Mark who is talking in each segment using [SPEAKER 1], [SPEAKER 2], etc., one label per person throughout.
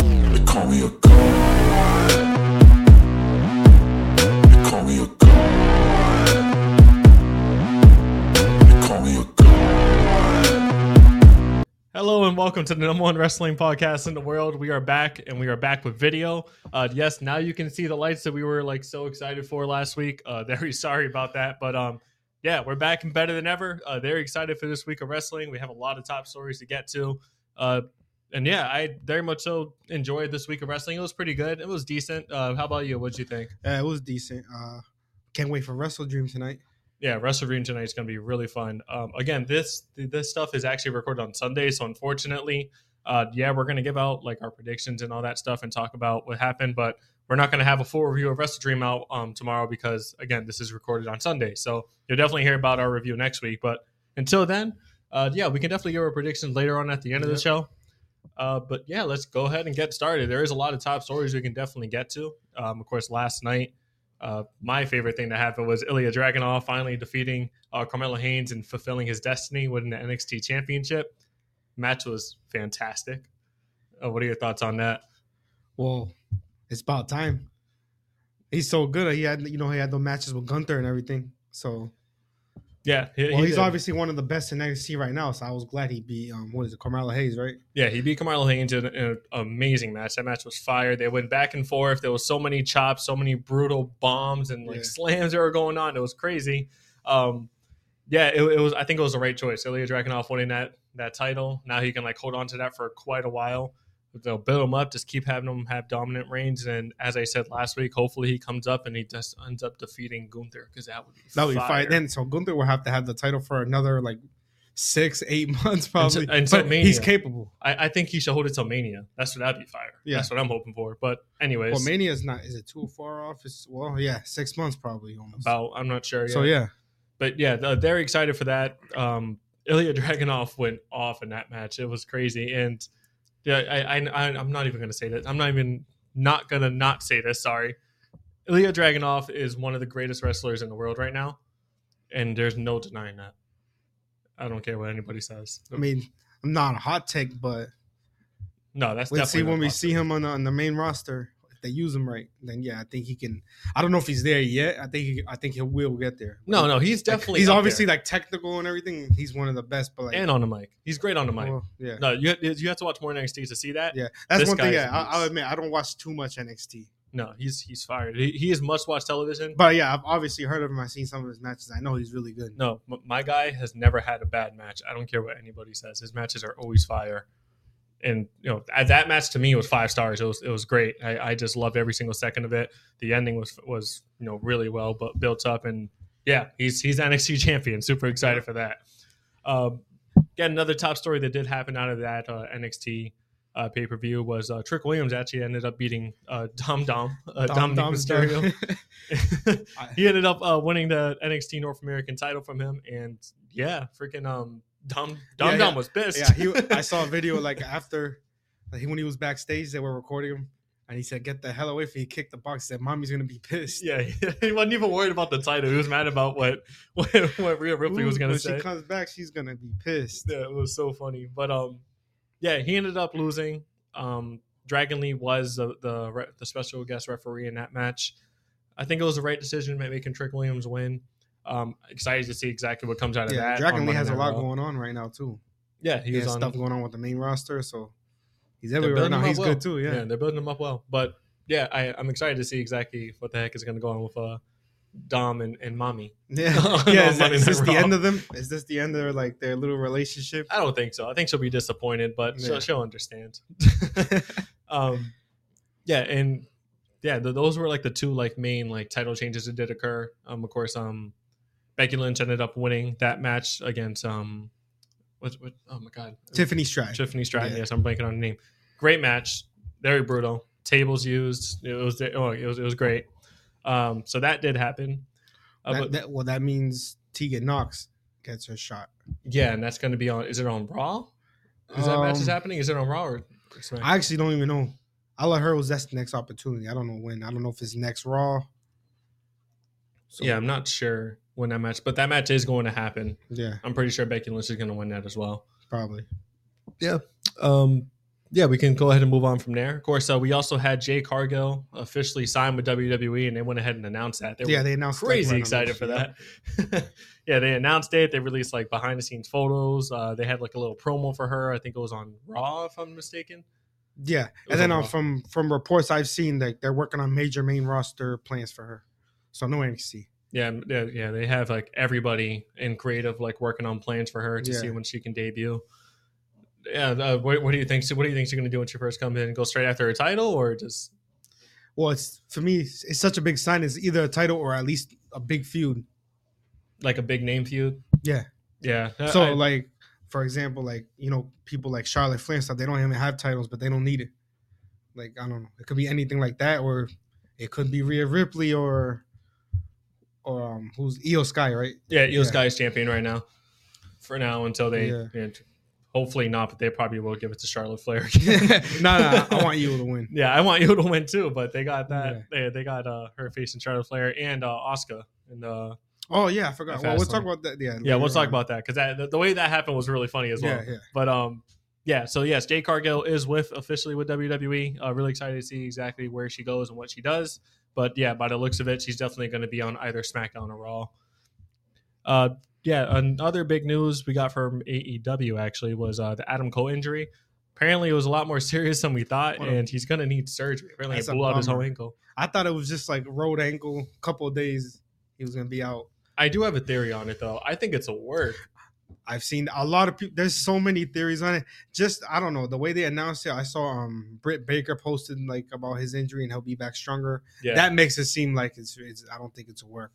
[SPEAKER 1] call me a god. You call me a god. You call me a god.
[SPEAKER 2] Hello and welcome to the number one wrestling podcast in the world. We are back and we are back with video. Uh, yes, now you can see the lights that we were like so excited for last week. Uh, very sorry about that, but um, yeah, we're back and better than ever. Uh, very excited for this week of wrestling. We have a lot of top stories to get to, uh, and yeah, I very much so enjoyed this week of wrestling. It was pretty good. It was decent. Uh, how about you? What'd you think?
[SPEAKER 3] Yeah, it was decent. Uh, can't wait for Wrestle Dream tonight.
[SPEAKER 2] yeah, WrestleMania tonight is going to be really fun. Um, again, this this stuff is actually recorded on Sunday, so unfortunately, uh, yeah, we're going to give out like our predictions and all that stuff and talk about what happened, but we're not going to have a full review of Wrestle Dream out um, tomorrow because again, this is recorded on Sunday, so you'll definitely hear about our review next week. But until then, uh, yeah, we can definitely give our predictions later on at the end of the
[SPEAKER 3] Yep.
[SPEAKER 2] show. Uh, but yeah, let's go ahead and get started. There is a lot of top stories we can definitely get to. Um, of course, last night uh, my favorite thing that happened was Ilya Dragunov finally defeating uh, Carmelo Haynes and fulfilling his destiny with an NXT championship. Match was fantastic. Uh, what are your thoughts on that?
[SPEAKER 3] Well, it's about time. He's so good. He had, you know, he had the matches with Gunther and everything. So,
[SPEAKER 2] Yeah, he-
[SPEAKER 3] well,
[SPEAKER 2] he
[SPEAKER 3] he's
[SPEAKER 2] did.
[SPEAKER 3] obviously one of the best in NXT right now. So I was glad he beat, um, what is it, Carmelo Hayes, right?
[SPEAKER 2] yeah he beat Carmelo Haynes in an amazing match. That match was fire. They went back and forth. There was so many chops, so many brutal bombs and like
[SPEAKER 3] Yeah.
[SPEAKER 2] slams that were going on. It was crazy. Um, yeah, it, it was. I think it was the right choice. Ilya Dragunov winning that that title. Now he can like hold on to that for quite a while. They'll build him up, just keep having him have dominant reigns. And as I said last week, hopefully he comes up and he just ends up defeating Gunther because that would be
[SPEAKER 3] That would be
[SPEAKER 2] fire.
[SPEAKER 3] fire. Then, so Gunther will have to have the title for another, like, six, eight months probably.
[SPEAKER 2] Until- until
[SPEAKER 3] But he's
[SPEAKER 2] Mania.
[SPEAKER 3] capable.
[SPEAKER 2] I, I think he should hold it till Mania. That's what that'd be fire.
[SPEAKER 3] Yeah.
[SPEAKER 2] That's what I'm hoping for. But anyways,
[SPEAKER 3] Well, Mania's not, is it too far off? It's, well, yeah, six months probably almost.
[SPEAKER 2] about I'm not sure.
[SPEAKER 3] So,
[SPEAKER 2] yet.
[SPEAKER 3] yeah.
[SPEAKER 2] but yeah, th- they're excited for that. Um, Ilya Dragunov went off in that match. It was crazy, and yeah, I, I, I I'm not even gonna say this. I'm not even not gonna not say this. Sorry, Ilya Dragunov is one of the greatest wrestlers in the world right now, and there's no denying that. I don't care what anybody says.
[SPEAKER 3] I mean, I'm not a hot take, but
[SPEAKER 2] no, that's
[SPEAKER 3] Let's see
[SPEAKER 2] definitely
[SPEAKER 3] when
[SPEAKER 2] not
[SPEAKER 3] we
[SPEAKER 2] possible.
[SPEAKER 3] see him on the, on the main roster. If they use him right, then yeah, I think he can. I don't know if he's there yet. I think he, I think he will get there.
[SPEAKER 2] No,
[SPEAKER 3] Like,
[SPEAKER 2] no, he's definitely
[SPEAKER 3] he's
[SPEAKER 2] up
[SPEAKER 3] obviously
[SPEAKER 2] there.
[SPEAKER 3] like technical and everything. He's one of the best, but like
[SPEAKER 2] and on the mic. He's great on the mic.
[SPEAKER 3] well, yeah,
[SPEAKER 2] No, you you have to watch more NXT to see that.
[SPEAKER 3] yeah. That's
[SPEAKER 2] this
[SPEAKER 3] one thing.
[SPEAKER 2] guy's
[SPEAKER 3] Yeah, I,
[SPEAKER 2] nuts.
[SPEAKER 3] I'll admit I don't watch too much NXT,
[SPEAKER 2] No, he's he's fired. He, he is must watch television.
[SPEAKER 3] but yeah, I've obviously heard of him. I've seen some of his matches. I know he's really good.
[SPEAKER 2] No, m- my guy has never had a bad match. I don't care what anybody says. His matches are always fire. And you know th- that match to me was five stars. It was it was great. I, I just loved every single second of it. The ending was was you know really well but built up. And yeah, he's he's NXT champion. Super excited for that. Um, again, another top story that did happen out of that uh, NXT uh, pay per view was uh, Trick Williams actually ended up beating uh, Dom Dom uh,
[SPEAKER 3] Dom-
[SPEAKER 2] Dominic
[SPEAKER 3] Dom-
[SPEAKER 2] Mysterio.
[SPEAKER 3] I-
[SPEAKER 2] he ended up uh, winning the NXT North American title from him, and yeah, freaking um, Dom Dom
[SPEAKER 3] Yeah,
[SPEAKER 2] Dom
[SPEAKER 3] yeah.
[SPEAKER 2] was pissed.
[SPEAKER 3] yeah, he, I saw a video like after like, when he was backstage, they were recording him, and he said, "Get the hell away!" From he kicked the box. Said, "Mommy's gonna be pissed."
[SPEAKER 2] yeah, he wasn't even worried about the title. He was mad about what what, what Rhea Ripley was
[SPEAKER 3] Ooh,
[SPEAKER 2] gonna
[SPEAKER 3] when
[SPEAKER 2] say.
[SPEAKER 3] she comes back, she's gonna be pissed.
[SPEAKER 2] Yeah, it was so funny. But um, yeah, he ended up losing. Um, Dragon Lee was the the, re- the special guest referee in that match. I think it was the right decision by making Trick Williams win. Um, excited to see exactly what comes out of
[SPEAKER 3] Yeah,
[SPEAKER 2] that. on
[SPEAKER 3] Dragon Lee
[SPEAKER 2] Monday
[SPEAKER 3] has a
[SPEAKER 2] Night
[SPEAKER 3] lot
[SPEAKER 2] Raw.
[SPEAKER 3] going on right now too.
[SPEAKER 2] Yeah, he
[SPEAKER 3] He,
[SPEAKER 2] was
[SPEAKER 3] has
[SPEAKER 2] on
[SPEAKER 3] stuff going on with the main roster, so he's
[SPEAKER 2] They're
[SPEAKER 3] everywhere
[SPEAKER 2] building
[SPEAKER 3] right now.
[SPEAKER 2] him up
[SPEAKER 3] He's
[SPEAKER 2] well.
[SPEAKER 3] good too. Yeah.
[SPEAKER 2] they're building them up well. But yeah, I, I'm excited to see exactly what the heck is going to go on with uh, Dom and, and Mommy.
[SPEAKER 3] yeah,
[SPEAKER 2] On
[SPEAKER 3] yeah. is, that-
[SPEAKER 2] Monday
[SPEAKER 3] is this
[SPEAKER 2] Night
[SPEAKER 3] the
[SPEAKER 2] Raw.
[SPEAKER 3] end of them? Is this the end of their, like their little relationship?
[SPEAKER 2] I don't think so. I think she'll be disappointed, but
[SPEAKER 3] Yeah.
[SPEAKER 2] she'll, she'll understand. um, yeah, and yeah, th- those were like the two like main like title changes that did occur. Um, of course, um, Becky Lynch ended up winning that match against um, what, what oh my god,
[SPEAKER 3] Tiffany Stratton.
[SPEAKER 2] Tiffany Stratton.
[SPEAKER 3] Yeah.
[SPEAKER 2] Yes, I'm blanking on the name. Great match, very brutal. Tables used. It was oh, it was it was great. Um, so that did happen. Uh,
[SPEAKER 3] That-
[SPEAKER 2] but,
[SPEAKER 3] that- well, that means Tegan Knox gets her shot.
[SPEAKER 2] yeah, and that's going to be on. Is it on Raw? Is that match is
[SPEAKER 3] Um,
[SPEAKER 2] happening? Is it on Raw or or SmackDown?
[SPEAKER 3] I actually don't even know. All I heard was that's the next opportunity. I don't know when. I don't know if it's next Raw. So,
[SPEAKER 2] yeah, I'm not sure when that match, but that match is going to happen.
[SPEAKER 3] yeah,
[SPEAKER 2] I'm pretty sure Becky Lynch is going to win that as well.
[SPEAKER 3] probably.
[SPEAKER 2] Um, yeah, we can go ahead and move on from there. Of course, uh, we also had Jay Cargill officially signed with WWE, and they went ahead and announced that. They were
[SPEAKER 3] yeah, they announced like,
[SPEAKER 2] crazy
[SPEAKER 3] right on
[SPEAKER 2] excited
[SPEAKER 3] this.
[SPEAKER 2] for that. yeah, they announced it. They released like behind the scenes photos. Uh, they had like a little promo for her. I think it was on Raw, if I'm mistaken.
[SPEAKER 3] Yeah,
[SPEAKER 2] was
[SPEAKER 3] and then
[SPEAKER 2] on
[SPEAKER 3] uh,
[SPEAKER 2] Raw.
[SPEAKER 3] from from reports I've seen that they're working on major main roster plans for her, so no NXT.
[SPEAKER 2] Yeah, m- yeah, yeah, they have like everybody in creative like working on plans for her to
[SPEAKER 3] Yeah.
[SPEAKER 2] see when she can debut. Yeah, uh, what, what do you think? What do you think she's gonna do when she first comes in? Go straight after her title, or just
[SPEAKER 3] Well, it's for me, it's, it's such a big sign. It's either a title or at least a big feud.
[SPEAKER 2] like a big name feud?
[SPEAKER 3] Yeah.
[SPEAKER 2] yeah. I-
[SPEAKER 3] so
[SPEAKER 2] Uh, I-
[SPEAKER 3] like, for example, like you know people like Charlotte Flair and stuff, they don't even have titles, but they don't need it. Like I don't know, it could be anything like that, or it could be Rhea Ripley or or um who's Io Sky, right?
[SPEAKER 2] Yeah, Io
[SPEAKER 3] Yeah.
[SPEAKER 2] Sky is champion right now. For now, until they,
[SPEAKER 3] Yeah.
[SPEAKER 2] and hopefully not, but they probably will give it to Charlotte Flair.
[SPEAKER 3] no, no, I want Io to win.
[SPEAKER 2] yeah, I want Io to win too, but they got
[SPEAKER 3] Yeah.
[SPEAKER 2] that. They, they got uh, her face in Charlotte Flair and uh, Oscar. And uh,
[SPEAKER 3] Oh yeah, I forgot. Well, we'll talk
[SPEAKER 2] Fastlane.
[SPEAKER 3] about that. Yeah,
[SPEAKER 2] yeah, we'll
[SPEAKER 3] later
[SPEAKER 2] talk
[SPEAKER 3] on.
[SPEAKER 2] about that because that, the, the way that happened was really funny as well.
[SPEAKER 3] Yeah, yeah.
[SPEAKER 2] But um, yeah. So yes, Jay Cargill is with officially with WWE. Uh, really excited to see exactly where she goes and what she does. But yeah, by the looks of it, she's definitely going to be on either SmackDown or Raw. Uh, yeah. Another big news we got from AEW actually was uh, the Adam Cole injury. Apparently, it was a lot more serious than we thought,
[SPEAKER 3] What a-
[SPEAKER 2] and he's going to need surgery. Apparently, it
[SPEAKER 3] That's a
[SPEAKER 2] blew out his whole
[SPEAKER 3] bummer.
[SPEAKER 2] ankle.
[SPEAKER 3] I thought it was just like road ankle, couple of days he was gonna be out.
[SPEAKER 2] I do have a theory on it though. I think it's a work.
[SPEAKER 3] I've seen a lot of people. There's so many theories on it. Just I don't know the way they announced it. I saw um Britt Baker posted like about his injury and he'll be back stronger.
[SPEAKER 2] Yeah,
[SPEAKER 3] That makes it seem like it's. it's I don't think it's a work.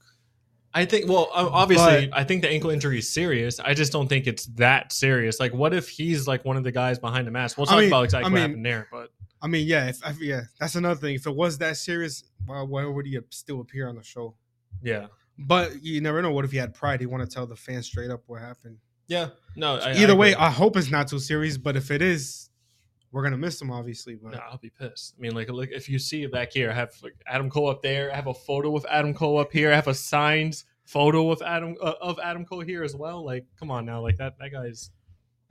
[SPEAKER 2] I think. Well, o- obviously, I think the ankle injury is serious. I just don't think it's that serious. Like, what if he's like one of the guys behind the mask? We'll
[SPEAKER 3] I
[SPEAKER 2] talk
[SPEAKER 3] mean-
[SPEAKER 2] about exactly
[SPEAKER 3] I
[SPEAKER 2] what
[SPEAKER 3] mean-
[SPEAKER 2] happened there, but
[SPEAKER 3] I mean, yeah, if, if yeah, that's another thing. If it was that serious, why, why would he still appear on the show?
[SPEAKER 2] yeah,
[SPEAKER 3] But you never know. What if he had pride? He want to tell the fans straight up what happened.
[SPEAKER 2] yeah. No, I, I
[SPEAKER 3] Either way,
[SPEAKER 2] agree.
[SPEAKER 3] I hope it's not too serious. But if it is, we're gonna miss him obviously. But
[SPEAKER 2] No, I'll be pissed. I mean, like, look, if you see it back here, I have like Adam Cole up there. I have a photo with Adam Cole up here. I have a signed photo of Adam uh, of Adam Cole here as well. Like, come on now, like that that guy's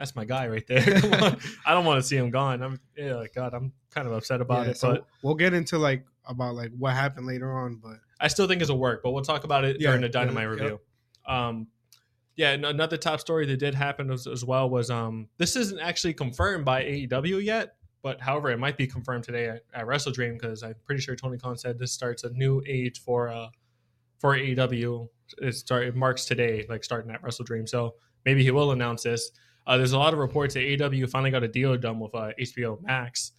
[SPEAKER 2] that's my guy right there. Come on, I don't want to see him gone. I'm yeah, God, I'm kind of upset about
[SPEAKER 3] Yeah,
[SPEAKER 2] it.
[SPEAKER 3] so
[SPEAKER 2] but
[SPEAKER 3] we'll get into like about like what happened later on, but
[SPEAKER 2] I still think it's a work, but we'll talk about it
[SPEAKER 3] Yeah,
[SPEAKER 2] during the
[SPEAKER 3] yeah,
[SPEAKER 2] Dynamite
[SPEAKER 3] yep.
[SPEAKER 2] review. Um, yeah, and another top story that did happen as, as well was um, this isn't actually confirmed by AEW yet, but however, it might be confirmed today at, at Wrestle Dream because I'm pretty sure Tony Khan said this starts a new age for uh, for E AEW. It start it marks today, like starting at Wrestle Dream. So maybe he will announce this. Uh, there's a lot of reports that AEW finally got a deal done with uh, HBO Max.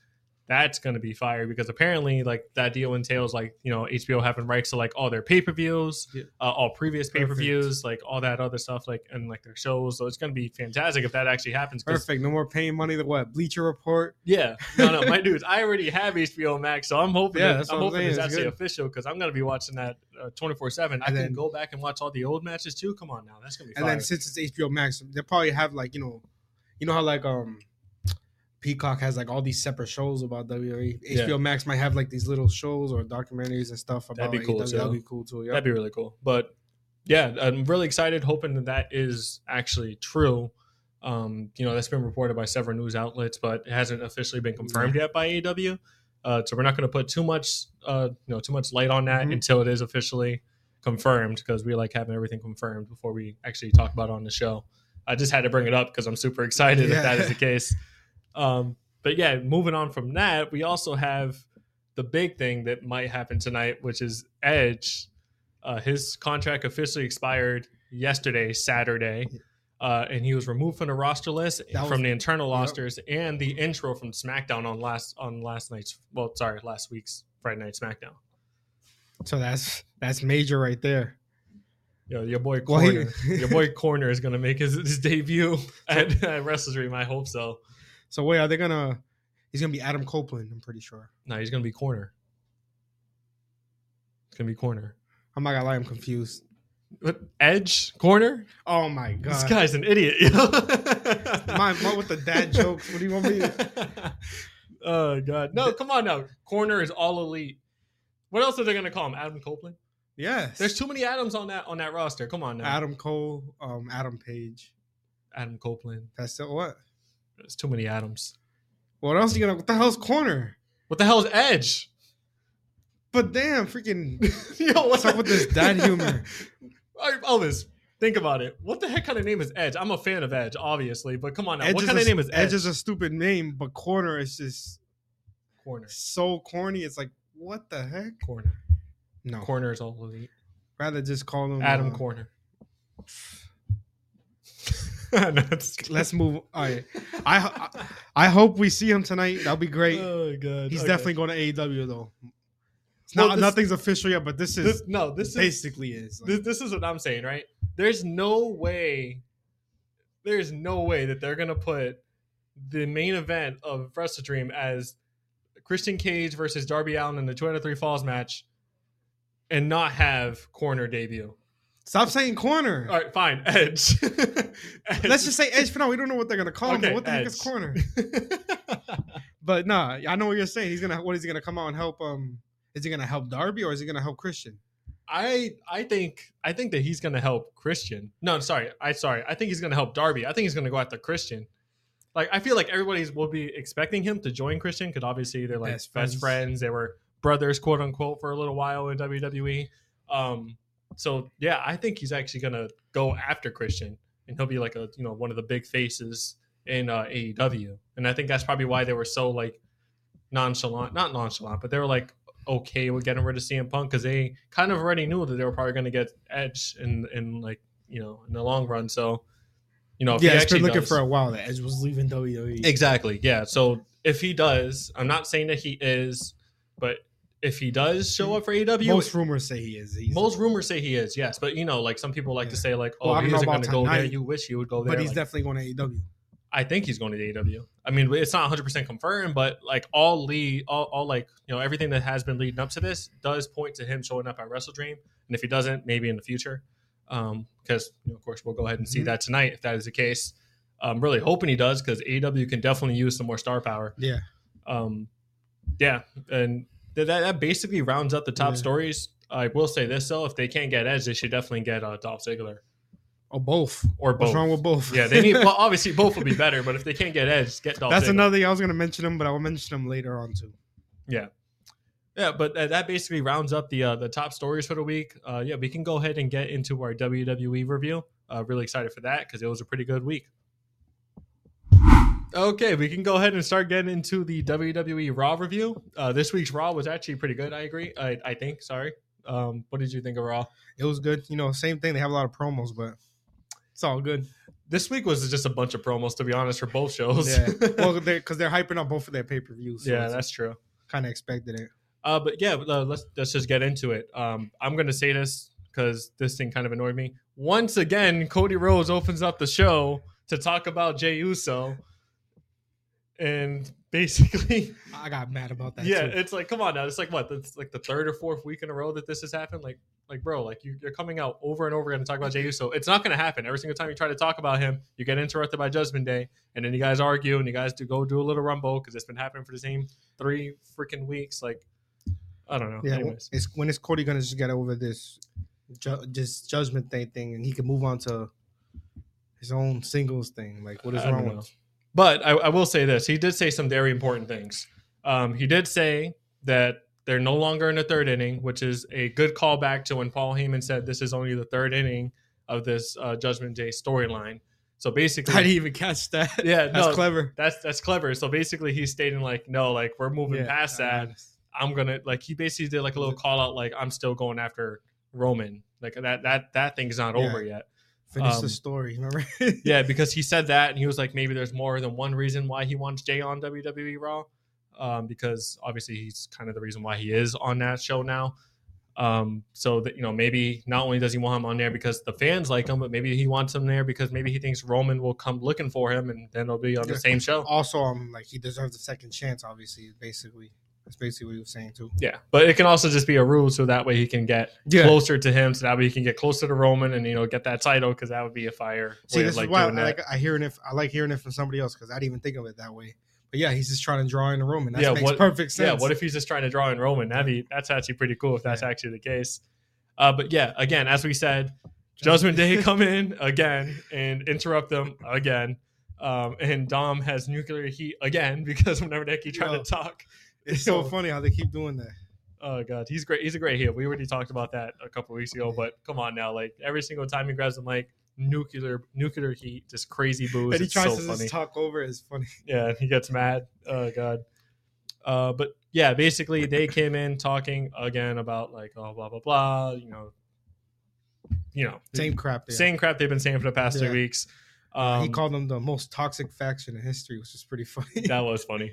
[SPEAKER 2] That's going to be fire because apparently, like that deal entails like you know HBO having rights to like all their pay per views,
[SPEAKER 3] Yeah.
[SPEAKER 2] uh, all previous pay per views, like all that other stuff, like and like their shows. So it's going to be fantastic if that actually happens. 'cause-
[SPEAKER 3] perfect. No more paying money to what Bleacher Report.
[SPEAKER 2] yeah, no, no, my dudes, I already have HBO Max, so I'm hoping.
[SPEAKER 3] Yeah,
[SPEAKER 2] it-
[SPEAKER 3] that's
[SPEAKER 2] I'm
[SPEAKER 3] what I'm
[SPEAKER 2] hoping
[SPEAKER 3] saying,
[SPEAKER 2] it's
[SPEAKER 3] it's
[SPEAKER 2] actually
[SPEAKER 3] good.
[SPEAKER 2] official because I'm going to be watching that twenty four seven. I
[SPEAKER 3] And
[SPEAKER 2] can
[SPEAKER 3] then-
[SPEAKER 2] go back and watch all the old matches too. Come on now, that's going to be.
[SPEAKER 3] And
[SPEAKER 2] fire.
[SPEAKER 3] then since it's HBO Max, they'll probably have like you know, you know how like um, Peacock has like all these separate shows about E? WWE.
[SPEAKER 2] Yeah.
[SPEAKER 3] HBO Max might have like these little shows or documentaries and stuff about
[SPEAKER 2] That'd be cool,
[SPEAKER 3] AEW. That'd
[SPEAKER 2] too.
[SPEAKER 3] be cool too.
[SPEAKER 2] That'd
[SPEAKER 3] Yep.
[SPEAKER 2] be really cool. But yeah, I'm really excited, hoping that that is actually true. Um, you know, that's been reported by several news outlets, but it hasn't officially been confirmed yet by AEW. Uh, so we're not going to put too much, uh, you know, too much light on that
[SPEAKER 3] Mhm.
[SPEAKER 2] until it is officially confirmed, because we like having everything confirmed before we actually talk about it on the show. I just had to bring it up because I'm super excited if
[SPEAKER 3] Yeah.
[SPEAKER 2] that is the case. Um, but yeah, moving on from that, we also have the big thing that might happen tonight, which is Edge. Uh, his contract officially expired yesterday, Saturday, uh, and he was removed from the roster list,
[SPEAKER 3] That was-
[SPEAKER 2] from the internal
[SPEAKER 3] yep.
[SPEAKER 2] rosters, and the intro from SmackDown on last on last night's well, sorry, last week's Friday Night SmackDown.
[SPEAKER 3] So that's that's major right there.
[SPEAKER 2] Yo, your boy
[SPEAKER 3] Well, he-
[SPEAKER 2] Corner, your boy Corner is gonna make his, his debut at, at Wrestle Dream. I hope so.
[SPEAKER 3] So wait, are they gonna? He's gonna be Adam Copeland. I'm pretty sure.
[SPEAKER 2] No, he's gonna be Corner. It's gonna be Corner.
[SPEAKER 3] I'm not gonna lie, I'm confused.
[SPEAKER 2] What Edge Corner?
[SPEAKER 3] Oh my god.
[SPEAKER 2] This guy's an idiot.
[SPEAKER 3] Mine, mine with the dad jokes. What do you want me? to
[SPEAKER 2] oh god. No, come on now. Corner is all elite. What else are they gonna call him? Adam Copeland?
[SPEAKER 3] Yes.
[SPEAKER 2] There's too many Adams on that on that roster. Come on now. Adam,
[SPEAKER 3] Adam Cole, um, Adam Page.
[SPEAKER 2] Adam Copeland.
[SPEAKER 3] That's the what?
[SPEAKER 2] There's too many Adams.
[SPEAKER 3] What else you gonna? What the hell's corner?
[SPEAKER 2] What the hell's Edge?
[SPEAKER 3] But damn, freaking
[SPEAKER 2] Yo, what's
[SPEAKER 3] What's up with this dad humor?
[SPEAKER 2] All right, Elvis, think about it. What the heck kind of name is Edge? I'm a fan of Edge, obviously, but come on now.
[SPEAKER 3] Edge
[SPEAKER 2] what kind
[SPEAKER 3] a-
[SPEAKER 2] of name is Edge?
[SPEAKER 3] Edge is a stupid name, but corner is just
[SPEAKER 2] corner.
[SPEAKER 3] so corny. It's like what the heck?
[SPEAKER 2] Corner.
[SPEAKER 3] No,
[SPEAKER 2] Corner is all elite.
[SPEAKER 3] rather just call him
[SPEAKER 2] Adam
[SPEAKER 3] uh,
[SPEAKER 2] Corner. That's
[SPEAKER 3] Let's move. All right, I, I I hope we see him tonight. That'll be great.
[SPEAKER 2] Oh god.
[SPEAKER 3] He's
[SPEAKER 2] okay.
[SPEAKER 3] definitely going to AEW though. It's
[SPEAKER 2] Well,
[SPEAKER 3] not,
[SPEAKER 2] this-
[SPEAKER 3] nothing's official yet, but this is
[SPEAKER 2] this, no, this is
[SPEAKER 3] basically is. Like,
[SPEAKER 2] this, this is what I'm saying, right? There's no way, there's no way that they're gonna put the main event of Wrestle Dream as Christian Cage versus Darby Allen in the two out of three falls match, and not have corner debut.
[SPEAKER 3] stop saying corner.
[SPEAKER 2] All right, fine, Edge. Edge.
[SPEAKER 3] Let's just say Edge for now. We don't know what they're gonna call him.
[SPEAKER 2] Okay,
[SPEAKER 3] But what the heck is
[SPEAKER 2] Edge.
[SPEAKER 3] corner? But nah, I know what you're saying. He's gonna. What is he gonna come out and help? Um, is he gonna help Darby or is he gonna help Christian?
[SPEAKER 2] I I think I think that he's gonna help Christian. No, sorry, I sorry. I think he's gonna help Darby. I think he's gonna go after Christian. Like I feel like everybody's will be expecting him to join Christian because obviously they're like best friends.
[SPEAKER 3] Best friends.
[SPEAKER 2] They were brothers, quote unquote, for a little while in WWE. Um, so yeah, I think he's actually gonna go after Christian, and he'll be like a you know one of the big faces in uh, AEW. And I think that's probably why they were so like nonchalant, not nonchalant, but they were like okay with getting rid of CM Punk because they kind of already knew that they were probably going to get Edge in in like you know in the long run. So you know, if
[SPEAKER 3] yeah,
[SPEAKER 2] he
[SPEAKER 3] it's
[SPEAKER 2] actually
[SPEAKER 3] been looking
[SPEAKER 2] does-
[SPEAKER 3] for a while that Edge was leaving E. WWE.
[SPEAKER 2] exactly yeah. So if he does, I'm not saying that he is, but if he does show up for AEW,
[SPEAKER 3] Most
[SPEAKER 2] most,
[SPEAKER 3] rumors say he is. He's,
[SPEAKER 2] rumors say he is yes, but you know, like some people like to
[SPEAKER 3] Yeah.
[SPEAKER 2] say like, oh,
[SPEAKER 3] Well, I
[SPEAKER 2] he
[SPEAKER 3] don't know
[SPEAKER 2] isn't going
[SPEAKER 3] about
[SPEAKER 2] to go there.
[SPEAKER 3] tonight,
[SPEAKER 2] You wish he would go there,
[SPEAKER 3] but he's
[SPEAKER 2] Like,
[SPEAKER 3] definitely going to E AEW.
[SPEAKER 2] I think he's going to AEW. I mean, it's not 100% confirmed, but like all lead, all, all like, you know, everything that has been leading up to this does point to him showing up at Wrestle Dream. And if he doesn't, maybe in the future. Um, because, you know, of course, we'll go ahead and see
[SPEAKER 3] Mhm.
[SPEAKER 2] that tonight if that is the case. I'm really hoping he does because AEW can definitely use some more star power.
[SPEAKER 3] Yeah,
[SPEAKER 2] Um, yeah. And th- that, that basically rounds up the top
[SPEAKER 3] Yeah.
[SPEAKER 2] stories. I will say this, though, if they can't get Edge, they should definitely get uh, Dolph Ziggler
[SPEAKER 3] or Oh, both.
[SPEAKER 2] or both.
[SPEAKER 3] What's wrong with both?
[SPEAKER 2] yeah, they need. Well, obviously, both will be better, but if they can't get Edge, get Dolph.
[SPEAKER 3] That's
[SPEAKER 2] Ziggler.
[SPEAKER 3] another thing I was going to mention him, but I'll mention him later on too.
[SPEAKER 2] Yeah, but uh, that basically rounds up the uh, the top stories for the week. Uh, yeah, we can go ahead and get into our WWE review. Uh, really excited for that because it was a pretty good week. Okay, we can go ahead and start getting into the WWE Raw review. Uh, this week's Raw was actually pretty good. I agree. I, I think. Sorry. Um, what did you think of Raw?
[SPEAKER 3] It was good. You know, same thing. They have a lot of promos, but it's all good.
[SPEAKER 2] This week was just a bunch of promos, to be honest, for both shows.
[SPEAKER 3] Yeah. well, because they're, 'cause they're hyping up both of their pay per views.
[SPEAKER 2] yeah, that's true.
[SPEAKER 3] kind of expected it.
[SPEAKER 2] Uh, but yeah, but, uh, let's let's just get into it. Um, I'm gonna say this because this thing kind of annoyed me. Once again, Cody Rhodes opens up the show to talk about Jey Uso, and basically,
[SPEAKER 3] I got mad about that.
[SPEAKER 2] yeah,
[SPEAKER 3] too.
[SPEAKER 2] it's like, come on now, it's like what? It's like the third or fourth week in a row that this has happened. Like, like bro, like you, you're coming out over and over again to talk about Jey Uso. It's not gonna happen. Every single time you try to talk about him, you get interrupted by Judgment Day, and then you guys argue, and you guys do go do a little rumble because it's been happening for the same three freaking weeks. Like, I don't know.
[SPEAKER 3] Yeah, w-
[SPEAKER 2] Anyways.
[SPEAKER 3] it's when is Cody gonna just get over this, ju- this judgment thing thing, and he can move on to his own singles thing? Like, what is
[SPEAKER 2] I don't
[SPEAKER 3] wrong
[SPEAKER 2] know.
[SPEAKER 3] with?
[SPEAKER 2] But I, I will say this: he did say some very important things. Um, he did say that they're no longer in the third inning, which is a good callback to when Paul Heyman said this is only the third inning of this uh, Judgment Day storyline. So basically,
[SPEAKER 3] even catch that.
[SPEAKER 2] yeah,
[SPEAKER 3] That's
[SPEAKER 2] no,
[SPEAKER 3] clever.
[SPEAKER 2] that's that's clever. So basically, he's stating like, no, like we're moving
[SPEAKER 3] Yeah,
[SPEAKER 2] past
[SPEAKER 3] I
[SPEAKER 2] that.
[SPEAKER 3] noticed.
[SPEAKER 2] I'm gonna like he basically did like a little call out like I'm still going after Roman. Like that that that thing's not
[SPEAKER 3] Yeah.
[SPEAKER 2] over yet.
[SPEAKER 3] Finish
[SPEAKER 2] Um,
[SPEAKER 3] the story. Remember?
[SPEAKER 2] yeah, because he said that, and he was like, maybe there's more than one reason why he wants Jay on WWE Raw, um, because obviously he's kind of the reason why he is on that show now. Um, so that you know, maybe not only does he want him on there because the fans like him, but maybe he wants him there because maybe he thinks Roman will come looking for him, and then it'll be on the
[SPEAKER 3] Yeah.
[SPEAKER 2] same show.
[SPEAKER 3] also, um, like he deserves a second chance. Obviously, basically, that's basically what he was saying too.
[SPEAKER 2] Yeah, but it can also just be a rule, so that way he can get
[SPEAKER 3] Yeah.
[SPEAKER 2] closer to him, so that way he can get closer to Roman, and you know, get that title because that would be a fire.
[SPEAKER 3] See,
[SPEAKER 2] way of,
[SPEAKER 3] this
[SPEAKER 2] like,
[SPEAKER 3] is why I
[SPEAKER 2] doing that.
[SPEAKER 3] like I hearing it. I like hearing it from somebody else because I didn't even think of it that way. But yeah, he's just trying to draw in the room, and that
[SPEAKER 2] Yeah,
[SPEAKER 3] makes
[SPEAKER 2] what-
[SPEAKER 3] perfect sense.
[SPEAKER 2] Yeah, what if he's just trying to draw in Roman? That'd be, that's actually pretty cool if that's
[SPEAKER 3] Yeah.
[SPEAKER 2] actually the case. Uh, but yeah, again, as we said, Judgment Day come in again and interrupt them again. Um, and Dom has nuclear heat again because whenever Nicky tried to
[SPEAKER 3] Yo.
[SPEAKER 2] talk,
[SPEAKER 3] It's so funny how they keep doing that.
[SPEAKER 2] Oh god, he's great. He's a great heel. We already talked about that a couple weeks ago, but come on now, like every single time he grabs him, like nuclear nuclear heat, just crazy booze.
[SPEAKER 3] And he
[SPEAKER 2] It's
[SPEAKER 3] tries
[SPEAKER 2] so
[SPEAKER 3] to
[SPEAKER 2] funny.
[SPEAKER 3] just talk over. It's funny.
[SPEAKER 2] yeah, and he gets mad. Oh god. Uh, but yeah, basically they came in talking again about like oh blah blah blah. You know, you know,
[SPEAKER 3] Same crap. There.
[SPEAKER 2] same crap they've been saying for the past
[SPEAKER 3] Yeah.
[SPEAKER 2] three weeks. Um,
[SPEAKER 3] he called them the most toxic faction in history, which is pretty funny.
[SPEAKER 2] that was funny.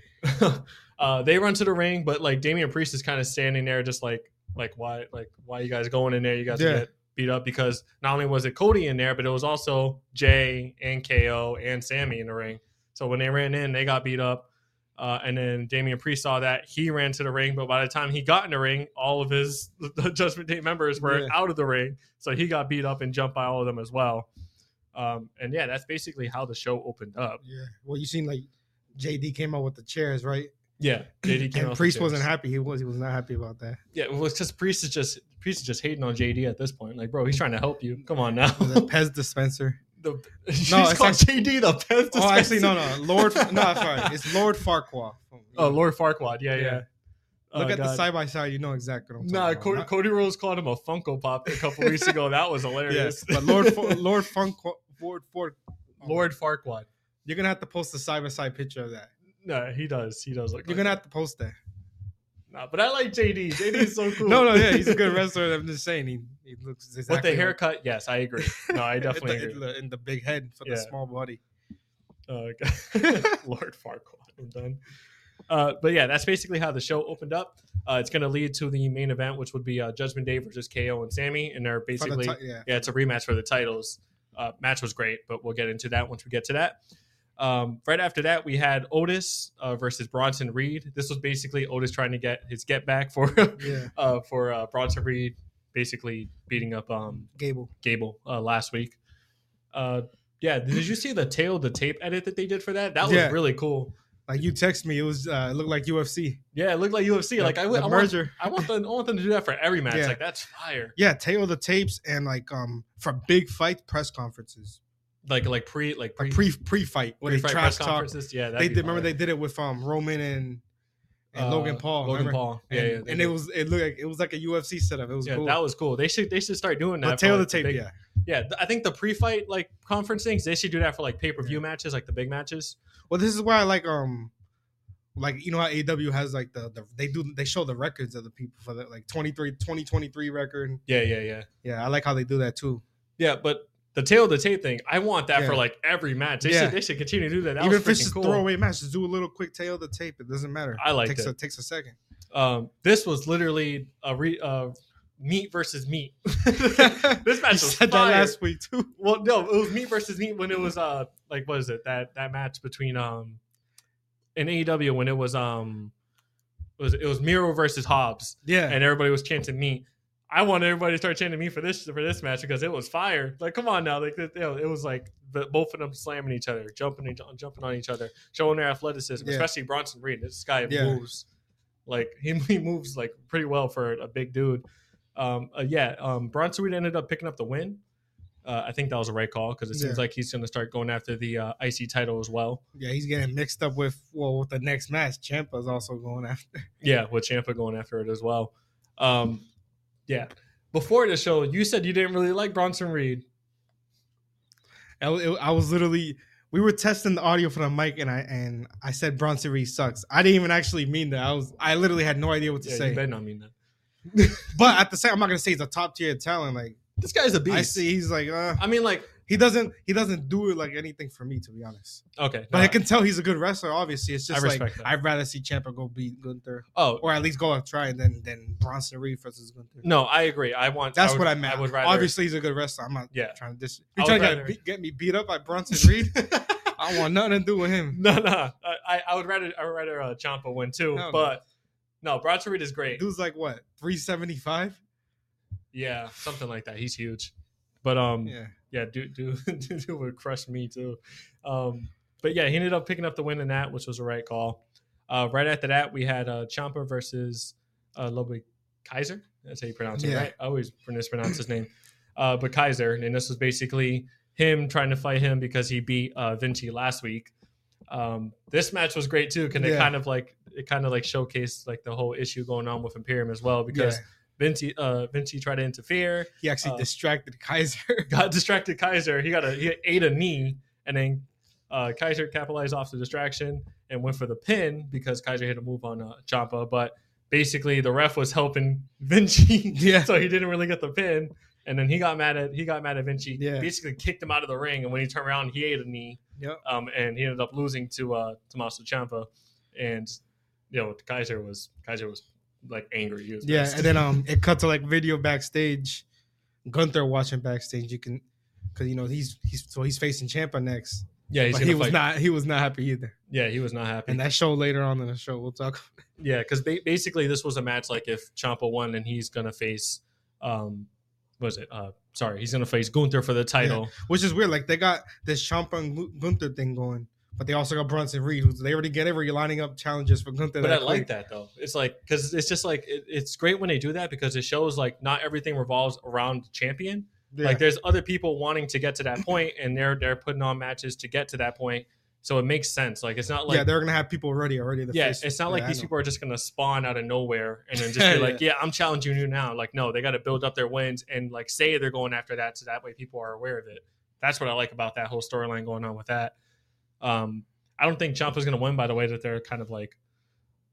[SPEAKER 2] uh, they run to the ring, but like Damian Priest is kind of standing there, just like like why like why you guys going in there? You guys
[SPEAKER 3] Yeah.
[SPEAKER 2] get beat up because not only was it Cody in there, but it was also Jay and KO and Sammy in the ring. So when they ran in, they got beat up. Uh, and then Damian Priest saw that he ran to the ring, but by the time he got in the ring, all of his Judgment Day members were
[SPEAKER 3] Yeah.
[SPEAKER 2] out of the ring, so he got beat up and jumped by all of them as well. Um, and yeah, that's basically how the show opened up.
[SPEAKER 3] yeah. Well, you seen like JD came out with the chairs, right?
[SPEAKER 2] Yeah, JD came out
[SPEAKER 3] and
[SPEAKER 2] the
[SPEAKER 3] Priest
[SPEAKER 2] chairs.
[SPEAKER 3] wasn't happy. He was. He was not happy about that.
[SPEAKER 2] Yeah, well, it's just Priest is just Priest is just hating on JD at this point. Like, bro, he's trying to help you. Come on now.
[SPEAKER 3] The Pez dispenser.
[SPEAKER 2] the, she's
[SPEAKER 3] No,
[SPEAKER 2] no,
[SPEAKER 3] it's
[SPEAKER 2] called
[SPEAKER 3] act-
[SPEAKER 2] JD the best.
[SPEAKER 3] Oh, actually, no, no, Lord. no, sorry, it's Lord Farquaad.
[SPEAKER 2] Oh, Lord Farquaad. Yeah, yeah.
[SPEAKER 3] Yeah.
[SPEAKER 2] Oh,
[SPEAKER 3] Look at the
[SPEAKER 2] God.
[SPEAKER 3] side by side. You know exactly what I'm
[SPEAKER 2] Nah,
[SPEAKER 3] talking
[SPEAKER 2] Cody,
[SPEAKER 3] about.
[SPEAKER 2] Cody Rose called him a Funko Pop a couple weeks ago. That was hilarious.
[SPEAKER 3] Yes, but Lord Fa- Oh. Lord Funko Lord Ford.
[SPEAKER 2] Lord Farquaad.
[SPEAKER 3] You're gonna have to post a side by side picture of that.
[SPEAKER 2] No, he does. He does look.
[SPEAKER 3] You're
[SPEAKER 2] like
[SPEAKER 3] gonna have to post that.
[SPEAKER 2] that. Nah, but I like JD. JD is so cool.
[SPEAKER 3] No, no, yeah, he's a good wrestler. I'm just saying, he, he looks exactly.
[SPEAKER 2] With the
[SPEAKER 3] like-
[SPEAKER 2] haircut, yes, I agree. No, I definitely
[SPEAKER 3] and the,
[SPEAKER 2] agree.
[SPEAKER 3] and the- and the big head for the
[SPEAKER 2] Yeah.
[SPEAKER 3] small body.
[SPEAKER 2] Uh, Lord Farquaad. I'm done. Uh, but yeah, that's basically how the show opened up. Uh, it's going to lead to the main event, which would be uh, Judgment Day versus KO and Sammy, and they're
[SPEAKER 3] For the
[SPEAKER 2] basically
[SPEAKER 3] ti- yeah.
[SPEAKER 2] yeah, it's a rematch for the titles. Uh, match was great, but we'll get into that once we get to that. Um, right after that, we had Otis uh, versus Bronson Reed. This was basically Otis trying to get his get back for
[SPEAKER 3] yeah,
[SPEAKER 2] uh, for uh, Bronson Reed, basically beating up um,
[SPEAKER 3] Gable.
[SPEAKER 2] Gable uh, last week. Uh, yeah, did you see the tail of the tape edit that they did for that? That was
[SPEAKER 3] Yeah.
[SPEAKER 2] really cool.
[SPEAKER 3] Like you text me, it was uh, it looked like UFC.
[SPEAKER 2] Yeah, it looked like UFC.
[SPEAKER 3] The-
[SPEAKER 2] like I, would,
[SPEAKER 3] the
[SPEAKER 2] I want,
[SPEAKER 3] merger.
[SPEAKER 2] I want them, I want them to do that for every match.
[SPEAKER 3] Yeah.
[SPEAKER 2] Like that's fire.
[SPEAKER 3] Yeah, tail of the tapes and like um for big fight press conferences,
[SPEAKER 2] Like like pre like pre
[SPEAKER 3] like pre pre fight where they
[SPEAKER 2] pre-fight
[SPEAKER 3] trash talk.
[SPEAKER 2] Yeah, that'd
[SPEAKER 3] They
[SPEAKER 2] be
[SPEAKER 3] did, remember
[SPEAKER 2] fire.
[SPEAKER 3] they did it with um Roman and and
[SPEAKER 2] Uh,
[SPEAKER 3] Logan Paul.
[SPEAKER 2] Logan
[SPEAKER 3] remember?
[SPEAKER 2] Paul. Yeah,
[SPEAKER 3] and,
[SPEAKER 2] yeah,
[SPEAKER 3] and
[SPEAKER 2] they
[SPEAKER 3] it
[SPEAKER 2] did.
[SPEAKER 3] was it looked like it was like a UFC setup. It was
[SPEAKER 2] Yeah,
[SPEAKER 3] cool.
[SPEAKER 2] that was cool. They should they should start doing that.
[SPEAKER 3] but
[SPEAKER 2] for,
[SPEAKER 3] tail of the
[SPEAKER 2] like,
[SPEAKER 3] tape,
[SPEAKER 2] big-
[SPEAKER 3] yeah,
[SPEAKER 2] yeah. th- I think the pre-fight like conference things they should do that for like pay-per-view
[SPEAKER 3] Yeah.
[SPEAKER 2] matches, like the big matches.
[SPEAKER 3] Well, this is why I like um, like you know how AW has like the, the they do they show the records of the people for the like 23 2023 record.
[SPEAKER 2] Yeah, yeah, yeah,
[SPEAKER 3] Yeah, I like how they do that too.
[SPEAKER 2] yeah. But the tail of the tape thing, I want that for
[SPEAKER 3] Yeah.
[SPEAKER 2] like every match. They
[SPEAKER 3] Yeah.
[SPEAKER 2] should they should continue to do that. that
[SPEAKER 3] Even
[SPEAKER 2] was
[SPEAKER 3] if it's
[SPEAKER 2] freaking
[SPEAKER 3] just
[SPEAKER 2] cool.
[SPEAKER 3] throwaway match, just do a little quick tail of the tape. It doesn't matter.
[SPEAKER 2] I liked
[SPEAKER 3] takes
[SPEAKER 2] it.
[SPEAKER 3] a, takes a second.
[SPEAKER 2] um, this was literally a re, uh, meat versus meat. this match
[SPEAKER 3] You
[SPEAKER 2] was
[SPEAKER 3] said
[SPEAKER 2] fire.
[SPEAKER 3] that last week too.
[SPEAKER 2] Well, no, it was meat versus meat when it was uh, like what is it that that match between um, in AEW when it was um, it was it was Miro versus Hobbs
[SPEAKER 3] Yeah,
[SPEAKER 2] and everybody was chanting meat. I want everybody to start chanting meat for this for this match because it was fire. Like, come on now, like you know, it was like the, both of them slamming each other, jumping and jumping on each other, showing their athleticism,
[SPEAKER 3] Yeah.
[SPEAKER 2] especially Bronson Reed. This guy
[SPEAKER 3] Yeah.
[SPEAKER 2] moves like he, he moves like pretty well for a big dude. Um, uh, yeah, um, Bronson Reed ended up picking up the win. Uh, I think that was the right call because it seems
[SPEAKER 3] Yeah.
[SPEAKER 2] like he's going to start going after the uh, IC title as well.
[SPEAKER 3] yeah, he's getting mixed up with well with the next match. Champa's also going after.
[SPEAKER 2] Yeah, with Champa going after it as well. Um, yeah. Before the show, you said you didn't really like Bronson Reed.
[SPEAKER 3] I, wa- I was literally we were testing the audio for the mic, and I and I said Bronson Reed sucks. I didn't even actually mean that. I was I literally had no idea what to
[SPEAKER 2] Yeah,
[SPEAKER 3] say.
[SPEAKER 2] you better not mean that.
[SPEAKER 3] But at the same, I'm not gonna say he's a top tier talent. Like
[SPEAKER 2] This guy's a beast.
[SPEAKER 3] I see, he's like uh,
[SPEAKER 2] I mean, like,
[SPEAKER 3] he doesn't he doesn't do it like anything for me to be honest.
[SPEAKER 2] okay.
[SPEAKER 3] But
[SPEAKER 2] no,
[SPEAKER 3] I can tell he's a good wrestler. Obviously, it's just
[SPEAKER 2] I
[SPEAKER 3] like
[SPEAKER 2] respect that.
[SPEAKER 3] I'd rather see Champa go beat Gunther
[SPEAKER 2] oh
[SPEAKER 3] or at least go out and try than than Bronson Reed versus Gunther.
[SPEAKER 2] no, I agree. I want.
[SPEAKER 3] That's
[SPEAKER 2] would-
[SPEAKER 3] what I meant.
[SPEAKER 2] I would rather.
[SPEAKER 3] Obviously, he's a good wrestler. I'm not
[SPEAKER 2] Yeah.
[SPEAKER 3] trying to dis.
[SPEAKER 2] I
[SPEAKER 3] You're
[SPEAKER 2] would
[SPEAKER 3] trying to
[SPEAKER 2] rather-
[SPEAKER 3] get, beat- get me beat up by Bronson Reed? I want nothing to do with him.
[SPEAKER 2] No, no. I- I, I would rather. I would rather uh, Champa win too.
[SPEAKER 3] No, no.
[SPEAKER 2] but no. Bronson Reed is great.
[SPEAKER 3] Dude's like what 375?
[SPEAKER 2] Yeah, something like that. He's huge. But um, yeah,
[SPEAKER 3] Yeah,
[SPEAKER 2] dude, dude, dude would crush me too. Um, but yeah, he ended up picking up the win in that, which was the right call. Uh, right after that, we had uh, Champa versus uh, Ludwig Kaiser. That's how you pronounce it,
[SPEAKER 3] Yeah.
[SPEAKER 2] right? I always mispronounce his name. Uh, but Kaiser, and this was basically him trying to fight him because he beat uh, Vinci last week. Um, this match was great too, because it
[SPEAKER 3] Yeah.
[SPEAKER 2] kind of like it kind of like showcased like the whole issue going on with Imperium as well, because
[SPEAKER 3] Yeah.
[SPEAKER 2] Vinci uh, Vinci tried to interfere,
[SPEAKER 3] he actually
[SPEAKER 2] uh,
[SPEAKER 3] distracted Kaiser.
[SPEAKER 2] got distracted Kaiser. He got a he ate a knee, and then uh, Kaiser capitalized off the distraction and went for the pin because Kaiser hit a move on uh, Champa. But basically, the ref was helping Vinci,
[SPEAKER 3] Yeah.
[SPEAKER 2] so he didn't really get the pin. And then he got mad at he got mad at Vinci.
[SPEAKER 3] Yeah.
[SPEAKER 2] basically kicked him out of the ring. And when he turned around, he ate a knee.
[SPEAKER 3] Yep.
[SPEAKER 2] Um, and he ended up losing to uh, Tommaso Ciampa. And you know, Kaiser was Kaiser was like angry. He was
[SPEAKER 3] Yeah,
[SPEAKER 2] pissed.
[SPEAKER 3] and then um, it cut to like video backstage. Gunther watching backstage. You can, because you know he's he's so he's facing Champa next,
[SPEAKER 2] yeah, he's
[SPEAKER 3] but
[SPEAKER 2] gonna
[SPEAKER 3] he was
[SPEAKER 2] fight-
[SPEAKER 3] not he was not happy either.
[SPEAKER 2] Yeah, he was not happy.
[SPEAKER 3] And that show later on in the show we'll talk.
[SPEAKER 2] Yeah, because ba- basically this was a match like if Champa won and he's gonna face, um, was it? Uh, sorry, he's gonna face Gunther for the title.
[SPEAKER 3] Which is weird. Like they got this Champa and Gu- Gunther thing going, but they also got Brunson Reed. Who they already get every lining up challenges for Gunther.
[SPEAKER 2] But I like
[SPEAKER 3] quick.
[SPEAKER 2] that though. It's like because it's just like it, it's great when they do that because it shows like not everything revolves around the champion.
[SPEAKER 3] Yeah.
[SPEAKER 2] Like there's other people wanting to get to that point and they're they're putting on matches to get to that point. So it makes sense. Like it's not like
[SPEAKER 3] yeah, they're gonna have people ready already. to
[SPEAKER 2] yeah,
[SPEAKER 3] face-
[SPEAKER 2] it's not like
[SPEAKER 3] I
[SPEAKER 2] these
[SPEAKER 3] know.
[SPEAKER 2] people are just gonna spawn out of nowhere and then just be
[SPEAKER 3] Yeah.
[SPEAKER 2] like, "Yeah, I'm challenging you now." Like, no, they got to build up their wins and like say they're going after that, so that way people are aware of it. That's what I like about that whole storyline going on with that. Um, I don't think Ciampa's gonna win. By the way, that they're kind of like,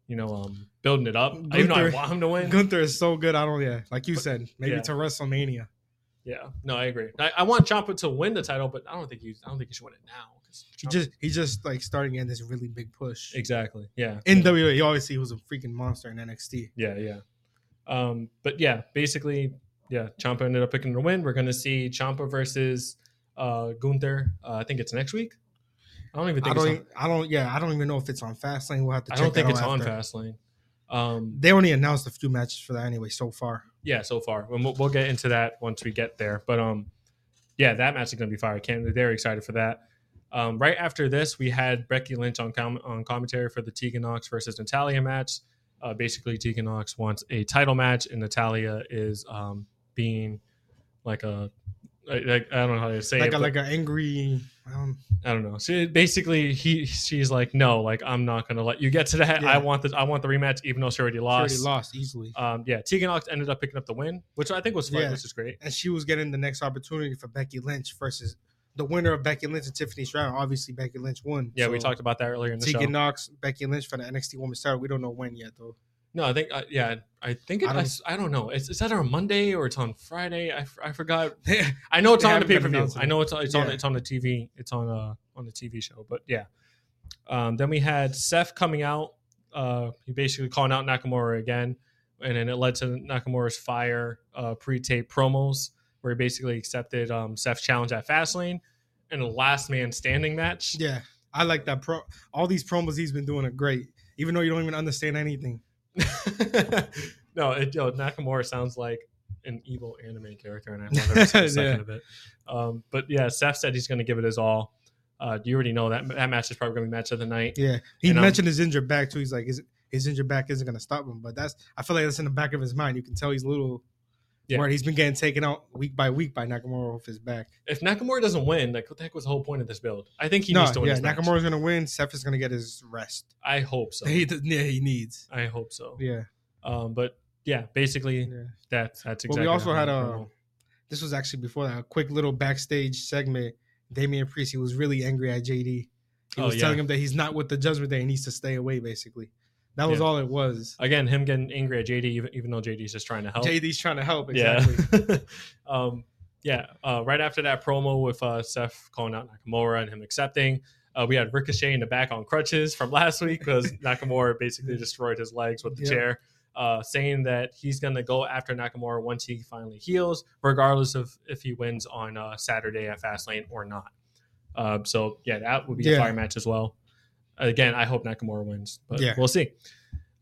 [SPEAKER 2] you know, um, building it up. Even though I
[SPEAKER 3] Gunther-
[SPEAKER 2] want him to win.
[SPEAKER 3] Gunther is so good. I don't. Yeah, like you said, maybe
[SPEAKER 2] yeah.
[SPEAKER 3] to WrestleMania.
[SPEAKER 2] Yeah, no, I agree. I, I want Ciampa to win the title, but I don't think you. I don't think you should win it now. 'cause
[SPEAKER 3] He
[SPEAKER 2] Ciampa-
[SPEAKER 3] just he just like starting getting this really big push.
[SPEAKER 2] exactly. Yeah,
[SPEAKER 3] in WWE, he obviously was a freaking monster in NXT.
[SPEAKER 2] Yeah, yeah. Um, but yeah, basically, yeah, Champa ended up picking the win. We're gonna see Champa versus uh Gunther. Uh, I think it's next week. I don't even
[SPEAKER 3] I
[SPEAKER 2] think
[SPEAKER 3] don't,
[SPEAKER 2] it's
[SPEAKER 3] even- I don't, yeah, I don't even know if it's on Fastlane. We'll have to.
[SPEAKER 2] on, I
[SPEAKER 3] Check
[SPEAKER 2] don't think
[SPEAKER 3] that
[SPEAKER 2] it's
[SPEAKER 3] out
[SPEAKER 2] on
[SPEAKER 3] after.
[SPEAKER 2] Fastlane. Um,
[SPEAKER 3] They only announced a few matches for that anyway so far.
[SPEAKER 2] yeah, so far, and we'll, we'll get into that once we get there. But um, yeah, that match is gonna be fire. Can't they're excited for that. Um, right after this, we had Becky Lynch on com- on commentary for the Tegan Knox versus Natalia match. Uh, basically, Tegan Knox wants a title match, and Natalia is um, being like a I, I- I don't know how to say it.
[SPEAKER 3] Like a,
[SPEAKER 2] but
[SPEAKER 3] like an angry. Um,
[SPEAKER 2] I don't know. She basically he she's like, no, like I'm not gonna let you get to that.
[SPEAKER 3] Yeah.
[SPEAKER 2] I want the I want the rematch, even though she already
[SPEAKER 3] she
[SPEAKER 2] lost.
[SPEAKER 3] already lost easily,
[SPEAKER 2] Um, yeah, Tegan Knox ended up picking up the win, which I think was fun,
[SPEAKER 3] Yeah.
[SPEAKER 2] which is great.
[SPEAKER 3] and she was getting the next opportunity for Becky Lynch versus the winner of Becky Lynch and Tiffany Stratton. Obviously, Becky Lynch won.
[SPEAKER 2] Yeah, we
[SPEAKER 3] So,
[SPEAKER 2] talked about that earlier in the
[SPEAKER 3] Tegan
[SPEAKER 2] show.
[SPEAKER 3] Knox, Becky Lynch for the NXT Women's title. We don't know when yet though.
[SPEAKER 2] No, I think, uh, yeah, I think it,
[SPEAKER 3] I
[SPEAKER 2] I,
[SPEAKER 3] don't-
[SPEAKER 2] s- I don't know. It's, it's either on Monday or it's on Friday. I, f- I forgot. I know it's
[SPEAKER 3] They
[SPEAKER 2] on the
[SPEAKER 3] haven't
[SPEAKER 2] pay
[SPEAKER 3] been
[SPEAKER 2] per view.
[SPEAKER 3] announcing
[SPEAKER 2] I know it's it's on
[SPEAKER 3] Yeah.
[SPEAKER 2] it's on the TV. It's on uh on the TV show. But yeah, um, then we had Seth coming out. Uh, he basically calling out Nakamura again, and then it led to Nakamura's fire uh, pre-tape promos where he basically accepted um, Seth's challenge at Fastlane and a last man standing match.
[SPEAKER 3] Yeah, I like that pro. All these promos he's been doing are great, even though you don't even understand anything.
[SPEAKER 2] no, it, yo, Nakamura sounds like an evil anime character, and I love every single second
[SPEAKER 3] Yeah.
[SPEAKER 2] of it. Um, but yeah, Seth said he's going to give it his all. Uh, you already know that that match is probably going to be match of the night.
[SPEAKER 3] Yeah, he
[SPEAKER 2] And I'm-
[SPEAKER 3] mentioned his injured back too. He's like, his, his injured back isn't gonna stop him, but that's I feel like that's in the back of his mind. You can tell he's a little
[SPEAKER 2] Yeah.
[SPEAKER 3] worried. He's been getting taken out week by week by Nakamura with his back.
[SPEAKER 2] If Nakamura doesn't win, like what the heck was the whole point of this build? I think he
[SPEAKER 3] no,
[SPEAKER 2] needs to win.
[SPEAKER 3] yeah,
[SPEAKER 2] this match.
[SPEAKER 3] Nakamura's gonna win. Seth is gonna get his rest.
[SPEAKER 2] I hope so.
[SPEAKER 3] He, yeah, he needs.
[SPEAKER 2] I hope so.
[SPEAKER 3] Yeah,
[SPEAKER 2] Um, but yeah, basically
[SPEAKER 3] yeah.
[SPEAKER 2] that that's
[SPEAKER 3] But
[SPEAKER 2] exactly.
[SPEAKER 3] we also
[SPEAKER 2] how
[SPEAKER 3] had um,
[SPEAKER 2] the
[SPEAKER 3] a.
[SPEAKER 2] promo-
[SPEAKER 3] This was actually before that. A quick little backstage segment. Damian Priest. He was really angry at JD. He
[SPEAKER 2] Oh,
[SPEAKER 3] was
[SPEAKER 2] yeah.
[SPEAKER 3] telling him that he's not with the Judgment Day. He needs to stay away. Basically, that was
[SPEAKER 2] Yeah.
[SPEAKER 3] all it was.
[SPEAKER 2] again him getting angry at JD, even, even though JD's just trying to help.
[SPEAKER 3] JD's trying to help. Exactly.
[SPEAKER 2] Yeah. um, yeah. Uh, right after that promo with uh, Seth calling out Nakamura and him accepting, uh, we had Ricochet in the back on crutches from last week because Nakamura basically destroyed his legs with the
[SPEAKER 3] Yeah.
[SPEAKER 2] chair, uh, saying that he's going to go after Nakamura once he finally heals, regardless of if he wins on uh, Saturday at Fastlane or not. Um, so, yeah, that would be a
[SPEAKER 3] Yeah.
[SPEAKER 2] fire match as well. Again, I hope Nakamura wins, but
[SPEAKER 3] Yeah.
[SPEAKER 2] we'll see.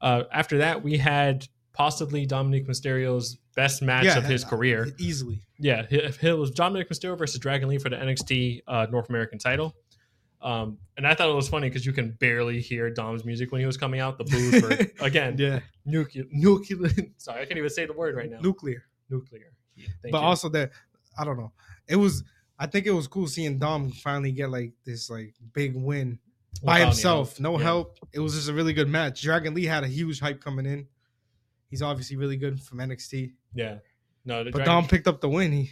[SPEAKER 2] Uh, after that, we had possibly Dominic Mysterio's best match
[SPEAKER 3] Yeah, uh,
[SPEAKER 2] of his career.
[SPEAKER 3] easily.
[SPEAKER 2] Yeah, it it was Dominic Mysterio versus Dragon Lee for the NXT uh, North American title. Um, and I thought it was funny because you can barely hear Dom's music when he was coming out. The booze were again
[SPEAKER 3] Yeah,
[SPEAKER 2] nuclear, nuclear. Sorry, I can't even say the word right now.
[SPEAKER 3] nuclear.
[SPEAKER 2] nuclear. Yeah, thank
[SPEAKER 3] but
[SPEAKER 2] you.
[SPEAKER 3] also that I don't know. It was I think it was cool seeing Dom finally get like this like big win by
[SPEAKER 2] Without
[SPEAKER 3] himself,
[SPEAKER 2] Neil.
[SPEAKER 3] no
[SPEAKER 2] Yeah.
[SPEAKER 3] help. It was just a really good match. Dragon Lee had a huge hype coming in. He's obviously really good from NXT,
[SPEAKER 2] Yeah. No, the
[SPEAKER 3] but
[SPEAKER 2] Dragon-
[SPEAKER 3] Dom picked up the win. He,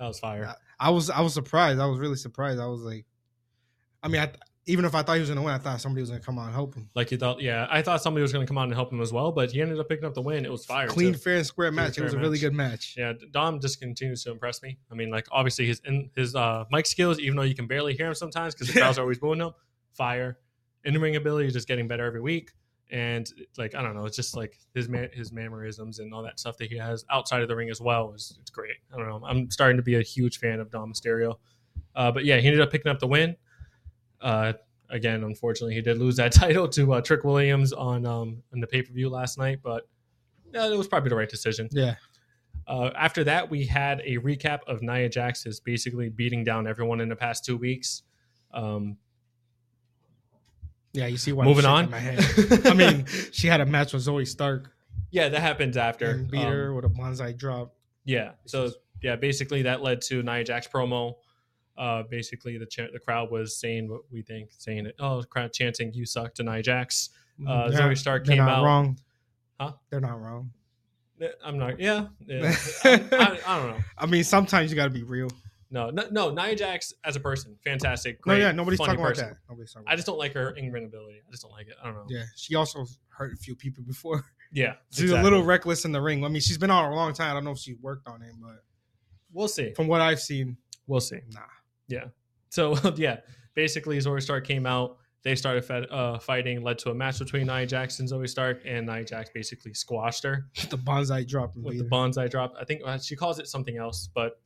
[SPEAKER 2] that was fire.
[SPEAKER 3] I was, I was surprised. I was really surprised. I was like, I mean, I th- even if I thought he was gonna win, I thought somebody was gonna come out and help him.
[SPEAKER 2] Like you thought, yeah. I thought somebody was going to come out and help him as well, but he ended up picking up the win. It was fire.
[SPEAKER 3] Clean,
[SPEAKER 2] too.
[SPEAKER 3] fair, and square
[SPEAKER 2] Clean,
[SPEAKER 3] match.
[SPEAKER 2] fair
[SPEAKER 3] it was a really
[SPEAKER 2] match.
[SPEAKER 3] good match.
[SPEAKER 2] Yeah, Dom just continues to impress me. I mean, like obviously his in, his uh, mic skills, even though you can barely hear him sometimes because the crowds are always booing him. Fire, in ring ability is just getting better every week, and like I don't know, it's just like his man his mannerisms and all that stuff that he has outside of the ring as well is it's great. I don't know, I'm starting to be a huge fan of Dom Mysterio, uh, but yeah, he ended up picking up the win. Uh, again, unfortunately, he did lose that title to uh, Trick Williams on um on the pay per view last night, but. Yeah, it was probably the right decision.
[SPEAKER 3] Yeah,
[SPEAKER 2] Uh, after that, we had a recap of Nia Jax is basically beating down everyone in the past two weeks. Um,
[SPEAKER 3] yeah. You see why? I'm
[SPEAKER 2] Moving
[SPEAKER 3] shaking
[SPEAKER 2] on.
[SPEAKER 3] My head. I mean, she had a match with Zoe Stark
[SPEAKER 2] yeah, that happens after.
[SPEAKER 3] and beat
[SPEAKER 2] Um,
[SPEAKER 3] her with a bonsai drop.
[SPEAKER 2] Yeah. So yeah, basically that led to Nia Jax promo. Uh, basically the cha- the crowd was saying what we think, saying it. Oh, crowd chanting "You suck" to Nia Jax. Uh,
[SPEAKER 3] They're-
[SPEAKER 2] Zoe Stark
[SPEAKER 3] Mm-hmm. they're
[SPEAKER 2] came
[SPEAKER 3] not
[SPEAKER 2] out.
[SPEAKER 3] Wrong.
[SPEAKER 2] Huh?
[SPEAKER 3] They're not wrong.
[SPEAKER 2] Eh, I'm not. Yeah. yeah. I, I, I don't know.
[SPEAKER 3] I mean, sometimes you got to be real.
[SPEAKER 2] No, no, no. Nia Jax as a person, fantastic.
[SPEAKER 3] No,
[SPEAKER 2] Great,
[SPEAKER 3] yeah, nobody's
[SPEAKER 2] funny
[SPEAKER 3] talking about
[SPEAKER 2] person.
[SPEAKER 3] that. Nobody's talking. About
[SPEAKER 2] I just don't like her in ability. I just don't like it. I don't know.
[SPEAKER 3] that. Yeah, she also hurt a few people before.
[SPEAKER 2] Yeah,
[SPEAKER 3] She's a
[SPEAKER 2] exactly.
[SPEAKER 3] little reckless in the ring. I mean, she's been on a long time. I don't know if she worked on it, but
[SPEAKER 2] We'll see.
[SPEAKER 3] from what I've seen,
[SPEAKER 2] We'll see.
[SPEAKER 3] nah.
[SPEAKER 2] So yeah, basically Zoe Stark came out. They started fed, uh, fighting, led to a match between Nia Jax and Zoe Stark, and Nia Jax basically squashed her
[SPEAKER 3] The bonsai drop.
[SPEAKER 2] with the
[SPEAKER 3] invader.
[SPEAKER 2] bonsai drop. I think uh, she calls it something else, but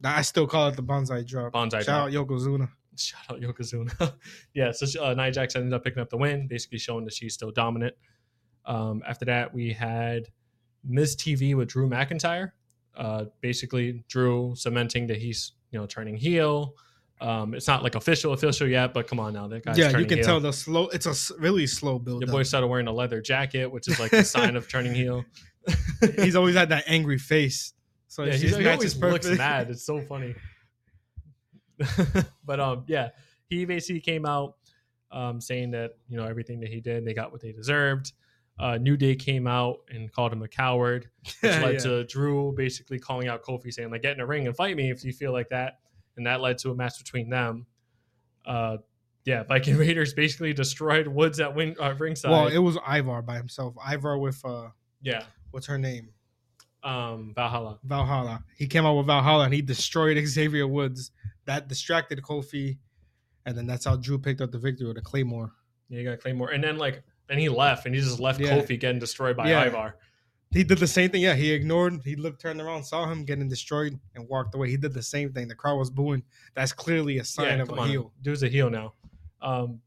[SPEAKER 3] Nah, I still call it the bonsai drop.
[SPEAKER 2] bonsai
[SPEAKER 3] Shout
[SPEAKER 2] drop.
[SPEAKER 3] out Yokozuna.
[SPEAKER 2] Shout out Yokozuna. yeah, so she- uh, Nia Jax ended up picking up the win, basically showing that she's still dominant. Um, after that, we had Ms. TV with Drew McIntyre. Uh, basically, Drew cementing that he's you know turning heel. Um, it's not like official official yet, but come on now, that guy's
[SPEAKER 3] yeah, you
[SPEAKER 2] turning
[SPEAKER 3] can
[SPEAKER 2] heel.
[SPEAKER 3] tell the slow. It's a s- really slow build.
[SPEAKER 2] Your boy started wearing a leather jacket, which is like the sign of turning heel.
[SPEAKER 3] He's always had that angry face. So
[SPEAKER 2] yeah,
[SPEAKER 3] his
[SPEAKER 2] he's, he
[SPEAKER 3] match
[SPEAKER 2] always
[SPEAKER 3] is perfect.
[SPEAKER 2] looks mad. It's so funny. but um, yeah, he basically came out um, saying that you know everything that he did, they got what they deserved. Uh, New Day came out and called him a coward, which
[SPEAKER 3] Yeah,
[SPEAKER 2] led
[SPEAKER 3] yeah.
[SPEAKER 2] to Drew basically calling out Kofi, saying like, "Get in the ring and fight me if you feel like that." And that led to a match between them. Uh, yeah, Viking Raiders basically destroyed Woods at win- uh, ringside.
[SPEAKER 3] Well, it was Ivar by himself. Ivar with uh,
[SPEAKER 2] yeah,
[SPEAKER 3] what's her name?
[SPEAKER 2] um, Valhalla.
[SPEAKER 3] Valhalla. He came out with Valhalla and he destroyed Xavier Woods. That distracted Kofi, and then that's how Drew picked up the victory with a Claymore.
[SPEAKER 2] Yeah, you got Claymore. And then like and he left and he just left
[SPEAKER 3] Yeah.
[SPEAKER 2] Kofi getting destroyed by
[SPEAKER 3] Yeah.
[SPEAKER 2] Ivar.
[SPEAKER 3] He did the same thing. Yeah, he ignored. He looked, turned around, saw him getting destroyed, and walked away. He did the same thing. The crowd was booing. That's clearly a sign
[SPEAKER 2] yeah,
[SPEAKER 3] of
[SPEAKER 2] come
[SPEAKER 3] a
[SPEAKER 2] on.
[SPEAKER 3] heel.
[SPEAKER 2] Dude's a heel now. Um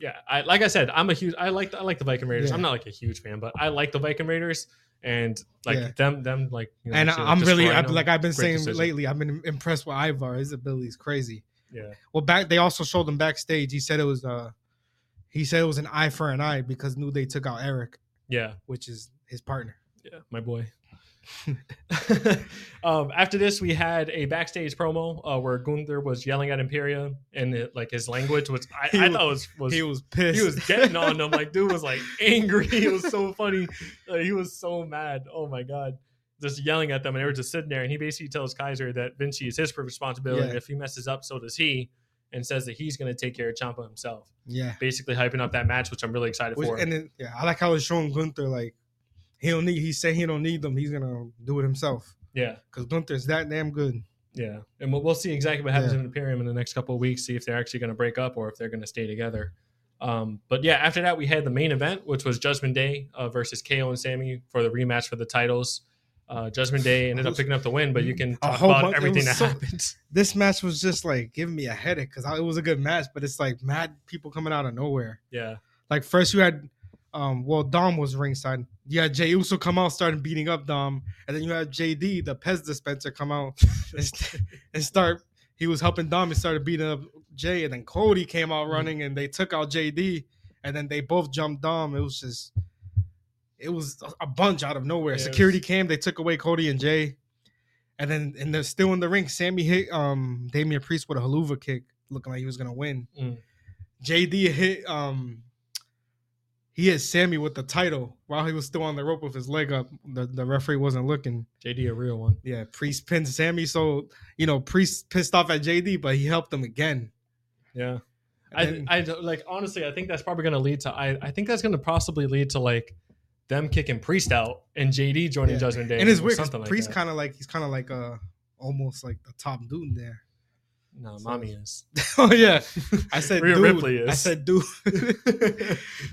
[SPEAKER 2] yeah, I like I said, I'm a huge I like the, I like the Viking Raiders.
[SPEAKER 3] Yeah.
[SPEAKER 2] I'm not like a huge fan, but I like the Viking Raiders and like
[SPEAKER 3] Yeah.
[SPEAKER 2] them them like you
[SPEAKER 3] and
[SPEAKER 2] actually,
[SPEAKER 3] I, am really,
[SPEAKER 2] destroying
[SPEAKER 3] I,
[SPEAKER 2] them.
[SPEAKER 3] like I've been
[SPEAKER 2] Great
[SPEAKER 3] saying
[SPEAKER 2] decision.
[SPEAKER 3] lately, I've been impressed with Ivar. His ability is crazy.
[SPEAKER 2] yeah.
[SPEAKER 3] Well, back they also showed him backstage. He said it was uh, he said it was an eye for an eye because New Day took out Eric,
[SPEAKER 2] Yeah.
[SPEAKER 3] which is his partner.
[SPEAKER 2] Yeah, my boy. um, after this, we had a backstage promo uh, where Gunther was yelling at Imperia and it, like his language was I,
[SPEAKER 3] He
[SPEAKER 2] I
[SPEAKER 3] was-
[SPEAKER 2] thought was was
[SPEAKER 3] he was pissed.
[SPEAKER 2] he was getting on them. Like dude was like angry. It was so funny. Like, he was so mad. Oh my god, just yelling at them, and they were just sitting there. And he basically tells Kaiser that Vinci is his responsibility.
[SPEAKER 3] Yeah.
[SPEAKER 2] and If he messes up, so does he, and says that he's going to take care of Champa himself.
[SPEAKER 3] yeah.
[SPEAKER 2] Basically hyping up that match, which I'm really excited
[SPEAKER 3] Which-
[SPEAKER 2] for.
[SPEAKER 3] and then yeah, I like how it's showing Gunther like he don't need. He said he don't need them. He's gonna do it himself
[SPEAKER 2] yeah,
[SPEAKER 3] because Gunther's that damn good.
[SPEAKER 2] yeah, and we'll, we'll see exactly what happens
[SPEAKER 3] Yeah.
[SPEAKER 2] in Imperium in the next couple of weeks. See if they're actually going to break up or if they're going to stay together. Um, but yeah, after that we had the main event, which was Judgment Day uh, versus KO and Sammy for the rematch for the titles. Uh, Judgment Day ended up picking up the win, but you can
[SPEAKER 3] A
[SPEAKER 2] talk
[SPEAKER 3] whole
[SPEAKER 2] about
[SPEAKER 3] bunch- it
[SPEAKER 2] everything
[SPEAKER 3] was
[SPEAKER 2] that
[SPEAKER 3] so-
[SPEAKER 2] happened.
[SPEAKER 3] This match was just like giving me a headache because it was a good match, but it's like mad people coming out of nowhere.
[SPEAKER 2] Yeah,
[SPEAKER 3] Like first you had, um, well Dom was ringside. You had Jay Uso come out, started beating up Dom, and then you had JD, the Pez dispenser, come out and, st- and start. He was helping Dom and started beating up Jay, and then Cody came
[SPEAKER 2] Mm-hmm.
[SPEAKER 3] out running and they took out JD, and then they both jumped Dom. It was just, it was a bunch out of nowhere.
[SPEAKER 2] Yeah, it
[SPEAKER 3] Security
[SPEAKER 2] was-
[SPEAKER 3] came, they took away Cody and Jay, And then and they're still in the ring. Sammy hit um Damian Priest with a haluva kick, looking like he was gonna win.
[SPEAKER 2] Mm.
[SPEAKER 3] JD hit um he hit Sammy with the title while he was still on the rope with his leg up. The the referee wasn't looking.
[SPEAKER 2] JD a real one.
[SPEAKER 3] Yeah, Priest pinned Sammy, so you know Priest pissed off at JD, but he helped him again.
[SPEAKER 2] Yeah.
[SPEAKER 3] And
[SPEAKER 2] I,
[SPEAKER 3] then-
[SPEAKER 2] I don't- like honestly, I think that's probably going to lead to. I, I think that's going to possibly lead to like them kicking Priest out and JD joining
[SPEAKER 3] Yeah.
[SPEAKER 2] Judgment Day.
[SPEAKER 3] and it's
[SPEAKER 2] or
[SPEAKER 3] weird. 'cause
[SPEAKER 2] something like
[SPEAKER 3] Priest
[SPEAKER 2] that.
[SPEAKER 3] kind of like he's kind of like uh almost like the top dude there.
[SPEAKER 2] No, mommy is.
[SPEAKER 3] oh yeah, I said
[SPEAKER 2] Rhea
[SPEAKER 3] dude.
[SPEAKER 2] Ripley is.
[SPEAKER 3] I said dude. but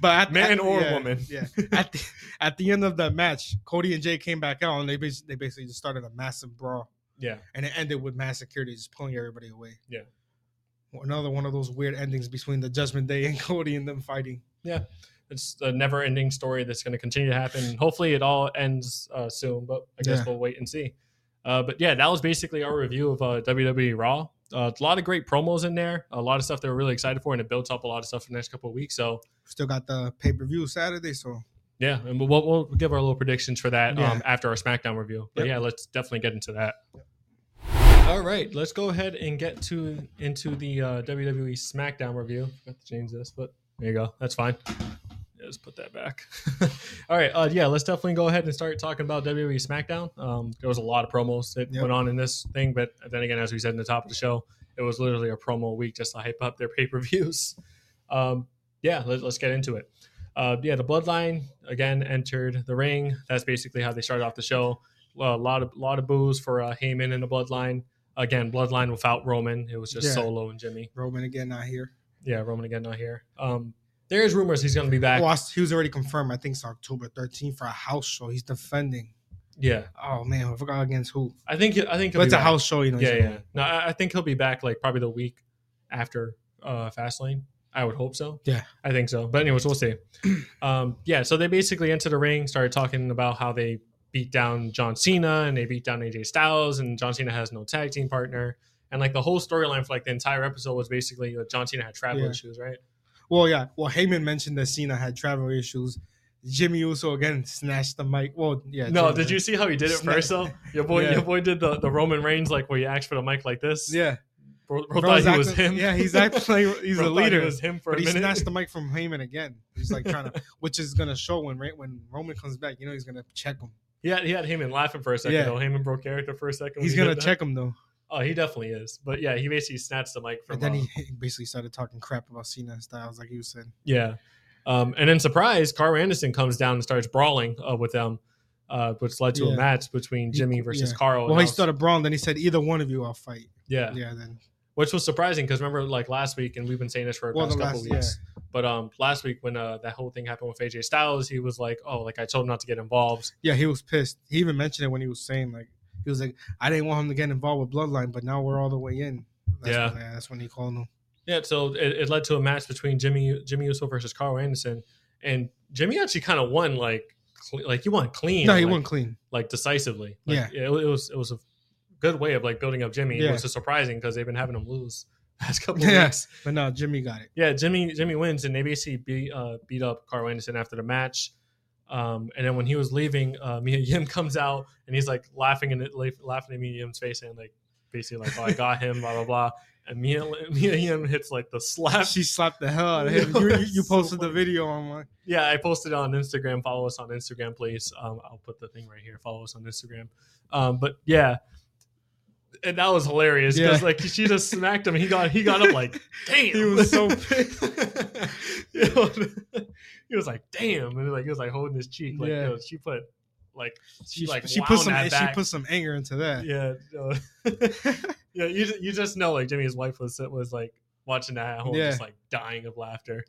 [SPEAKER 3] at,
[SPEAKER 2] Man
[SPEAKER 3] at-
[SPEAKER 2] or
[SPEAKER 3] yeah,
[SPEAKER 2] woman.
[SPEAKER 3] Yeah. At the, at the end of the match, Cody and Jay came back out and they bas- they basically just started a massive brawl
[SPEAKER 2] Yeah,
[SPEAKER 3] and it ended with mass security just pulling everybody away.
[SPEAKER 2] Yeah.
[SPEAKER 3] Another one of those weird endings between the Judgment Day and Cody and them fighting.
[SPEAKER 2] it's a never-ending story that's going to continue to happen. Hopefully, it all ends uh, soon, but I guess
[SPEAKER 3] Yeah.
[SPEAKER 2] we'll wait and see. Uh, but yeah, that was basically our review of uh, WWE Raw. Uh, a lot of great promos in there, a lot of stuff that we're really excited for, and it builds up a lot of stuff for the next couple of weeks. So
[SPEAKER 3] Still got the pay per view Saturday, so
[SPEAKER 2] Yeah, and we'll, we'll give our little predictions for that
[SPEAKER 3] Yeah.
[SPEAKER 2] um, after our SmackDown review. But
[SPEAKER 3] Yep.
[SPEAKER 2] yeah, let's definitely get into that. All right, let's go ahead and get to into the uh, WWE SmackDown review. Forgot to change this, but there you go. That's fine. Yeah, let's put that back. All right, uh, yeah, let's definitely go ahead and start talking about WWE SmackDown. Um, there was a lot of promos that
[SPEAKER 3] Yep.
[SPEAKER 2] went on in this thing, but then again, as we said in the top of the show, it was literally a promo week just to hype up their pay per views. Um, yeah, let, let's get into it. Uh, yeah, the Bloodline again entered the ring. That's basically how they started off the show. Well, a lot of lot of boos for uh, Heyman and the Bloodline. Again, Bloodline without Roman. It was just
[SPEAKER 3] Yeah.
[SPEAKER 2] Solo and Jimmy.
[SPEAKER 3] Roman again not here.
[SPEAKER 2] Yeah, Roman again not here. Um, there is rumors he's going to be back.
[SPEAKER 3] Oh, I s- he was already confirmed. I think it's October 13th for a house show. He's defending.
[SPEAKER 2] yeah,
[SPEAKER 3] Oh man, I forgot against who.
[SPEAKER 2] I think I think he'll
[SPEAKER 3] But it's
[SPEAKER 2] be
[SPEAKER 3] a
[SPEAKER 2] back.
[SPEAKER 3] house show, you know.
[SPEAKER 2] Yeah,
[SPEAKER 3] so-
[SPEAKER 2] yeah. No, I, I think he'll be back like probably the week after uh, Fastlane. I would hope so.
[SPEAKER 3] Yeah.
[SPEAKER 2] I think so. But anyways, we'll see. Um, yeah, so they basically entered the ring, started talking about how they beat down John Cena and they beat down AJ Styles, and John Cena has no tag team partner. And like the whole storyline for like the entire episode was basically that John Cena had travel
[SPEAKER 3] Yeah.
[SPEAKER 2] issues, right?
[SPEAKER 3] Well, yeah. Well, Heyman mentioned that Cena had travel issues. Jimmy Uso again snatched the mic. Well, yeah.
[SPEAKER 2] no,
[SPEAKER 3] Jimmy-
[SPEAKER 2] did you see how he did it
[SPEAKER 3] Snap.
[SPEAKER 2] first though? Your boy,
[SPEAKER 3] Yeah.
[SPEAKER 2] your boy did the, the Roman Reigns like where you asked for the mic like this.
[SPEAKER 3] Yeah,
[SPEAKER 2] bro, bro
[SPEAKER 3] Bro's
[SPEAKER 2] thought he was
[SPEAKER 3] acting-
[SPEAKER 2] him.
[SPEAKER 3] Yeah, he's acting like he's
[SPEAKER 2] Bro
[SPEAKER 3] a
[SPEAKER 2] thought he
[SPEAKER 3] leader.
[SPEAKER 2] was him for
[SPEAKER 3] but
[SPEAKER 2] a
[SPEAKER 3] he
[SPEAKER 2] minute.
[SPEAKER 3] snatched the mic from Heyman again. He's like trying to, which is gonna show when Ra- when Roman comes back. You know he's gonna check him.
[SPEAKER 2] He had, he had Heyman laughing for a second
[SPEAKER 3] Yeah.
[SPEAKER 2] though. Heyman broke character for a second. when
[SPEAKER 3] He's
[SPEAKER 2] he
[SPEAKER 3] gonna
[SPEAKER 2] did that.
[SPEAKER 3] check him though.
[SPEAKER 2] Oh, he definitely is. But yeah, he basically snatched the mic from.
[SPEAKER 3] And then
[SPEAKER 2] uh,
[SPEAKER 3] he he basically started talking crap about Cena and Styles, like you said.
[SPEAKER 2] yeah, um, and then surprise, Carl Anderson comes down and starts brawling uh, with them, uh, which led to a
[SPEAKER 3] Yeah.
[SPEAKER 2] match between
[SPEAKER 3] He-
[SPEAKER 2] Jimmy versus
[SPEAKER 3] yeah.
[SPEAKER 2] Carl.
[SPEAKER 3] well,
[SPEAKER 2] and
[SPEAKER 3] he
[SPEAKER 2] also-
[SPEAKER 3] started brawling. Then he said, "Either one of you, I'll fight."
[SPEAKER 2] Oh, Yeah,
[SPEAKER 3] Yeah. then
[SPEAKER 2] which was surprising because remember, like last week, and we've been saying this for the
[SPEAKER 3] well, the
[SPEAKER 2] past couple
[SPEAKER 3] last
[SPEAKER 2] of
[SPEAKER 3] yeah,
[SPEAKER 2] weeks. But um, last week when uh, that whole thing happened with AJ Styles, he was like, "Oh, like I told him not to get involved."
[SPEAKER 3] yeah, he was pissed. He even mentioned it when he was saying like he was like, "I didn't want him to get involved with Bloodline, but now we're all the way in." That's
[SPEAKER 2] Yeah.
[SPEAKER 3] when, that's when he called him.
[SPEAKER 2] Yeah, so it, it led to a match between Jimmy Jimmy Uso versus Carl Anderson, and Jimmy actually kind of won like cle like he won clean.
[SPEAKER 3] no, he
[SPEAKER 2] like,
[SPEAKER 3] wasn't clean.
[SPEAKER 2] like decisively. Like, it,
[SPEAKER 3] Yeah.
[SPEAKER 2] it was it was a good way of like building up Jimmy. It
[SPEAKER 3] Yeah.
[SPEAKER 2] was just surprising because they've been having him lose last couple
[SPEAKER 3] Yeah.
[SPEAKER 2] weeks.
[SPEAKER 3] But no, Jimmy got it.
[SPEAKER 2] Yeah, Jimmy Jimmy wins and they basically beat uh, beat up Carl Anderson after the match. Um, and then when he was leaving, uh, Mia Yim comes out and he's like laughing and laughing at Mia Yim's face and like basically like oh, I got him blah blah blah. And Mia Mia Yim hits like the slap.
[SPEAKER 3] She slapped the hell out of him. You, you, you posted the video online.
[SPEAKER 2] yeah, I posted it on Instagram. Follow us on Instagram, please. Um, I'll put the thing right here. Follow us on Instagram. Um, but yeah, and that was hilarious because
[SPEAKER 3] Yeah.
[SPEAKER 2] like she just smacked him. He got he got up like damn.
[SPEAKER 3] He was so
[SPEAKER 2] pissed. he was like damn, and like he was like holding his cheek. Like
[SPEAKER 3] Yeah.
[SPEAKER 2] yo, she put like she,
[SPEAKER 3] She,
[SPEAKER 2] like
[SPEAKER 3] she put
[SPEAKER 2] wound
[SPEAKER 3] some
[SPEAKER 2] that
[SPEAKER 3] she
[SPEAKER 2] back.
[SPEAKER 3] put some anger into that.
[SPEAKER 2] yeah yo. yeah you ju- you just know like Jimmy's wife was was like watching that at home
[SPEAKER 3] Yeah.
[SPEAKER 2] just like dying of laughter.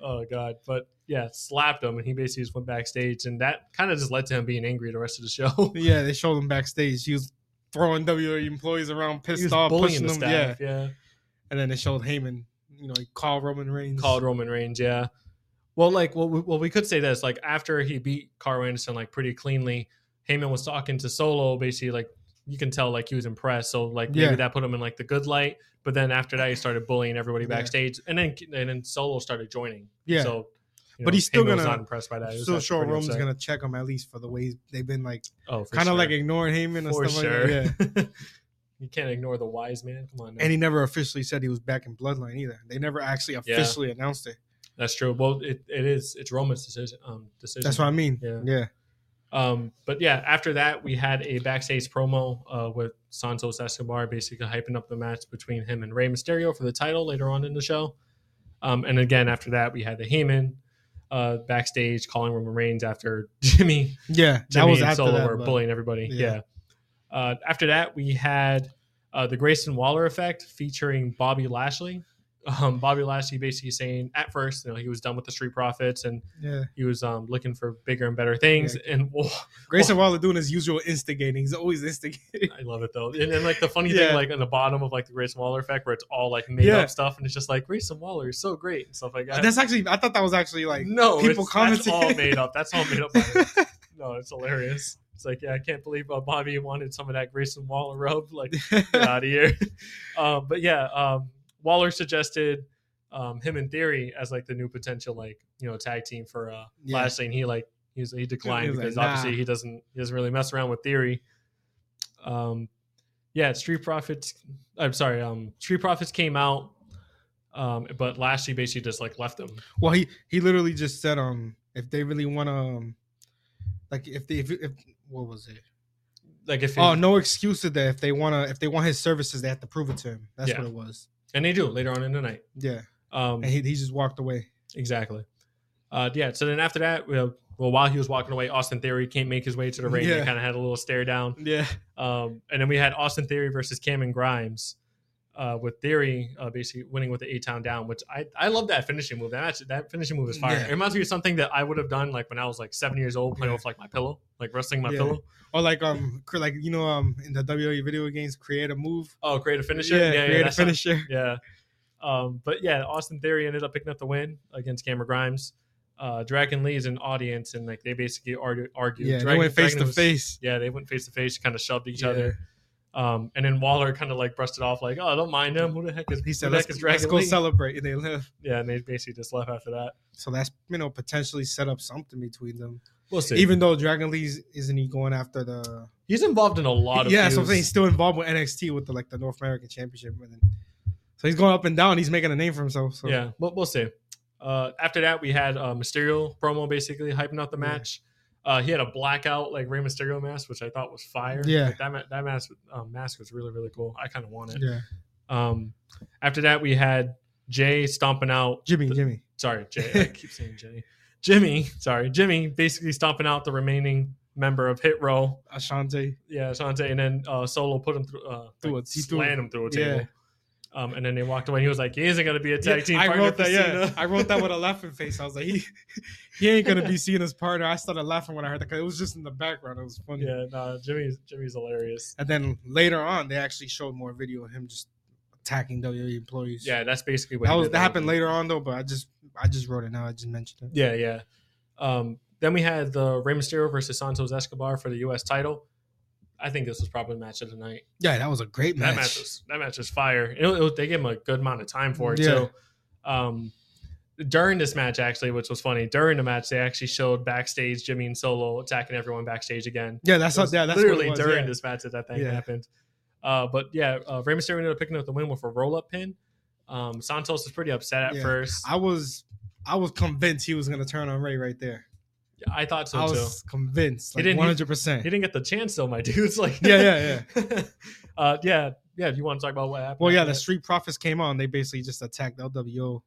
[SPEAKER 2] Oh god, but yeah, slapped him and he basically just went backstage and that kind of just led to him being angry the rest of the show.
[SPEAKER 3] Yeah, they showed him backstage. He was throwing WWE employees around,
[SPEAKER 2] he
[SPEAKER 3] pissed
[SPEAKER 2] was
[SPEAKER 3] off,
[SPEAKER 2] bullying
[SPEAKER 3] pushing
[SPEAKER 2] the
[SPEAKER 3] them. Yeah,
[SPEAKER 2] staff, yeah.
[SPEAKER 3] and then they showed Heyman. You know, he called Roman Reigns.
[SPEAKER 2] Called Roman Reigns, yeah. Well, like, well, we, well, we could say this. Like, after he beat Carl Anderson, like, pretty cleanly, Heyman was talking to Solo, basically, like, you can tell, like, he was impressed. So, like, maybe
[SPEAKER 3] Yeah.
[SPEAKER 2] that put him in, like, the good light. But then after that, he started bullying everybody
[SPEAKER 3] Yeah.
[SPEAKER 2] backstage. And then, and then Solo started joining.
[SPEAKER 3] Yeah.
[SPEAKER 2] So you
[SPEAKER 3] But
[SPEAKER 2] know,
[SPEAKER 3] he's
[SPEAKER 2] Heyman
[SPEAKER 3] still
[SPEAKER 2] was
[SPEAKER 3] gonna-
[SPEAKER 2] not impressed by that. He was
[SPEAKER 3] Still,
[SPEAKER 2] actually
[SPEAKER 3] sure
[SPEAKER 2] pretty
[SPEAKER 3] Roman's
[SPEAKER 2] upset.
[SPEAKER 3] gonna check him at least for the ways they've been like
[SPEAKER 2] oh, for
[SPEAKER 3] kind of
[SPEAKER 2] sure.
[SPEAKER 3] like ignoring Heyman and
[SPEAKER 2] for
[SPEAKER 3] stuff
[SPEAKER 2] sure.
[SPEAKER 3] like that. Yeah.
[SPEAKER 2] you can't ignore the wise man. Come on, now.
[SPEAKER 3] And he never officially said he was back in Bloodline either. They never actually officially announced it.
[SPEAKER 2] that's true. Well, it, it is. It's Roman's decision. Um, decision.
[SPEAKER 3] That's what I mean.
[SPEAKER 2] Yeah.
[SPEAKER 3] Yeah.
[SPEAKER 2] Um, but yeah, after that, we had a backstage promo uh, with Santos Escobar, basically hyping up the match between him and Rey Mysterio for the title later on in the show. Um, and again, after that, we had the Heyman uh, backstage calling Roman Reigns after Jimmy.
[SPEAKER 3] Yeah. That
[SPEAKER 2] Jimmy
[SPEAKER 3] was
[SPEAKER 2] and
[SPEAKER 3] after
[SPEAKER 2] Solo
[SPEAKER 3] that.
[SPEAKER 2] were
[SPEAKER 3] but-
[SPEAKER 2] bullying everybody. Yeah.
[SPEAKER 3] Yeah.
[SPEAKER 2] Uh, after that, we had uh, the Grayson Waller effect featuring Bobby Lashley. Um, Bobby Lashley basically saying at first, you know, he was done with the Street Profits and
[SPEAKER 3] yeah.
[SPEAKER 2] he was um, looking for bigger and better things. And
[SPEAKER 3] Grayson Waller doing his usual instigating. He's always instigating.
[SPEAKER 2] I love it though. And then like the funny
[SPEAKER 3] Yeah.
[SPEAKER 2] thing, like on the bottom of like the Grayson Waller effect, where it's all like made
[SPEAKER 3] Yeah. Uh,
[SPEAKER 2] up stuff, and it's just like Grayson Waller is so great and stuff like that.
[SPEAKER 3] That's actually I thought that was actually like
[SPEAKER 2] no,
[SPEAKER 3] people
[SPEAKER 2] people commenting. That's
[SPEAKER 3] commenting.
[SPEAKER 2] all made up. That's all made up. By him. no, it's hilarious. It's like yeah, I can't believe uh, Bobby wanted some of that Grayson Waller rub. Like get out of here. um, but yeah, um, Waller suggested um, him in theory as like the new potential like you know tag team for uh,
[SPEAKER 3] Yeah.
[SPEAKER 2] Lashley, and he like he, was, he declined
[SPEAKER 3] He was like,
[SPEAKER 2] because
[SPEAKER 3] "Nah."
[SPEAKER 2] obviously he doesn't he doesn't really mess around with theory. Um, yeah, Street Profits. I'm sorry, um, Street Profits came out, um, but Lashley basically just like left them.
[SPEAKER 3] Well, he he literally just said um if they really want to um, like if they if, if what was it?
[SPEAKER 2] Like if
[SPEAKER 3] Oh, no excuse to that. If they wanna if they want his services, they have to prove it to him. That's
[SPEAKER 2] Yeah.
[SPEAKER 3] what it was.
[SPEAKER 2] and they do later on in the night.
[SPEAKER 3] Yeah,
[SPEAKER 2] Um,
[SPEAKER 3] and he, he just walked away.
[SPEAKER 2] Exactly. Uh, yeah. So then after that, well, well, while he was walking away, Austin Theory can't make his way to the ring. They
[SPEAKER 3] Yeah.
[SPEAKER 2] kind of had a little stare down.
[SPEAKER 3] Yeah,
[SPEAKER 2] Um, and then we had Austin Theory versus Cameron Grimes, uh, with Theory uh, basically winning with the eight town down, which I, I love that finishing move. That match, that finishing move is fire.
[SPEAKER 3] Yeah.
[SPEAKER 2] It reminds me of something that I would have done like when I was like seven years old playing
[SPEAKER 3] Yeah.
[SPEAKER 2] with like my pillow, like wrestling my
[SPEAKER 3] Yeah.
[SPEAKER 2] pillow.
[SPEAKER 3] or like um cr- like you know um in the WWE video games, create a move.
[SPEAKER 2] Oh, create a finisher.
[SPEAKER 3] Yeah, create a
[SPEAKER 2] that's not-
[SPEAKER 3] finisher.
[SPEAKER 2] yeah. Um, but yeah, Austin Theory ended up picking up the win against Cameron Grimes. Uh, Dragon Lee is an audience, and like they basically argue. argued.
[SPEAKER 3] yeah,
[SPEAKER 2] Dragon,
[SPEAKER 3] they went face
[SPEAKER 2] Dragon
[SPEAKER 3] to
[SPEAKER 2] was-
[SPEAKER 3] face.
[SPEAKER 2] Yeah, they went face to face, kind of shoved each
[SPEAKER 3] Yeah.
[SPEAKER 2] other. Um, and then Waller kind of like brushed it off, like, "Oh, don't mind him. Who the heck is
[SPEAKER 3] He said,
[SPEAKER 2] who the
[SPEAKER 3] "Let's,
[SPEAKER 2] heck is
[SPEAKER 3] let's
[SPEAKER 2] Dragon
[SPEAKER 3] go
[SPEAKER 2] Lee?"
[SPEAKER 3] celebrate," and they left.
[SPEAKER 2] Yeah, and they basically just left after that.
[SPEAKER 3] So that's you know potentially set up something between them.
[SPEAKER 2] We'll see. Even
[SPEAKER 3] Even though Dragon Lee's isn't he going after the
[SPEAKER 2] he's involved in a lot of
[SPEAKER 3] yeah, so I'm
[SPEAKER 2] feuds.
[SPEAKER 3] saying he's still involved with NXT with the like the North American Championship. And then- so he's going up and down. He's making a name for himself. So
[SPEAKER 2] Yeah, but we'll see. Uh, after that, we had uh, Mysterio promo basically hyping up the
[SPEAKER 3] Yeah.
[SPEAKER 2] match. Uh, he had a blackout like Rey Mysterio mask, which I thought was fire.
[SPEAKER 3] Yeah.
[SPEAKER 2] Like, that ma- that mask um, mask was really really cool. I kind of want it.
[SPEAKER 3] yeah.
[SPEAKER 2] Um, after that, we had Jay stomping out.
[SPEAKER 3] Jimmy,
[SPEAKER 2] the-
[SPEAKER 3] Jimmy.
[SPEAKER 2] Sorry, Jay. I keep saying Jay. Jimmy. Sorry, Jimmy. Basically stomping out the remaining member of Hit Row.
[SPEAKER 3] Ashante.
[SPEAKER 2] Yeah, Shantae, and then uh, Solo put him through, uh,
[SPEAKER 3] Through
[SPEAKER 2] like,
[SPEAKER 3] a- he threw-
[SPEAKER 2] slammed him through a
[SPEAKER 3] yeah.
[SPEAKER 2] table. Um, and then they walked away. And he was like, "He isn't going to be a tag team."
[SPEAKER 3] I
[SPEAKER 2] partner
[SPEAKER 3] wrote
[SPEAKER 2] for
[SPEAKER 3] that. Yeah,
[SPEAKER 2] Cena."
[SPEAKER 3] I wrote that with a laughing face. I was like, he, he ain't gonna be seeing his partner. I started laughing when I heard that because it was just in the background. It was funny.
[SPEAKER 2] Yeah, no, Jimmy's Jimmy's hilarious.
[SPEAKER 3] And then later on, they actually showed more video of him just attacking WWE employees.
[SPEAKER 2] Yeah, that's basically what
[SPEAKER 3] that
[SPEAKER 2] he
[SPEAKER 3] was
[SPEAKER 2] did.
[SPEAKER 3] that happened later on though. But I just I just wrote it now. I just mentioned it.
[SPEAKER 2] Yeah, yeah. Um, then we had the Rey Mysterio versus Santos Escobar for the U.S. title. I think this was probably match of the night.
[SPEAKER 3] Yeah, that was a great
[SPEAKER 2] That
[SPEAKER 3] match.
[SPEAKER 2] match was that match was fire. It, it- they gave him a good amount of time for it
[SPEAKER 3] Yeah.
[SPEAKER 2] too. Um, during this match, actually, which was funny, during the match they actually showed backstage Jimmy and Solo attacking everyone backstage again.
[SPEAKER 3] yeah, that's
[SPEAKER 2] It
[SPEAKER 3] how,
[SPEAKER 2] was
[SPEAKER 3] yeah, that's what it
[SPEAKER 2] literally
[SPEAKER 3] was,
[SPEAKER 2] during
[SPEAKER 3] yeah.
[SPEAKER 2] this match that that thing
[SPEAKER 3] Yeah.
[SPEAKER 2] happened. Uh, but yeah, uh, Rey Mysterio ended up picking up the win with a roll up pin. Um, Santos was pretty upset at
[SPEAKER 3] Yeah.
[SPEAKER 2] first.
[SPEAKER 3] I was I was convinced he was gonna turn on Ray right there.
[SPEAKER 2] I thought so
[SPEAKER 3] I
[SPEAKER 2] too.
[SPEAKER 3] was convinced,
[SPEAKER 2] He
[SPEAKER 3] like
[SPEAKER 2] didn't- he-
[SPEAKER 3] one
[SPEAKER 2] He
[SPEAKER 3] hundred percent.
[SPEAKER 2] didn't get the chance though, my dudes. Like,
[SPEAKER 3] Yeah, yeah,
[SPEAKER 2] yeah, uh, yeah, yeah. If you want to talk about what happened,
[SPEAKER 3] Well, yeah,
[SPEAKER 2] after
[SPEAKER 3] the
[SPEAKER 2] that.
[SPEAKER 3] Street Profits came on. They basically just attacked LWO.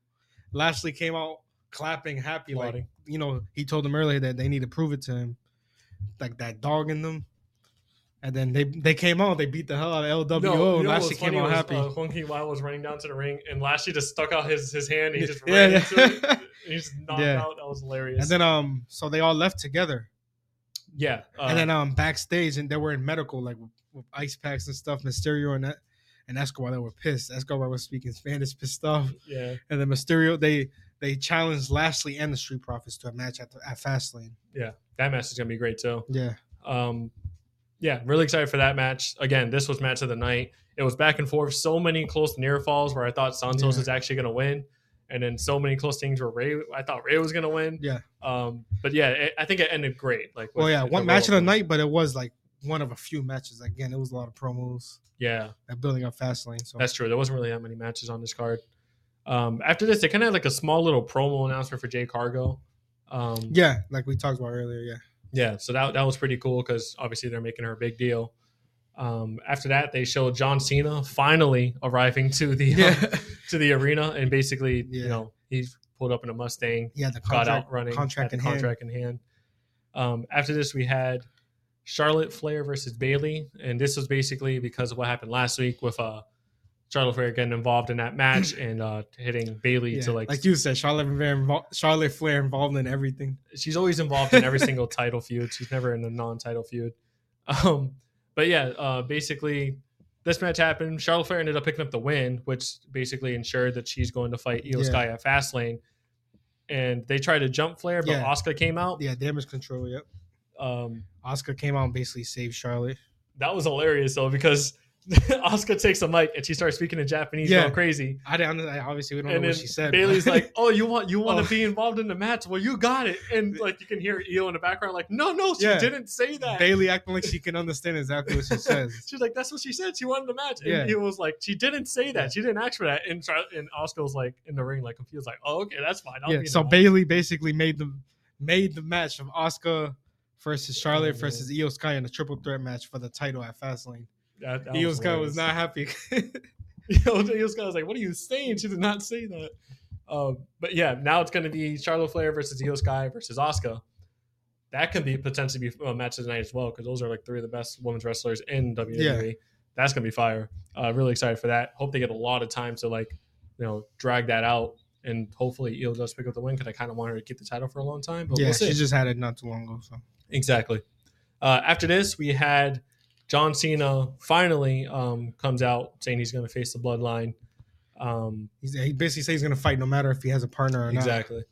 [SPEAKER 3] Lashley came out clapping, happy, like
[SPEAKER 2] Applauding.
[SPEAKER 3] you know he told them earlier that they need to prove it to him, like that dog in them. And then they they came out, they beat the hell out of LWO,
[SPEAKER 2] No, you
[SPEAKER 3] and
[SPEAKER 2] know what
[SPEAKER 3] Lashley
[SPEAKER 2] was
[SPEAKER 3] came
[SPEAKER 2] funny
[SPEAKER 3] out
[SPEAKER 2] was,
[SPEAKER 3] happy.
[SPEAKER 2] Uh, Hong Kee Wild was running down to the ring, and Lashley just stuck out his his hand. And he just
[SPEAKER 3] Yeah,
[SPEAKER 2] ran
[SPEAKER 3] yeah.
[SPEAKER 2] into it. And he just knocked
[SPEAKER 3] Yeah.
[SPEAKER 2] out. That was hilarious.
[SPEAKER 3] and then um, so they all left together.
[SPEAKER 2] yeah, uh,
[SPEAKER 3] and then um backstage and they were in medical like with, with ice packs and stuff mysterio and that and escobar they were pissed escobar was speaking spanish pissed off
[SPEAKER 2] yeah,
[SPEAKER 3] and then mysterio they they challenged lashley and the street profits to a match at, the, at fastlane
[SPEAKER 2] that match is gonna be great too.
[SPEAKER 3] yeah
[SPEAKER 2] Um, yeah, really excited for that match. Again, this was match of the night. It was back and forth. So many close near falls where I thought Santos
[SPEAKER 3] Yeah.
[SPEAKER 2] was actually going to win. and then so many close things where Ray. I thought Ray was gonna win.
[SPEAKER 3] Yeah.
[SPEAKER 2] Um, but yeah, it, I think it ended great. Like,
[SPEAKER 3] Well,
[SPEAKER 2] with
[SPEAKER 3] yeah,
[SPEAKER 2] the
[SPEAKER 3] one match of
[SPEAKER 2] roll.
[SPEAKER 3] the night, but it was like one of a few matches. Again, it was a lot of promos
[SPEAKER 2] Yeah,
[SPEAKER 3] and building up Fastlane. So
[SPEAKER 2] that's true. There wasn't really that many matches on this card. Um, after this, they kind of had like a small little promo announcement for Jay Cargo. Um,
[SPEAKER 3] yeah, like we talked about earlier. Yeah,
[SPEAKER 2] yeah so that, that was pretty cool because obviously they're making her a big deal um, after that they showed john cena finally arriving to the to the arena and basically
[SPEAKER 3] Yeah.
[SPEAKER 2] you know he pulled up in a mustang
[SPEAKER 3] yeah. The
[SPEAKER 2] got
[SPEAKER 3] contract,
[SPEAKER 2] out running
[SPEAKER 3] contract
[SPEAKER 2] had
[SPEAKER 3] in
[SPEAKER 2] the
[SPEAKER 3] hand.
[SPEAKER 2] contract in hand um, after this we had charlotte flair versus bailey and this was basically because of what happened last week with uh, charlotte flair getting involved in that match and uh, hitting bailey
[SPEAKER 3] Yeah,
[SPEAKER 2] to
[SPEAKER 3] like, you said, Charlotte Flair, invol- Charlotte Flair involved in everything.
[SPEAKER 2] she's always involved in every single title feud. She's never in a non-title feud. Um, but yeah, uh, basically, this match happened. Charlotte Flair ended up picking up the win, which basically ensured that she's going to fight Io
[SPEAKER 3] Yeah.
[SPEAKER 2] Sky at Fastlane. And they tried to jump Flair, but
[SPEAKER 3] Yeah.
[SPEAKER 2] Oscar came out.
[SPEAKER 3] Yeah, damage control. Yep.
[SPEAKER 2] Um,
[SPEAKER 3] Oscar came out and basically saved Charlotte.
[SPEAKER 2] that was hilarious though because Oscar takes the mic and she starts speaking in Japanese,
[SPEAKER 3] Yeah.
[SPEAKER 2] going crazy.
[SPEAKER 3] I didn't. I- Obviously, we don't
[SPEAKER 2] And
[SPEAKER 3] know
[SPEAKER 2] then
[SPEAKER 3] what she said. but-
[SPEAKER 2] Bailey's like, "Oh, you want you want
[SPEAKER 3] Oh.
[SPEAKER 2] to be involved in the match? Well, you got it." And like you can hear Io in the background, like, "No, no, she
[SPEAKER 3] Yeah.
[SPEAKER 2] didn't say that."
[SPEAKER 3] Bailey acting like she can understand exactly what she says.
[SPEAKER 2] She's like, that's what she said. She wanted the match. And
[SPEAKER 3] Yeah.
[SPEAKER 2] he was like, she didn't say that. She didn't ask for that. And Char- and Oscar was like in the ring, like confused, like, oh, okay, that's fine. I'll
[SPEAKER 3] yeah.
[SPEAKER 2] be in
[SPEAKER 3] So
[SPEAKER 2] the match."
[SPEAKER 3] Bailey basically made the made the match of Oscar versus
[SPEAKER 2] Oh,
[SPEAKER 3] Charlotte
[SPEAKER 2] man.
[SPEAKER 3] versus Io Sky in a triple threat match for the title at Fastlane.
[SPEAKER 2] That- that
[SPEAKER 3] Io Sky was
[SPEAKER 2] hilarious.
[SPEAKER 3] not happy.
[SPEAKER 2] Io Sky was like, what are you saying? She did not say that. Um, but yeah, now it's going to be Charlotte Flair versus Io Sky versus Oscar. That can be potentially be a match of the night as well because those are like three of the best women's wrestlers in WWE. That's gonna be fire. Uh, really excited for that. Hope they get a lot of time to like, you know, drag that out and hopefully Io does pick up the win because I kind of want her to keep the title for a long time. But
[SPEAKER 3] yeah,
[SPEAKER 2] we'll see.
[SPEAKER 3] she just had it not too long ago. So
[SPEAKER 2] Exactly. Uh, after this, we had John Cena finally um, comes out saying he's going to face the Bloodline. Um,
[SPEAKER 3] he's, he basically says he's gonna fight no matter if he has a partner or not.
[SPEAKER 2] exactly.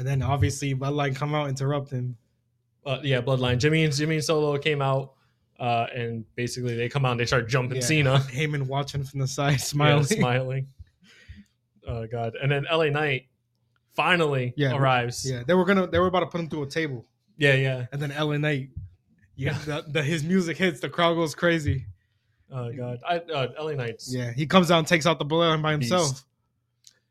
[SPEAKER 3] And then obviously Bloodline come out interrupt him.
[SPEAKER 2] Uh, yeah, Bloodline. Jimmy and Jimmy and Solo came out, uh, and basically they come out and they start jumping
[SPEAKER 3] Yeah.
[SPEAKER 2] Cena,
[SPEAKER 3] Heyman watching from the side,
[SPEAKER 2] smiling,
[SPEAKER 3] smiling.
[SPEAKER 2] smiling. Oh God! And then LA Knight finally
[SPEAKER 3] Yeah.
[SPEAKER 2] arrives.
[SPEAKER 3] Yeah, they were gonna they were about to put him through a table,
[SPEAKER 2] yeah, yeah.
[SPEAKER 3] and then LA Knight. Yeah,
[SPEAKER 2] Yeah.
[SPEAKER 3] the, the, his music hits, the crowd goes crazy.
[SPEAKER 2] Oh God! I, uh, LA Knight's
[SPEAKER 3] Yeah, he comes out and takes out the bloodline by himself.
[SPEAKER 2] Beast.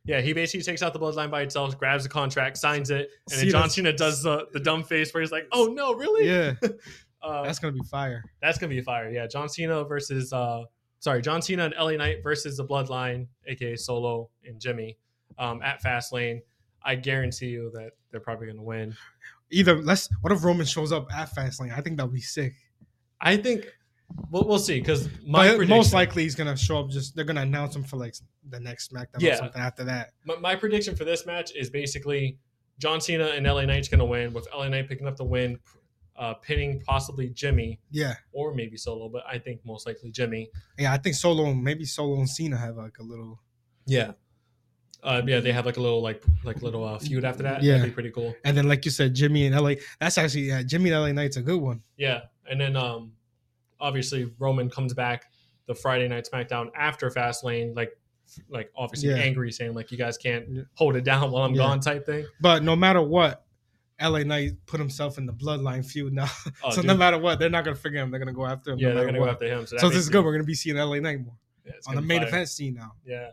[SPEAKER 2] Yeah, he basically takes out the bloodline by itself, grabs the contract, signs it, and then
[SPEAKER 3] Cena's-
[SPEAKER 2] John Cena does the, the dumb face where he's like, "Oh no, really?"
[SPEAKER 3] Yeah,
[SPEAKER 2] uh,
[SPEAKER 3] that's
[SPEAKER 2] that's,
[SPEAKER 3] gonna be fire.
[SPEAKER 2] gonna be fire. Yeah, John Cena versus uh, sorry, John Cena and LA Knight versus the Bloodline, aka Solo and Jimmy, um, at Fastlane. I guarantee you that they're probably gonna win.
[SPEAKER 3] Either let's what if Roman shows up at Fastlane? I think that'll be sick.
[SPEAKER 2] I think we'll, we'll see because my
[SPEAKER 3] but
[SPEAKER 2] prediction,
[SPEAKER 3] most likely he's gonna show up. Just they're gonna announce him for like the next SmackDown or
[SPEAKER 2] Yeah.
[SPEAKER 3] something after that.
[SPEAKER 2] my, my prediction for this match is basically John Cena and LA Knight's gonna win with LA Knight picking up the win, uh, pinning possibly Jimmy.
[SPEAKER 3] Yeah,
[SPEAKER 2] or maybe solo, but I think most likely Jimmy.
[SPEAKER 3] yeah. I think Solo and maybe Solo and Cena have like a little.
[SPEAKER 2] Yeah. Uh, yeah, they have like a little like like little uh, feud after that.
[SPEAKER 3] Yeah.
[SPEAKER 2] That'd be pretty cool.
[SPEAKER 3] And then like you said, Jimmy and LA. That's actually yeah, Jimmy and LA Knight's a good one.
[SPEAKER 2] Yeah, and then um, obviously Roman comes back the Friday night SmackDown after Fastlane, like like obviously
[SPEAKER 3] Yeah.
[SPEAKER 2] angry, saying like you guys can't
[SPEAKER 3] Yeah.
[SPEAKER 2] hold it down while I'm
[SPEAKER 3] Yeah.
[SPEAKER 2] gone type thing.
[SPEAKER 3] But no matter what, LA Knight put himself in the bloodline feud now.
[SPEAKER 2] Oh,
[SPEAKER 3] so
[SPEAKER 2] dude.
[SPEAKER 3] no matter what, they're not gonna figure him. They're gonna go after him.
[SPEAKER 2] yeah,
[SPEAKER 3] no
[SPEAKER 2] they're
[SPEAKER 3] matter
[SPEAKER 2] gonna
[SPEAKER 3] what.
[SPEAKER 2] go after him. So, that
[SPEAKER 3] So this is
[SPEAKER 2] makes
[SPEAKER 3] good. We're gonna be seeing LA Knight more
[SPEAKER 2] me- yeah, it's
[SPEAKER 3] on the
[SPEAKER 2] gonna be
[SPEAKER 3] main
[SPEAKER 2] fire.
[SPEAKER 3] event scene now.
[SPEAKER 2] Yeah.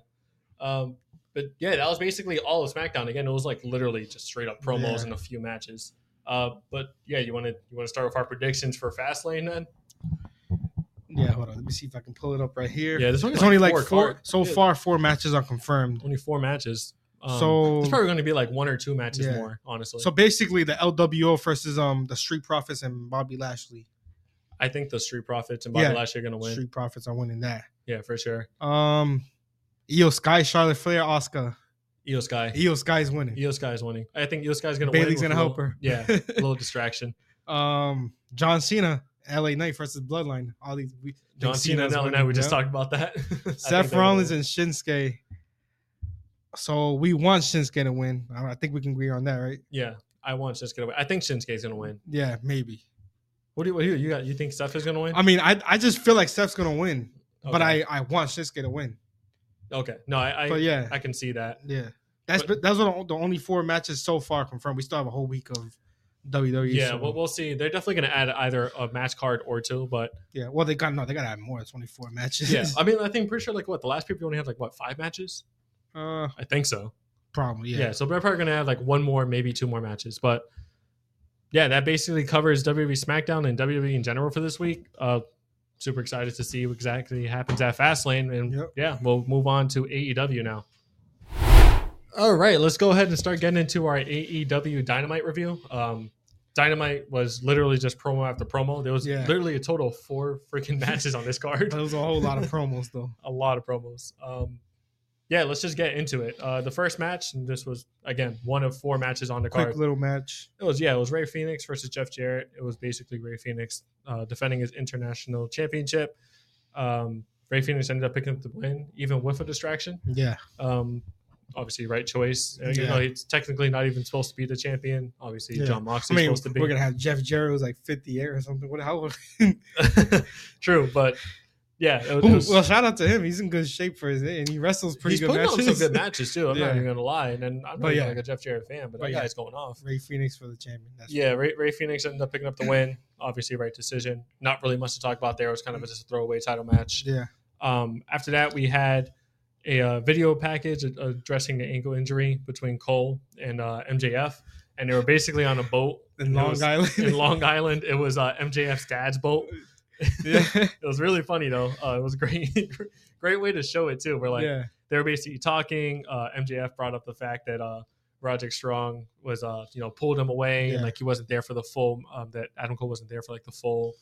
[SPEAKER 2] Um, but yeah, that was basically all of SmackDown. Again, it was like literally just straight up promos
[SPEAKER 3] Yeah.
[SPEAKER 2] and a few matches. Uh, but yeah, you want to you want to start with our predictions for Fastlane then?
[SPEAKER 3] Yeah, hold on. Let me see if I can pull it up right here.
[SPEAKER 2] Yeah, there's only,
[SPEAKER 3] It's only like four.
[SPEAKER 2] card-
[SPEAKER 3] so
[SPEAKER 2] yeah,
[SPEAKER 3] far, four matches are confirmed.
[SPEAKER 2] only four matches. Um, so
[SPEAKER 3] so
[SPEAKER 2] it's probably going to be like one or two matches
[SPEAKER 3] Yeah.
[SPEAKER 2] more. Honestly,
[SPEAKER 3] so basically, the LWO versus um the Street Profits and Bobby Lashley.
[SPEAKER 2] I think the Street Profits and Bobby
[SPEAKER 3] Yeah.
[SPEAKER 2] Lashley are going to win.
[SPEAKER 3] Street Profits are winning that.
[SPEAKER 2] Yeah, for sure.
[SPEAKER 3] Um, Io Sky, Charlotte Flair, Oscar.
[SPEAKER 2] Io Sky.
[SPEAKER 3] Io Sky's winning.
[SPEAKER 2] Io Sky is winning. I think Io Sky is going to win.
[SPEAKER 3] Bailey's
[SPEAKER 2] with
[SPEAKER 3] gonna
[SPEAKER 2] a
[SPEAKER 3] help
[SPEAKER 2] little-
[SPEAKER 3] her.
[SPEAKER 2] Yeah, a little distraction.
[SPEAKER 3] um, John Cena, LA Knight versus Bloodline. All these. We,
[SPEAKER 2] John
[SPEAKER 3] think
[SPEAKER 2] Cena
[SPEAKER 3] Cena's
[SPEAKER 2] and LA Knight.
[SPEAKER 3] winning,
[SPEAKER 2] We just
[SPEAKER 3] yeah.
[SPEAKER 2] talked about that. I think they're
[SPEAKER 3] Seth
[SPEAKER 2] gonna
[SPEAKER 3] Rollins
[SPEAKER 2] win.
[SPEAKER 3] and Shinsuke. So we want Shinsuke to win. I, don't- I think we can agree on that, right?
[SPEAKER 2] yeah, I want Shinsuke to win. I think Shinsuke's going to win.
[SPEAKER 3] Yeah, maybe.
[SPEAKER 2] What do you, what do you, you got? You think Seth is going to win?
[SPEAKER 3] I mean, I I just feel like Steph's gonna win, but
[SPEAKER 2] Okay.
[SPEAKER 3] I I want Shinsuke to win.
[SPEAKER 2] okay. No, I I,
[SPEAKER 3] but yeah,
[SPEAKER 2] I can see that.
[SPEAKER 3] yeah, That's that's what the only four matches so far confirmed. We still have a whole week of WWE.
[SPEAKER 2] Yeah,
[SPEAKER 3] so-
[SPEAKER 2] well, we'll see. They're definitely going to add either a match card or two, but
[SPEAKER 3] yeah. Well, they got no, they got to add more. Twenty four matches.
[SPEAKER 2] yeah, I mean, I think pretty sure like what the last people only had like what five matches.
[SPEAKER 3] uh,
[SPEAKER 2] I think so.
[SPEAKER 3] probably.
[SPEAKER 2] Yeah,
[SPEAKER 3] Yeah.
[SPEAKER 2] so they're probably going to add like one more, maybe two more matches, but yeah, that basically covers WWE SmackDown and WWE in general for this week. Uh, super excited to see what exactly happens at Fastlane, and
[SPEAKER 3] Yep.
[SPEAKER 2] yeah, we'll move on to AEW now. All right, let's go ahead and start getting into our AEW Dynamite review. Um, Dynamite was literally just promo after promo. There was
[SPEAKER 3] Yeah.
[SPEAKER 2] literally a total of four freaking matches on this card.
[SPEAKER 3] But it was a whole lot of promos though.
[SPEAKER 2] A lot of promos. Um, yeah, let's just get into it. Uh, the first match, and this was again one of four matches on the card.
[SPEAKER 3] Quick little match.
[SPEAKER 2] It was yeah, it was Ray Phoenix versus Jeff Jarrett. It was basically Ray Phoenix uh, defending his international championship. Um, Ray Phoenix ended up picking up the win, even with a distraction.
[SPEAKER 3] Yeah.
[SPEAKER 2] Um, obviously, right choice. Uh, Even
[SPEAKER 3] Yeah.
[SPEAKER 2] though he's technically not even supposed to be the champion. Obvioiously,
[SPEAKER 3] Yeah.
[SPEAKER 2] John
[SPEAKER 3] I
[SPEAKER 2] Moxley's
[SPEAKER 3] mean,
[SPEAKER 2] supposed to be
[SPEAKER 3] we're gonna have Jeff Jarrett was like fifty eight or something. What? How?
[SPEAKER 2] true, but yeah, it was- it
[SPEAKER 3] Ooh,
[SPEAKER 2] was-
[SPEAKER 3] well, shout out to him. He's in good shape for his and he wrestles pretty
[SPEAKER 2] he's
[SPEAKER 3] good
[SPEAKER 2] putting
[SPEAKER 3] matches.
[SPEAKER 2] on some good matches too. I'm
[SPEAKER 3] Yeah.
[SPEAKER 2] not even gonna lie, and then I'm not
[SPEAKER 3] But
[SPEAKER 2] even
[SPEAKER 3] yeah.
[SPEAKER 2] like a Jeff Jarrett fan, but,
[SPEAKER 3] But
[SPEAKER 2] that
[SPEAKER 3] yeah.
[SPEAKER 2] guy's going off.
[SPEAKER 3] Ray Phoenix for the champion. That's
[SPEAKER 2] Yeah, Ray, Ray Phoenix ended up picking up the win. Obviously, right decision. Not really much to talk about there. It was kind of just a throwaway title match.
[SPEAKER 3] Yeah.
[SPEAKER 2] Um, after that, we had a uh, video package ad- addressing the ankle injury between Cole and uh, MJF, and they were basically on a boat
[SPEAKER 3] In
[SPEAKER 2] It
[SPEAKER 3] Long
[SPEAKER 2] was-
[SPEAKER 3] Island.
[SPEAKER 2] in Long Island. It was uh, MJF's dad's boat.
[SPEAKER 3] yeah.
[SPEAKER 2] It was really funny though. Uh, it was great, great way to show it too. We're like
[SPEAKER 3] yeah.
[SPEAKER 2] they were basically talking. Uh, MJF brought up the fact that uh, Roderick Strong was, uh, you know, pulled him away and
[SPEAKER 3] Yeah.
[SPEAKER 2] like he wasn't there for the full. Um, that Adam Cole wasn't there for like the full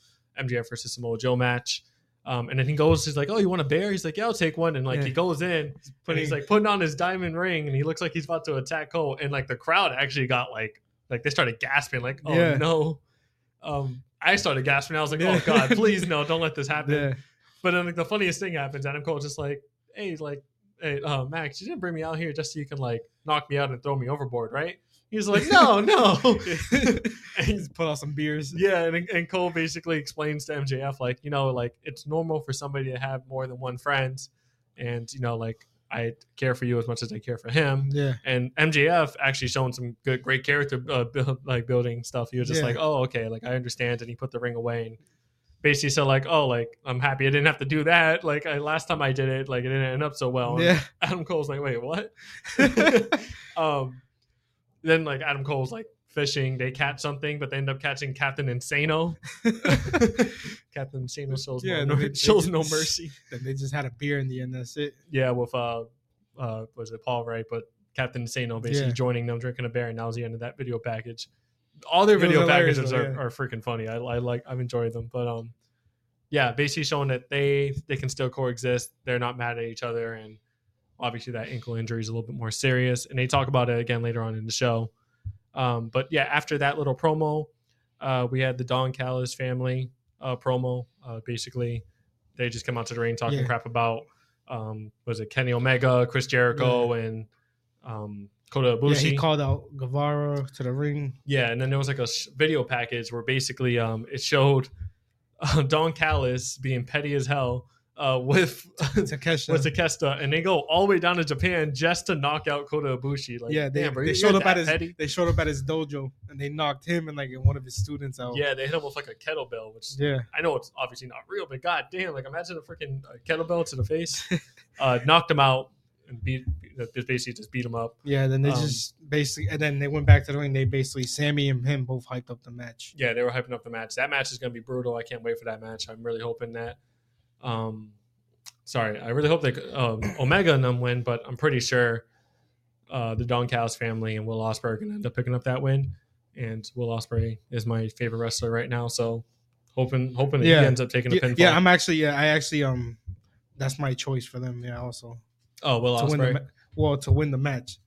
[SPEAKER 2] MJF versus Samoa Joe match. Um, and then he goes, he's like, "Oh, you want a bear?" He's like, "Yeah, I'll take one." And like
[SPEAKER 3] Yeah.
[SPEAKER 2] he goes in, but he's like putting on his diamond ring, and he looks like he's about to attack Cole. And like the crowd actually got like, like they started gasping, like, "Oh
[SPEAKER 3] Yeah.
[SPEAKER 2] no!" Um, I started gasping. I was like,
[SPEAKER 3] Yeah.
[SPEAKER 2] "Oh God, please no, don't let this happen."
[SPEAKER 3] yeah.
[SPEAKER 2] But then like the funniest thing happens, Adam Cole's just like, hey, like, hey, uh, Max, you didn't bring me out here just so you can like knock me out and throw me overboard, right? He's like, no, no.
[SPEAKER 3] He's put on some beers.
[SPEAKER 2] yeah, and, and Cole basically explains to MJF like, you know, like it's normal for somebody to have more than one friend, and you know, like I care for you as much as I care for him.
[SPEAKER 3] Yeah.
[SPEAKER 2] And MJF actually showing some good, great character uh, build, like building stuff. He was just
[SPEAKER 3] Yeah.
[SPEAKER 2] like, oh, okay, like I understand, and he put the ring away and basically said like, oh, like I'm happy I didn't have to do that. Like I, last time I did it, like it didn't end up so well. And
[SPEAKER 3] Yeah.
[SPEAKER 2] Adam Cole's like, wait, what? um, then like Adam Cole's like fishing. They catch something, but they end up catching Captain Insano. Captain Insano shows
[SPEAKER 3] Yeah,
[SPEAKER 2] no,
[SPEAKER 3] they- they
[SPEAKER 2] shows no
[SPEAKER 3] just-
[SPEAKER 2] mercy.
[SPEAKER 3] Then they just had a beer in the end. That's it.
[SPEAKER 2] Yeah, with uh, uh, was it Paul Wright? But Captain Insano basically
[SPEAKER 3] Yeah.
[SPEAKER 2] joining them, drinking a beer, and that was the end of that video package. All their
[SPEAKER 3] It was
[SPEAKER 2] video
[SPEAKER 3] hilarious,
[SPEAKER 2] packages
[SPEAKER 3] though,
[SPEAKER 2] are,
[SPEAKER 3] yeah.
[SPEAKER 2] are freaking funny. I, I like, I've enjoyed them, but um, yeah, basically showing that they they can still coexist. They're not mad at each other, and obviously that ankle injury is a little bit more serious. And they talk about it again later on in the show. Um, but yeah, after that little promo, uh, we had the Don Callis family uh, promo. Uh, basically, they just come out to the ring talking
[SPEAKER 3] Yeah.
[SPEAKER 2] crap about um, was it Kenny Omega, Chris Jericho, and um, Kota Ibushi.
[SPEAKER 3] Yeah, he called out Guevara to the ring.
[SPEAKER 2] Yeah, and then there was like a sh- video package where basically um, it showed uh, Don Callis being petty as hell uh, with
[SPEAKER 3] Takeshita.
[SPEAKER 2] with Takeshita, and they go all the way down to Japan just to knock out Kota Ibushi. Like,
[SPEAKER 3] yeah, they,
[SPEAKER 2] damn, bro,
[SPEAKER 3] they
[SPEAKER 2] you're
[SPEAKER 3] showed up
[SPEAKER 2] that
[SPEAKER 3] at his
[SPEAKER 2] petty?
[SPEAKER 3] they showed up at his dojo and they knocked him and like one of his students out.
[SPEAKER 2] Yeah, they hit him with like a kettlebell, which
[SPEAKER 3] Oh. Yeah.
[SPEAKER 2] I know it's obviously not real, but god damn, like imagine a freaking uh, kettlebell to the face. uh, knocked him out and beat, just basically just beat him up.
[SPEAKER 3] Yeah, then they
[SPEAKER 2] Um,
[SPEAKER 3] just basically and then they went back to the ring. They basically Sammy and him both hyped up the match.
[SPEAKER 2] yeah, they were hyping up the match. That match is going to be brutal. I can't wait for that match. I'm really hoping that. Um, sorry, I really hope that um, Omega and them win, but I'm pretty sure uh, the Don Callis family and Will Ospreay are going to end up picking up that win. And Will Ospreay is my favorite wrestler right now, so hoping hoping that
[SPEAKER 3] Yeah.
[SPEAKER 2] he ends up taking a
[SPEAKER 3] Yeah,
[SPEAKER 2] pinfall.
[SPEAKER 3] yeah, I'm actually yeah, I actually um that's my choice for them, yeah, also.
[SPEAKER 2] oh, Will
[SPEAKER 3] to win the
[SPEAKER 2] Ospreay.
[SPEAKER 3] ma- well, to win the match.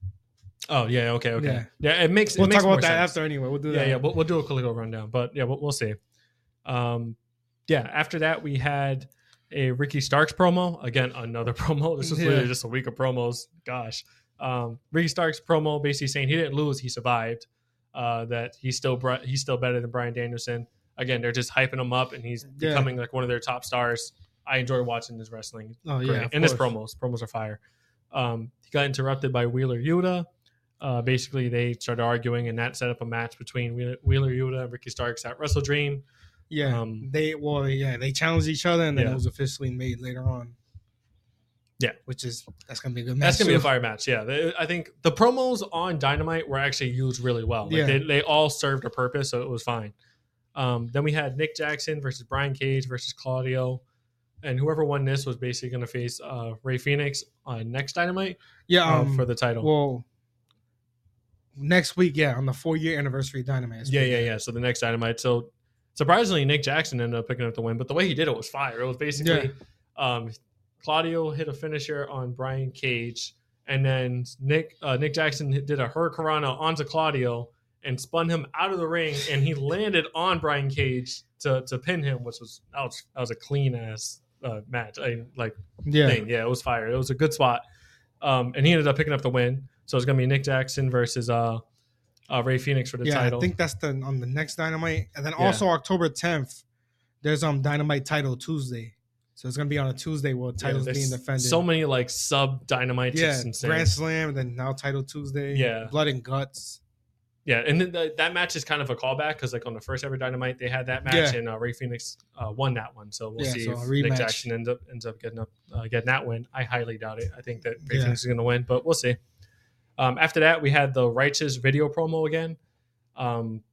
[SPEAKER 2] oh, yeah. Okay. Okay. Yeah.
[SPEAKER 3] Yeah.
[SPEAKER 2] it makes.
[SPEAKER 3] We'll
[SPEAKER 2] it makes
[SPEAKER 3] talk about
[SPEAKER 2] more
[SPEAKER 3] that
[SPEAKER 2] sense.
[SPEAKER 3] after anyway. We'll do
[SPEAKER 2] yeah,
[SPEAKER 3] that.
[SPEAKER 2] yeah. We'll, we'll do a quick little rundown, but yeah, we'll, we'll see. Um, yeah. After that, we had a Ricky Starks promo. Again, another promo. This is literally
[SPEAKER 3] Yeah.
[SPEAKER 2] just a week of promos. Gosh. Um, Ricky Starks promo basically saying he didn't lose, he survived. Uh, that he's still Bri- he's still better than Brian Danielson. Again, they're just hyping him up, and he's
[SPEAKER 3] Yeah.
[SPEAKER 2] becoming like one of their top stars. I enjoy watching his wrestling.
[SPEAKER 3] Oh yeah.
[SPEAKER 2] Great.
[SPEAKER 3] of
[SPEAKER 2] and his
[SPEAKER 3] course.
[SPEAKER 2] promos, promos are fire. Um, he got interrupted by Wheeler Yuta. Uh, basically, they started arguing, and that set up a match between Wheeler, Wheeler Yuta and Ricky Starks at Wrestle Dream.
[SPEAKER 3] Yeah,
[SPEAKER 2] Um,
[SPEAKER 3] they well, yeah, they challenged each other, and then
[SPEAKER 2] Yeah.
[SPEAKER 3] it was officially made later on.
[SPEAKER 2] Yeah.
[SPEAKER 3] which is that's gonna be a good match.
[SPEAKER 2] That's gonna be a
[SPEAKER 3] too.
[SPEAKER 2] fire match. Yeah, They- I think the promos on Dynamite were actually used really well. Like
[SPEAKER 3] Yeah.
[SPEAKER 2] they, they all served a purpose, so it was fine. Um, then we had Nick Jackson versus Brian Cage versus Claudio, and whoever won this was basically gonna face uh, Ray Phoenix on next Dynamite
[SPEAKER 3] Yeah,
[SPEAKER 2] uh,
[SPEAKER 3] um,
[SPEAKER 2] for the title.
[SPEAKER 3] well, next week, yeah, on the four year anniversary of Dynamite.
[SPEAKER 2] yeah, yeah, yeah. So the next Dynamite. So surprisingly, Nick Jackson ended up picking up the win, but the way he did it was fire. It was basically um, Claudio hit a finisher on Brian Cage, and then Nick uh, Nick Jackson did a hurricanrana onto Claudio and spun him out of the ring, and he landed on Brian Cage to to pin him, which was that was, that was a clean ass uh, match. I, like
[SPEAKER 3] yeah,
[SPEAKER 2] thing. Yeah, it was fire. It was a good spot. Um, and he ended up picking up the win. So it's gonna be Nick Jackson versus uh, uh Ray Phoenix for the
[SPEAKER 3] yeah.
[SPEAKER 2] title.
[SPEAKER 3] I think that's the on the next Dynamite, and then
[SPEAKER 2] Yeah.
[SPEAKER 3] also October tenth, there's um Dynamite title Tuesday, so it's gonna be on a Tuesday where
[SPEAKER 2] Yeah,
[SPEAKER 3] titles
[SPEAKER 2] there's
[SPEAKER 3] being defended.
[SPEAKER 2] So many like sub dynamites.
[SPEAKER 3] yeah,
[SPEAKER 2] Yeah, insane.
[SPEAKER 3] Grand Slam, and then now title Tuesday.
[SPEAKER 2] Yeah.
[SPEAKER 3] blood and guts.
[SPEAKER 2] yeah, and then the, that match is kind of a callback because like on the first ever dynamite they had that match
[SPEAKER 3] Yeah.
[SPEAKER 2] and uh, Ray Phoenix uh, won that one. So we'll
[SPEAKER 3] Yeah,
[SPEAKER 2] see
[SPEAKER 3] so a
[SPEAKER 2] if Nick
[SPEAKER 3] rematch.
[SPEAKER 2] Jackson ends up ends up getting up uh, getting that win. I highly doubt it. I think that Ray
[SPEAKER 3] Yeah.
[SPEAKER 2] Phoenix is going to win, but we'll see. Um, after that, we had the righteous video promo again. Um,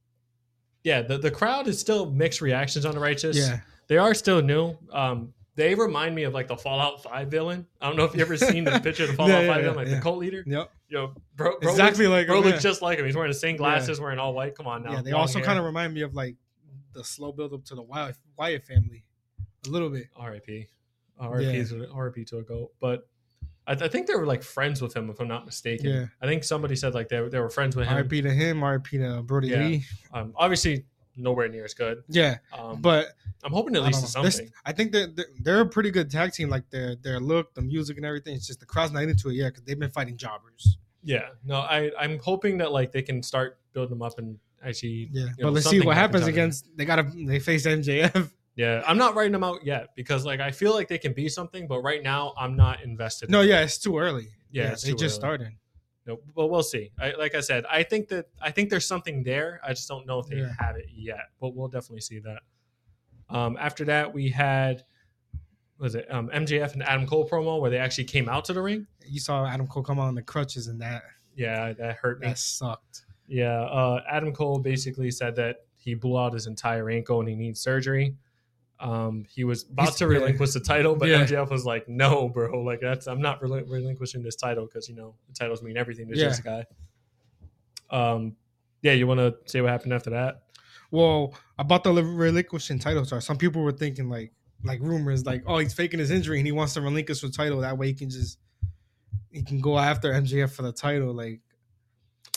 [SPEAKER 2] yeah, the, the crowd is still mixed reactions on the righteous.
[SPEAKER 3] Yeah,
[SPEAKER 2] They are still new. Um, they remind me of like the Fallout Five villain. I don't know if you ever seen the picture of the Fallout
[SPEAKER 3] Yeah, yeah,
[SPEAKER 2] Five villain,
[SPEAKER 3] yeah,
[SPEAKER 2] like the
[SPEAKER 3] yeah.
[SPEAKER 2] cult leader.
[SPEAKER 3] yep,
[SPEAKER 2] Yo, bro, bro
[SPEAKER 3] exactly
[SPEAKER 2] Looks,
[SPEAKER 3] like
[SPEAKER 2] bro
[SPEAKER 3] him,
[SPEAKER 2] looks
[SPEAKER 3] yeah.
[SPEAKER 2] just like him. He's wearing the same glasses, wearing all white. Come on now.
[SPEAKER 3] Yeah, they
[SPEAKER 2] Long
[SPEAKER 3] also
[SPEAKER 2] hair.
[SPEAKER 3] kind of remind me of like the slow build up to the Wyatt, Wyatt family, a little bit.
[SPEAKER 2] R.I.P. R.I.P. is R.I.P. to a goat, but. I, I think they were like friends with him, if I'm not mistaken.
[SPEAKER 3] Yeah.
[SPEAKER 2] I think somebody said like they, were- they were friends with him.
[SPEAKER 3] R.I.P. to him, R.I.P. to uh, Brody
[SPEAKER 2] Yeah.
[SPEAKER 3] Lee.
[SPEAKER 2] Um, obviously, nowhere near as good.
[SPEAKER 3] Yeah,
[SPEAKER 2] Um, but
[SPEAKER 3] but
[SPEAKER 2] I'm hoping at
[SPEAKER 3] I
[SPEAKER 2] least
[SPEAKER 3] don't
[SPEAKER 2] it's
[SPEAKER 3] know. This-
[SPEAKER 2] something.
[SPEAKER 3] I think they're, they're they're a pretty good tag team. Like their their look, the music, and everything. It's just the crowd's not into it yet because they've been fighting jobbers.
[SPEAKER 2] Yeah, no, I I'm hoping that like they can start building them up and actually.
[SPEAKER 3] Yeah,
[SPEAKER 2] know,
[SPEAKER 3] but let's see
[SPEAKER 2] something
[SPEAKER 3] what
[SPEAKER 2] happens
[SPEAKER 3] happens
[SPEAKER 2] out of it.
[SPEAKER 3] against. They gotta they face MJF.
[SPEAKER 2] Yeah, I'm not writing them out yet because like I feel like they can be something, but right now I'm not invested.
[SPEAKER 3] No,
[SPEAKER 2] in it.
[SPEAKER 3] yeah, it's too early.
[SPEAKER 2] Yeah, it's
[SPEAKER 3] they
[SPEAKER 2] too
[SPEAKER 3] just
[SPEAKER 2] early.
[SPEAKER 3] started.
[SPEAKER 2] No, but we'll see. I, like I said, I think that I think there's something there. I just don't know if they
[SPEAKER 3] Yeah.
[SPEAKER 2] have it yet, but we'll definitely see that. Um, after that, we had what was it um, MJF and Adam Cole promo where they actually came out to the ring.
[SPEAKER 3] You saw Adam Cole come out on the crutches, and that
[SPEAKER 2] Yeah, that hurt me.
[SPEAKER 3] that sucked.
[SPEAKER 2] Yeah, uh, Adam Cole basically said that he blew out his entire ankle and he needs surgery. Um, he was about
[SPEAKER 3] He's-
[SPEAKER 2] to
[SPEAKER 3] yeah.
[SPEAKER 2] relinquish the title, but
[SPEAKER 3] Yeah.
[SPEAKER 2] MJF was like, "No, bro, like that's I'm not rel- relinquishing this title because you know the titles mean everything to
[SPEAKER 3] Yeah.
[SPEAKER 2] this guy." Um, yeah, you want to say what happened after that?
[SPEAKER 3] Well, about the relinquishing title star, some people were thinking like like rumors like oh he's faking his injury and he wants to relinquish the title that way he can just he can go after MJF for the title like.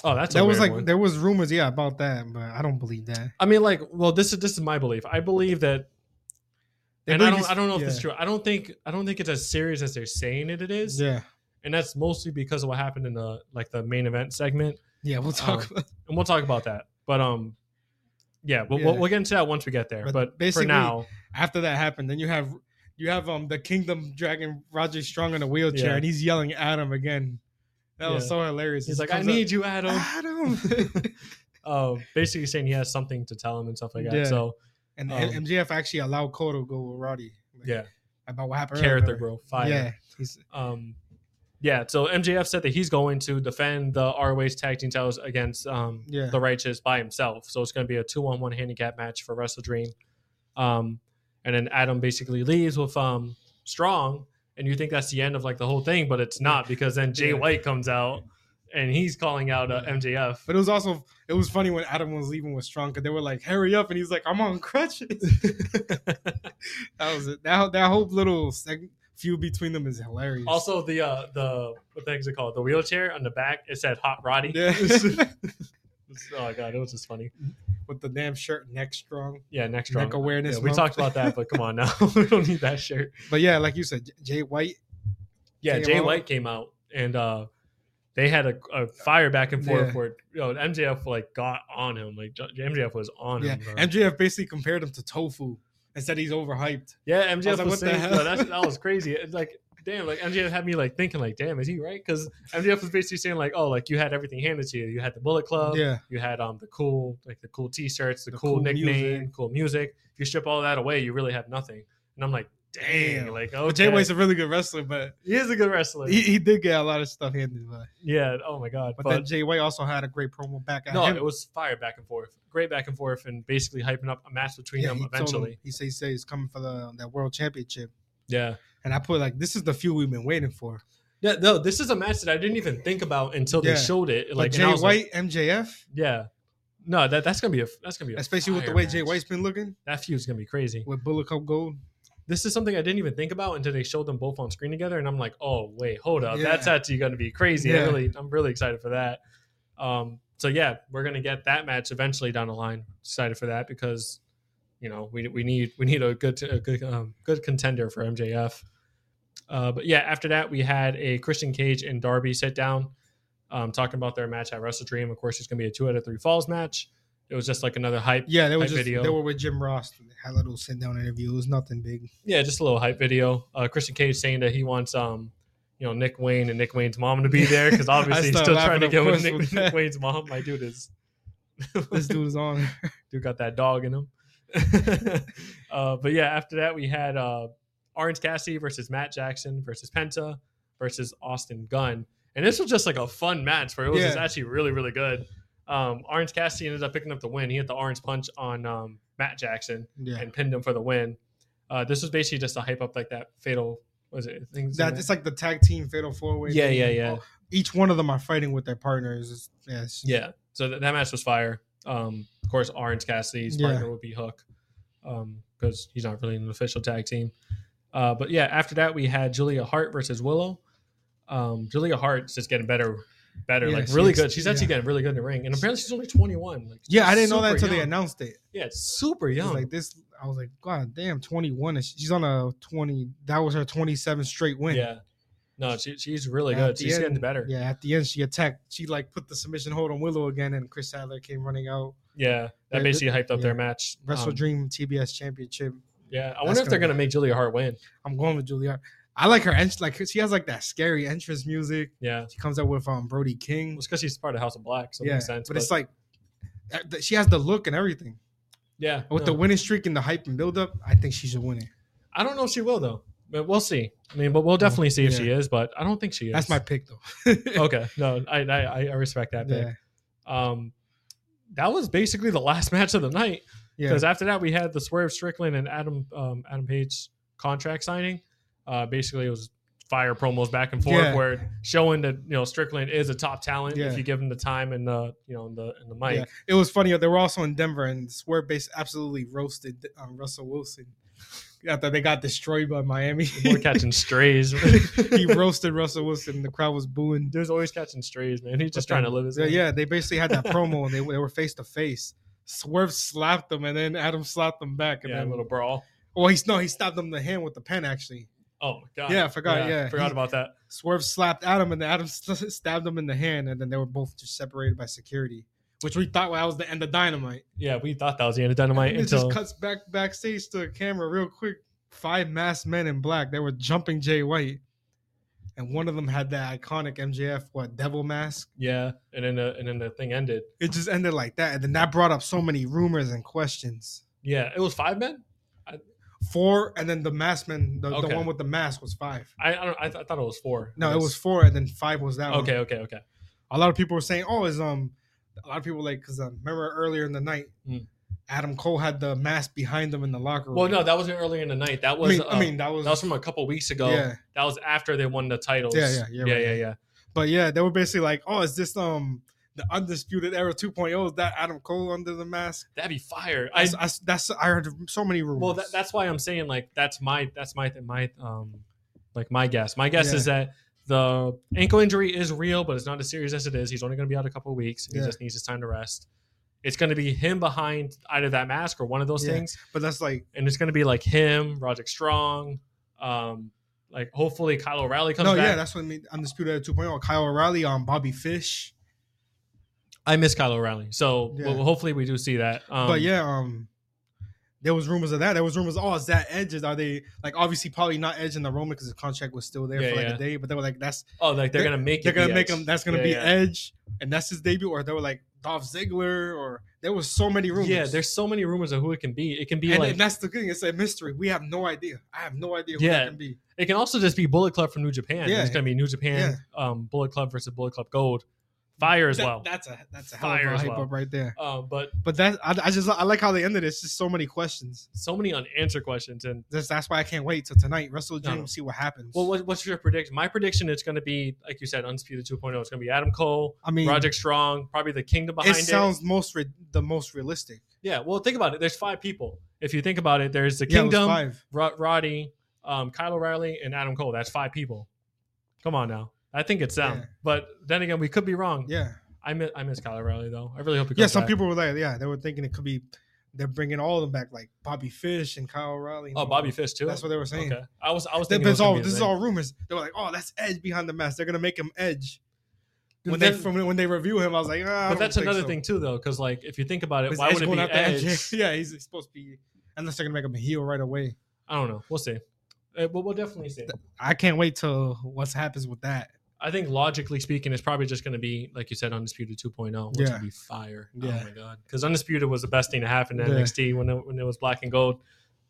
[SPEAKER 2] Oh, that's a
[SPEAKER 3] That was
[SPEAKER 2] weird
[SPEAKER 3] like
[SPEAKER 2] one.
[SPEAKER 3] there was rumors, yeah, about that, but I don't believe that.
[SPEAKER 2] I mean, like, well, this is this is my belief. I believe that,
[SPEAKER 3] They
[SPEAKER 2] and I
[SPEAKER 3] believe
[SPEAKER 2] don't
[SPEAKER 3] it's-
[SPEAKER 2] I don't know if
[SPEAKER 3] yeah.
[SPEAKER 2] it's true. I don't think I don't think it's as serious as they're saying it. It is,
[SPEAKER 3] Yeah,
[SPEAKER 2] and that's mostly because of what happened in the like the main event segment.
[SPEAKER 3] yeah, we'll
[SPEAKER 2] Um,
[SPEAKER 3] talk. about
[SPEAKER 2] and we'll talk about that. But um, yeah, we'll, we'll,
[SPEAKER 3] Yeah.
[SPEAKER 2] we'll get into that once we get there.
[SPEAKER 3] But
[SPEAKER 2] But, for
[SPEAKER 3] basically-
[SPEAKER 2] now,
[SPEAKER 3] After that happened, then you have you have um the Kingdom Dragon Roger Strong in a wheelchair,
[SPEAKER 2] Yeah.
[SPEAKER 3] and he's yelling at him again. That was
[SPEAKER 2] Yeah.
[SPEAKER 3] so hilarious.
[SPEAKER 2] he's
[SPEAKER 3] He
[SPEAKER 2] like, "I
[SPEAKER 3] comes up,
[SPEAKER 2] need you, Adam."
[SPEAKER 3] Adam.
[SPEAKER 2] Uh, basically saying he has something to tell him and stuff like that.
[SPEAKER 3] Yeah.
[SPEAKER 2] So
[SPEAKER 3] and
[SPEAKER 2] Um,
[SPEAKER 3] MJF actually allowed Cole to go with Roddy. like,
[SPEAKER 2] yeah,
[SPEAKER 3] about what happened.
[SPEAKER 2] character
[SPEAKER 3] earlier.
[SPEAKER 2] growth, fire.
[SPEAKER 3] Yeah, he's
[SPEAKER 2] Um, yeah. So MJF said that he's going to defend the ROH tag team titles against um
[SPEAKER 3] Yeah.
[SPEAKER 2] the Righteous by himself. So it's going to be a two on one handicap match for Wrestle Dream. Um, and then Adam basically leaves with um Strong, and you think that's the end of like the whole thing, but it's not because then Jay
[SPEAKER 3] Yeah.
[SPEAKER 2] White comes out and he's calling out uh, MJF.
[SPEAKER 3] but it was also it was funny when Adam was leaving with Strong because they were like, "Hurry up!" and he's like, "I'm on crutches." that was it. That that whole little seg- feud between them is hilarious.
[SPEAKER 2] Also, the uh the what the heck is it called? The wheelchair on the back it said Hot Roddy.
[SPEAKER 3] Yeah.
[SPEAKER 2] oh god, it was just funny.
[SPEAKER 3] with the damn shirt neck strong.
[SPEAKER 2] Yeah, next strong.
[SPEAKER 3] Neck awareness
[SPEAKER 2] Yeah, we
[SPEAKER 3] month.
[SPEAKER 2] talked about that, but come on now, we don't need that shirt.
[SPEAKER 3] But yeah, like you said, J- Jay White.
[SPEAKER 2] Yeah,
[SPEAKER 3] came
[SPEAKER 2] Jay
[SPEAKER 3] out.
[SPEAKER 2] White came out and uh they had a, a fire back and forth
[SPEAKER 3] Yeah.
[SPEAKER 2] where you know, MJF like got on him. Like J- MJF was on
[SPEAKER 3] Yeah,
[SPEAKER 2] him. bro.
[SPEAKER 3] MJF basically compared him to tofu and said he's overhyped.
[SPEAKER 2] yeah, MJF was,
[SPEAKER 3] like, what the
[SPEAKER 2] saying,
[SPEAKER 3] hell?
[SPEAKER 2] bro, that's, that was crazy. It's like damn, like MJF had me like thinking, like, damn, is he right? Because MJF was basically saying, like, oh, like you had everything handed to you. You had the Bullet Club,
[SPEAKER 3] Yeah,
[SPEAKER 2] you had um the cool like the cool T-shirts, the,
[SPEAKER 3] The
[SPEAKER 2] cool,
[SPEAKER 3] cool
[SPEAKER 2] nickname,
[SPEAKER 3] music.
[SPEAKER 2] cool music. If you strip all that away, you really have nothing. And I'm like, dang,
[SPEAKER 3] Damn.
[SPEAKER 2] like
[SPEAKER 3] But
[SPEAKER 2] okay,
[SPEAKER 3] Jay White's a really good wrestler, but
[SPEAKER 2] he is a good wrestler.
[SPEAKER 3] he, he did get a lot of stuff handed. But,
[SPEAKER 2] yeah, oh my god,
[SPEAKER 3] but,
[SPEAKER 2] but,
[SPEAKER 3] then Jay White also had a great promo back at
[SPEAKER 2] no,
[SPEAKER 3] him.
[SPEAKER 2] it was fire back and forth, great back and forth, and basically hyping up a match between them
[SPEAKER 3] he told him-
[SPEAKER 2] eventually.
[SPEAKER 3] he said he said he's coming for the that world championship,
[SPEAKER 2] Yeah,
[SPEAKER 3] and I put like this is the few we've been waiting for.
[SPEAKER 2] yeah, no, this is a match that I didn't even think about until
[SPEAKER 3] Yeah.
[SPEAKER 2] they showed it.
[SPEAKER 3] But
[SPEAKER 2] Like and I
[SPEAKER 3] Jay
[SPEAKER 2] was like,
[SPEAKER 3] White, MJF,
[SPEAKER 2] yeah. No, that, that's gonna be a that's gonna be a
[SPEAKER 3] especially with the
[SPEAKER 2] fire
[SPEAKER 3] way Jay
[SPEAKER 2] match.
[SPEAKER 3] White's been looking
[SPEAKER 2] that feud's gonna be crazy.
[SPEAKER 3] with Bullet Club Gold.
[SPEAKER 2] this is something I didn't even think about until they showed them both on screen together, and I'm like, oh wait, hold up,
[SPEAKER 3] Yeah.
[SPEAKER 2] that's actually going to be crazy. I
[SPEAKER 3] Yeah.
[SPEAKER 2] really, I'm really excited for that. Um, so yeah, we're gonna get that match eventually down the line. Excited for that because you know we, we need we need a good a good um, good contender for MJF. Uh, but yeah, after that we had a Christian Cage and Darby sit down, um, talking about their match at Wrestle Dream. Of course, it's gonna be a two out of three falls match. It was just like another hype
[SPEAKER 3] Yeah, they were
[SPEAKER 2] Hype
[SPEAKER 3] just
[SPEAKER 2] video.
[SPEAKER 3] they were with Jim Ross. They had a little sit down interview. It was nothing big.
[SPEAKER 2] yeah, just a little hype video. Uh, Christian Cage saying that he wants, um, you know, Nick Wayne and Nick Wayne's mom to be there because
[SPEAKER 3] I
[SPEAKER 2] obviously he's
[SPEAKER 3] started
[SPEAKER 2] still trying
[SPEAKER 3] laughing,
[SPEAKER 2] to
[SPEAKER 3] of
[SPEAKER 2] get with
[SPEAKER 3] course,
[SPEAKER 2] Nick,
[SPEAKER 3] with
[SPEAKER 2] Nick
[SPEAKER 3] that.
[SPEAKER 2] Wayne's mom. My dude is,
[SPEAKER 3] This dude was on.
[SPEAKER 2] dude got that dog in him. uh, but yeah, after that we had uh, Orange Cassidy versus Matt Jackson versus Penta versus Austin Gunn, and this was just like a fun match where it was just
[SPEAKER 3] Yeah.
[SPEAKER 2] actually really really good. Um, Orange Cassidy ended up picking up the win. He hit the orange punch on um, Matt Jackson
[SPEAKER 3] Yeah,
[SPEAKER 2] and pinned him for the win. Uh, this was basically just a hype up like that fatal was it things
[SPEAKER 3] that it's like the tag team fatal four way.
[SPEAKER 2] yeah yeah yeah
[SPEAKER 3] Each one of them are fighting with their partners. It's, yeah, it's-
[SPEAKER 2] yeah. So th- that match was fire. Um, of course, Orange Cassidy's
[SPEAKER 3] Yeah.
[SPEAKER 2] partner would be Hook because he's not really an official tag team. Uh, but yeah, after that we had Julia Hart versus Willow. Um, Julia Hart's just getting better, better
[SPEAKER 3] Yeah,
[SPEAKER 2] like really
[SPEAKER 3] she's-
[SPEAKER 2] good. She's actually
[SPEAKER 3] yeah.
[SPEAKER 2] getting really good in the ring, and apparently she's only twenty one. Like,
[SPEAKER 3] Yeah, I didn't know that
[SPEAKER 2] super
[SPEAKER 3] until they
[SPEAKER 2] young.
[SPEAKER 3] announced it.
[SPEAKER 2] Yeah, super
[SPEAKER 3] It was
[SPEAKER 2] young.
[SPEAKER 3] like this, I was like, God damn, 21. And she- she's on a 20. That was her 27 straight win.
[SPEAKER 2] yeah, no, she, she's really
[SPEAKER 3] At
[SPEAKER 2] good.
[SPEAKER 3] the
[SPEAKER 2] She's getting
[SPEAKER 3] end-
[SPEAKER 2] better.
[SPEAKER 3] Yeah, at the end she attacked. She like put the submission hold on Willow again, and Chris Sadler came running out.
[SPEAKER 2] Yeah,
[SPEAKER 3] Yeah,
[SPEAKER 2] that basically hyped up
[SPEAKER 3] yeah.
[SPEAKER 2] their match.
[SPEAKER 3] Wrestle
[SPEAKER 2] Um,
[SPEAKER 3] Dream TBS Championship.
[SPEAKER 2] Yeah, I wonder if
[SPEAKER 3] gonna
[SPEAKER 2] they're
[SPEAKER 3] be-
[SPEAKER 2] gonna make Julia Hart win.
[SPEAKER 3] I'm going with Julia. I like her entrance. Like she has like that scary entrance music.
[SPEAKER 2] Yeah,
[SPEAKER 3] She comes out with um Brody King.
[SPEAKER 2] it's because she's part of House of Black, so it
[SPEAKER 3] yeah,
[SPEAKER 2] makes sense.
[SPEAKER 3] but, it's like uh, th- she has the look and everything.
[SPEAKER 2] yeah,
[SPEAKER 3] With the
[SPEAKER 2] no.
[SPEAKER 3] winning streak and the hype and build up, I think she should win it.
[SPEAKER 2] I don't know if she will though, but we'll see. I mean, but we'll definitely see if
[SPEAKER 3] Yeah.
[SPEAKER 2] she is. But I don't think she is.
[SPEAKER 3] That's my pick though.
[SPEAKER 2] okay. No, I I, I respect that.
[SPEAKER 3] yeah,
[SPEAKER 2] Oh, pick. Um, that was basically the last match of the night
[SPEAKER 3] yeah.
[SPEAKER 2] because after that we had the Swerve Strickland and Adam um, Adam Page contract signing. Uh, basically, it was fire promos back and forth
[SPEAKER 3] Yeah.
[SPEAKER 2] where showing that you know Strickland is a top talent
[SPEAKER 3] Yeah.
[SPEAKER 2] if you give him the time and the you know and the and the mic.
[SPEAKER 3] Yeah. It was funny. They were also in Denver, and Swerve base absolutely roasted um, Russell Wilson after they got destroyed by Miami.
[SPEAKER 2] We're catching strays.
[SPEAKER 3] he roasted Russell Wilson. and The crowd was booing.
[SPEAKER 2] Dude's always catching strays, man. He's just
[SPEAKER 3] But
[SPEAKER 2] trying
[SPEAKER 3] then-
[SPEAKER 2] to live his
[SPEAKER 3] Yeah,
[SPEAKER 2] life.
[SPEAKER 3] yeah, they basically had that promo, and they, they were face to face. Swerve slapped them, and then Adam slapped them back. And
[SPEAKER 2] Yeah,
[SPEAKER 3] then,
[SPEAKER 2] a little brawl.
[SPEAKER 3] well, he's no, he stabbed them in the hand with the pen. Actually,
[SPEAKER 2] Oh my god.
[SPEAKER 3] Yeah, I forgot, yeah.
[SPEAKER 2] forgot about that.
[SPEAKER 3] Swerve slapped Adam, and then Adam st- stabbed him in the hand, and then they were both just separated by security, which we thought that was the end of Dynamite.
[SPEAKER 2] Yeah, we thought that was the end of Dynamite
[SPEAKER 3] And it
[SPEAKER 2] until
[SPEAKER 3] just cuts back backstage to a camera real quick. Five masked men in black. They were jumping Jay White, and one of them had that iconic MJF what devil mask.
[SPEAKER 2] yeah, and then the and then the thing ended.
[SPEAKER 3] It just ended like that, and then that brought up so many rumors and questions.
[SPEAKER 2] Yeah, it was five men.
[SPEAKER 3] Four, and then the masked man, the,
[SPEAKER 2] Okay.
[SPEAKER 3] the one with the mask, was five.
[SPEAKER 2] I I, don't, I, th- I thought it was four.
[SPEAKER 3] No, it
[SPEAKER 2] Yes.
[SPEAKER 3] was four, and then five was that one.
[SPEAKER 2] okay, okay, okay.
[SPEAKER 3] a lot of people were saying, "Oh, is um, a lot of people like because um, remember earlier in the night,
[SPEAKER 2] Mm.
[SPEAKER 3] Adam Cole had the mask behind him in the locker room.
[SPEAKER 2] Well, no, that wasn't earlier in the night. That
[SPEAKER 3] I
[SPEAKER 2] was
[SPEAKER 3] mean,
[SPEAKER 2] uh,
[SPEAKER 3] I mean that was,
[SPEAKER 2] that was from a couple weeks ago.
[SPEAKER 3] yeah,
[SPEAKER 2] That was after they won the titles.
[SPEAKER 3] Yeah, yeah,
[SPEAKER 2] yeah,
[SPEAKER 3] you're
[SPEAKER 2] yeah,
[SPEAKER 3] right.
[SPEAKER 2] yeah, yeah.
[SPEAKER 3] but yeah, they were basically like, "Oh, is this um the undisputed era 2.0? Is that Adam Cole under the mask?"
[SPEAKER 2] That'd be fire. I,
[SPEAKER 3] I, I, that's I heard so many rumors.
[SPEAKER 2] well, that, that's why I'm saying like that's my that's my my um like my guess. My guess
[SPEAKER 3] Yeah.
[SPEAKER 2] is that the ankle injury is real, but it's not as serious as it is. He's only going to be out a couple of weeks. He
[SPEAKER 3] Yeah.
[SPEAKER 2] just needs his time to rest. It's going to be him behind either that mask or one of those
[SPEAKER 3] Yeah.
[SPEAKER 2] things.
[SPEAKER 3] but that's like
[SPEAKER 2] and it's going to be like him, Roderick Strong, um, like hopefully Kyle O'Reilly comes
[SPEAKER 3] no, yeah,
[SPEAKER 2] back.
[SPEAKER 3] that's what I mean. Undisputed era 2.0. Kyle O'Reilly on Bobby Fish,
[SPEAKER 2] I miss Kyle O'Reilly, so
[SPEAKER 3] Yeah.
[SPEAKER 2] well, hopefully we do see that. Um,
[SPEAKER 3] but yeah, um. there was rumors of that. There was rumors, oh, is that edges? Are they like obviously probably not Edge and the Roman because his contract was still there
[SPEAKER 2] Yeah,
[SPEAKER 3] for like
[SPEAKER 2] yeah.
[SPEAKER 3] a day, but they were like that's
[SPEAKER 2] Oh, like they're,
[SPEAKER 3] They're-
[SPEAKER 2] gonna make
[SPEAKER 3] they're
[SPEAKER 2] it. be
[SPEAKER 3] gonna make
[SPEAKER 2] Edge.
[SPEAKER 3] him that's gonna
[SPEAKER 2] Yeah,
[SPEAKER 3] be
[SPEAKER 2] yeah.
[SPEAKER 3] Edge and that's his debut, or they were like Dolph Ziggler, or there was so many rumors.
[SPEAKER 2] Yeah, there's so many rumors of who it can be. It can be
[SPEAKER 3] and,
[SPEAKER 2] like
[SPEAKER 3] and that's the thing. It's a mystery. We have no idea. I have no idea who
[SPEAKER 2] Yeah.
[SPEAKER 3] that can be.
[SPEAKER 2] it can also just be Bullet Club from New Japan.
[SPEAKER 3] Yeah.
[SPEAKER 2] It's gonna be New Japan, um, Bullet Club versus Bullet Club Gold, Fire as
[SPEAKER 3] That-
[SPEAKER 2] well.
[SPEAKER 3] That's a that's a hell
[SPEAKER 2] Fire
[SPEAKER 3] of a
[SPEAKER 2] as
[SPEAKER 3] hype
[SPEAKER 2] well.
[SPEAKER 3] up right there.
[SPEAKER 2] Uh, but
[SPEAKER 3] But that I, I just I like how they ended. It. It's just so many questions.
[SPEAKER 2] so many unanswered questions. And
[SPEAKER 3] That's that's why I can't wait till tonight. Wrestle
[SPEAKER 2] No,
[SPEAKER 3] Dream,
[SPEAKER 2] no.
[SPEAKER 3] see what happens.
[SPEAKER 2] well, what, what's your prediction? My prediction is gonna be like you said, Undisputed 2.0. It's gonna be Adam Cole,
[SPEAKER 3] I mean,
[SPEAKER 2] Roderick Strong, probably the Kingdom
[SPEAKER 3] it
[SPEAKER 2] behind it.
[SPEAKER 3] sounds most re- the most realistic.
[SPEAKER 2] Yeah. Well, think about it. There's five people. If you think about it, there's the
[SPEAKER 3] Yeah, it was
[SPEAKER 2] Kingdom,
[SPEAKER 3] five.
[SPEAKER 2] Rod- Roddy, um, Kyle O'Reilly, and Adam Cole. That's five people. Come on now. I think it's sound.
[SPEAKER 3] Yeah.
[SPEAKER 2] But then again, we could be wrong.
[SPEAKER 3] Yeah,
[SPEAKER 2] I miss, I miss Kyle O'Reilly though. I really hope he comes
[SPEAKER 3] yeah. Some
[SPEAKER 2] back.
[SPEAKER 3] people were like, yeah, they were thinking it could be they're bringing all of them back, like Bobby Fish and Kyle O'Reilly.
[SPEAKER 2] Oh, Bobby Fish too.
[SPEAKER 3] That's what they were saying.
[SPEAKER 2] Okay. I was I was
[SPEAKER 3] They-
[SPEAKER 2] thinking
[SPEAKER 3] but
[SPEAKER 2] it was
[SPEAKER 3] it's
[SPEAKER 2] gonna
[SPEAKER 3] all-
[SPEAKER 2] be his
[SPEAKER 3] this is
[SPEAKER 2] name.
[SPEAKER 3] all rumors. They were like, oh, that's Edge behind the mask. They're gonna make him Edge.
[SPEAKER 2] But
[SPEAKER 3] When they
[SPEAKER 2] then-
[SPEAKER 3] from, when they review him, I was like, ah,
[SPEAKER 2] But
[SPEAKER 3] I don't
[SPEAKER 2] that's
[SPEAKER 3] think
[SPEAKER 2] another
[SPEAKER 3] so."
[SPEAKER 2] thing too though, because like if you think about it,
[SPEAKER 3] Is
[SPEAKER 2] why
[SPEAKER 3] Edge
[SPEAKER 2] would it be
[SPEAKER 3] going after
[SPEAKER 2] Edge?
[SPEAKER 3] Yeah, he's he's supposed to be. Unless they're gonna make him a heel right away.
[SPEAKER 2] I don't know. We'll see. Uh, But we'll definitely see.
[SPEAKER 3] I can't wait till what happens with that.
[SPEAKER 2] I think logically speaking, it's probably just going to be like you said, Undisputed 2.0, which
[SPEAKER 3] Yeah.
[SPEAKER 2] would be fire.
[SPEAKER 3] Yeah.
[SPEAKER 2] Oh my god, because Undisputed was the best thing to happen to
[SPEAKER 3] Yeah.
[SPEAKER 2] NXT when it, when it was black and gold.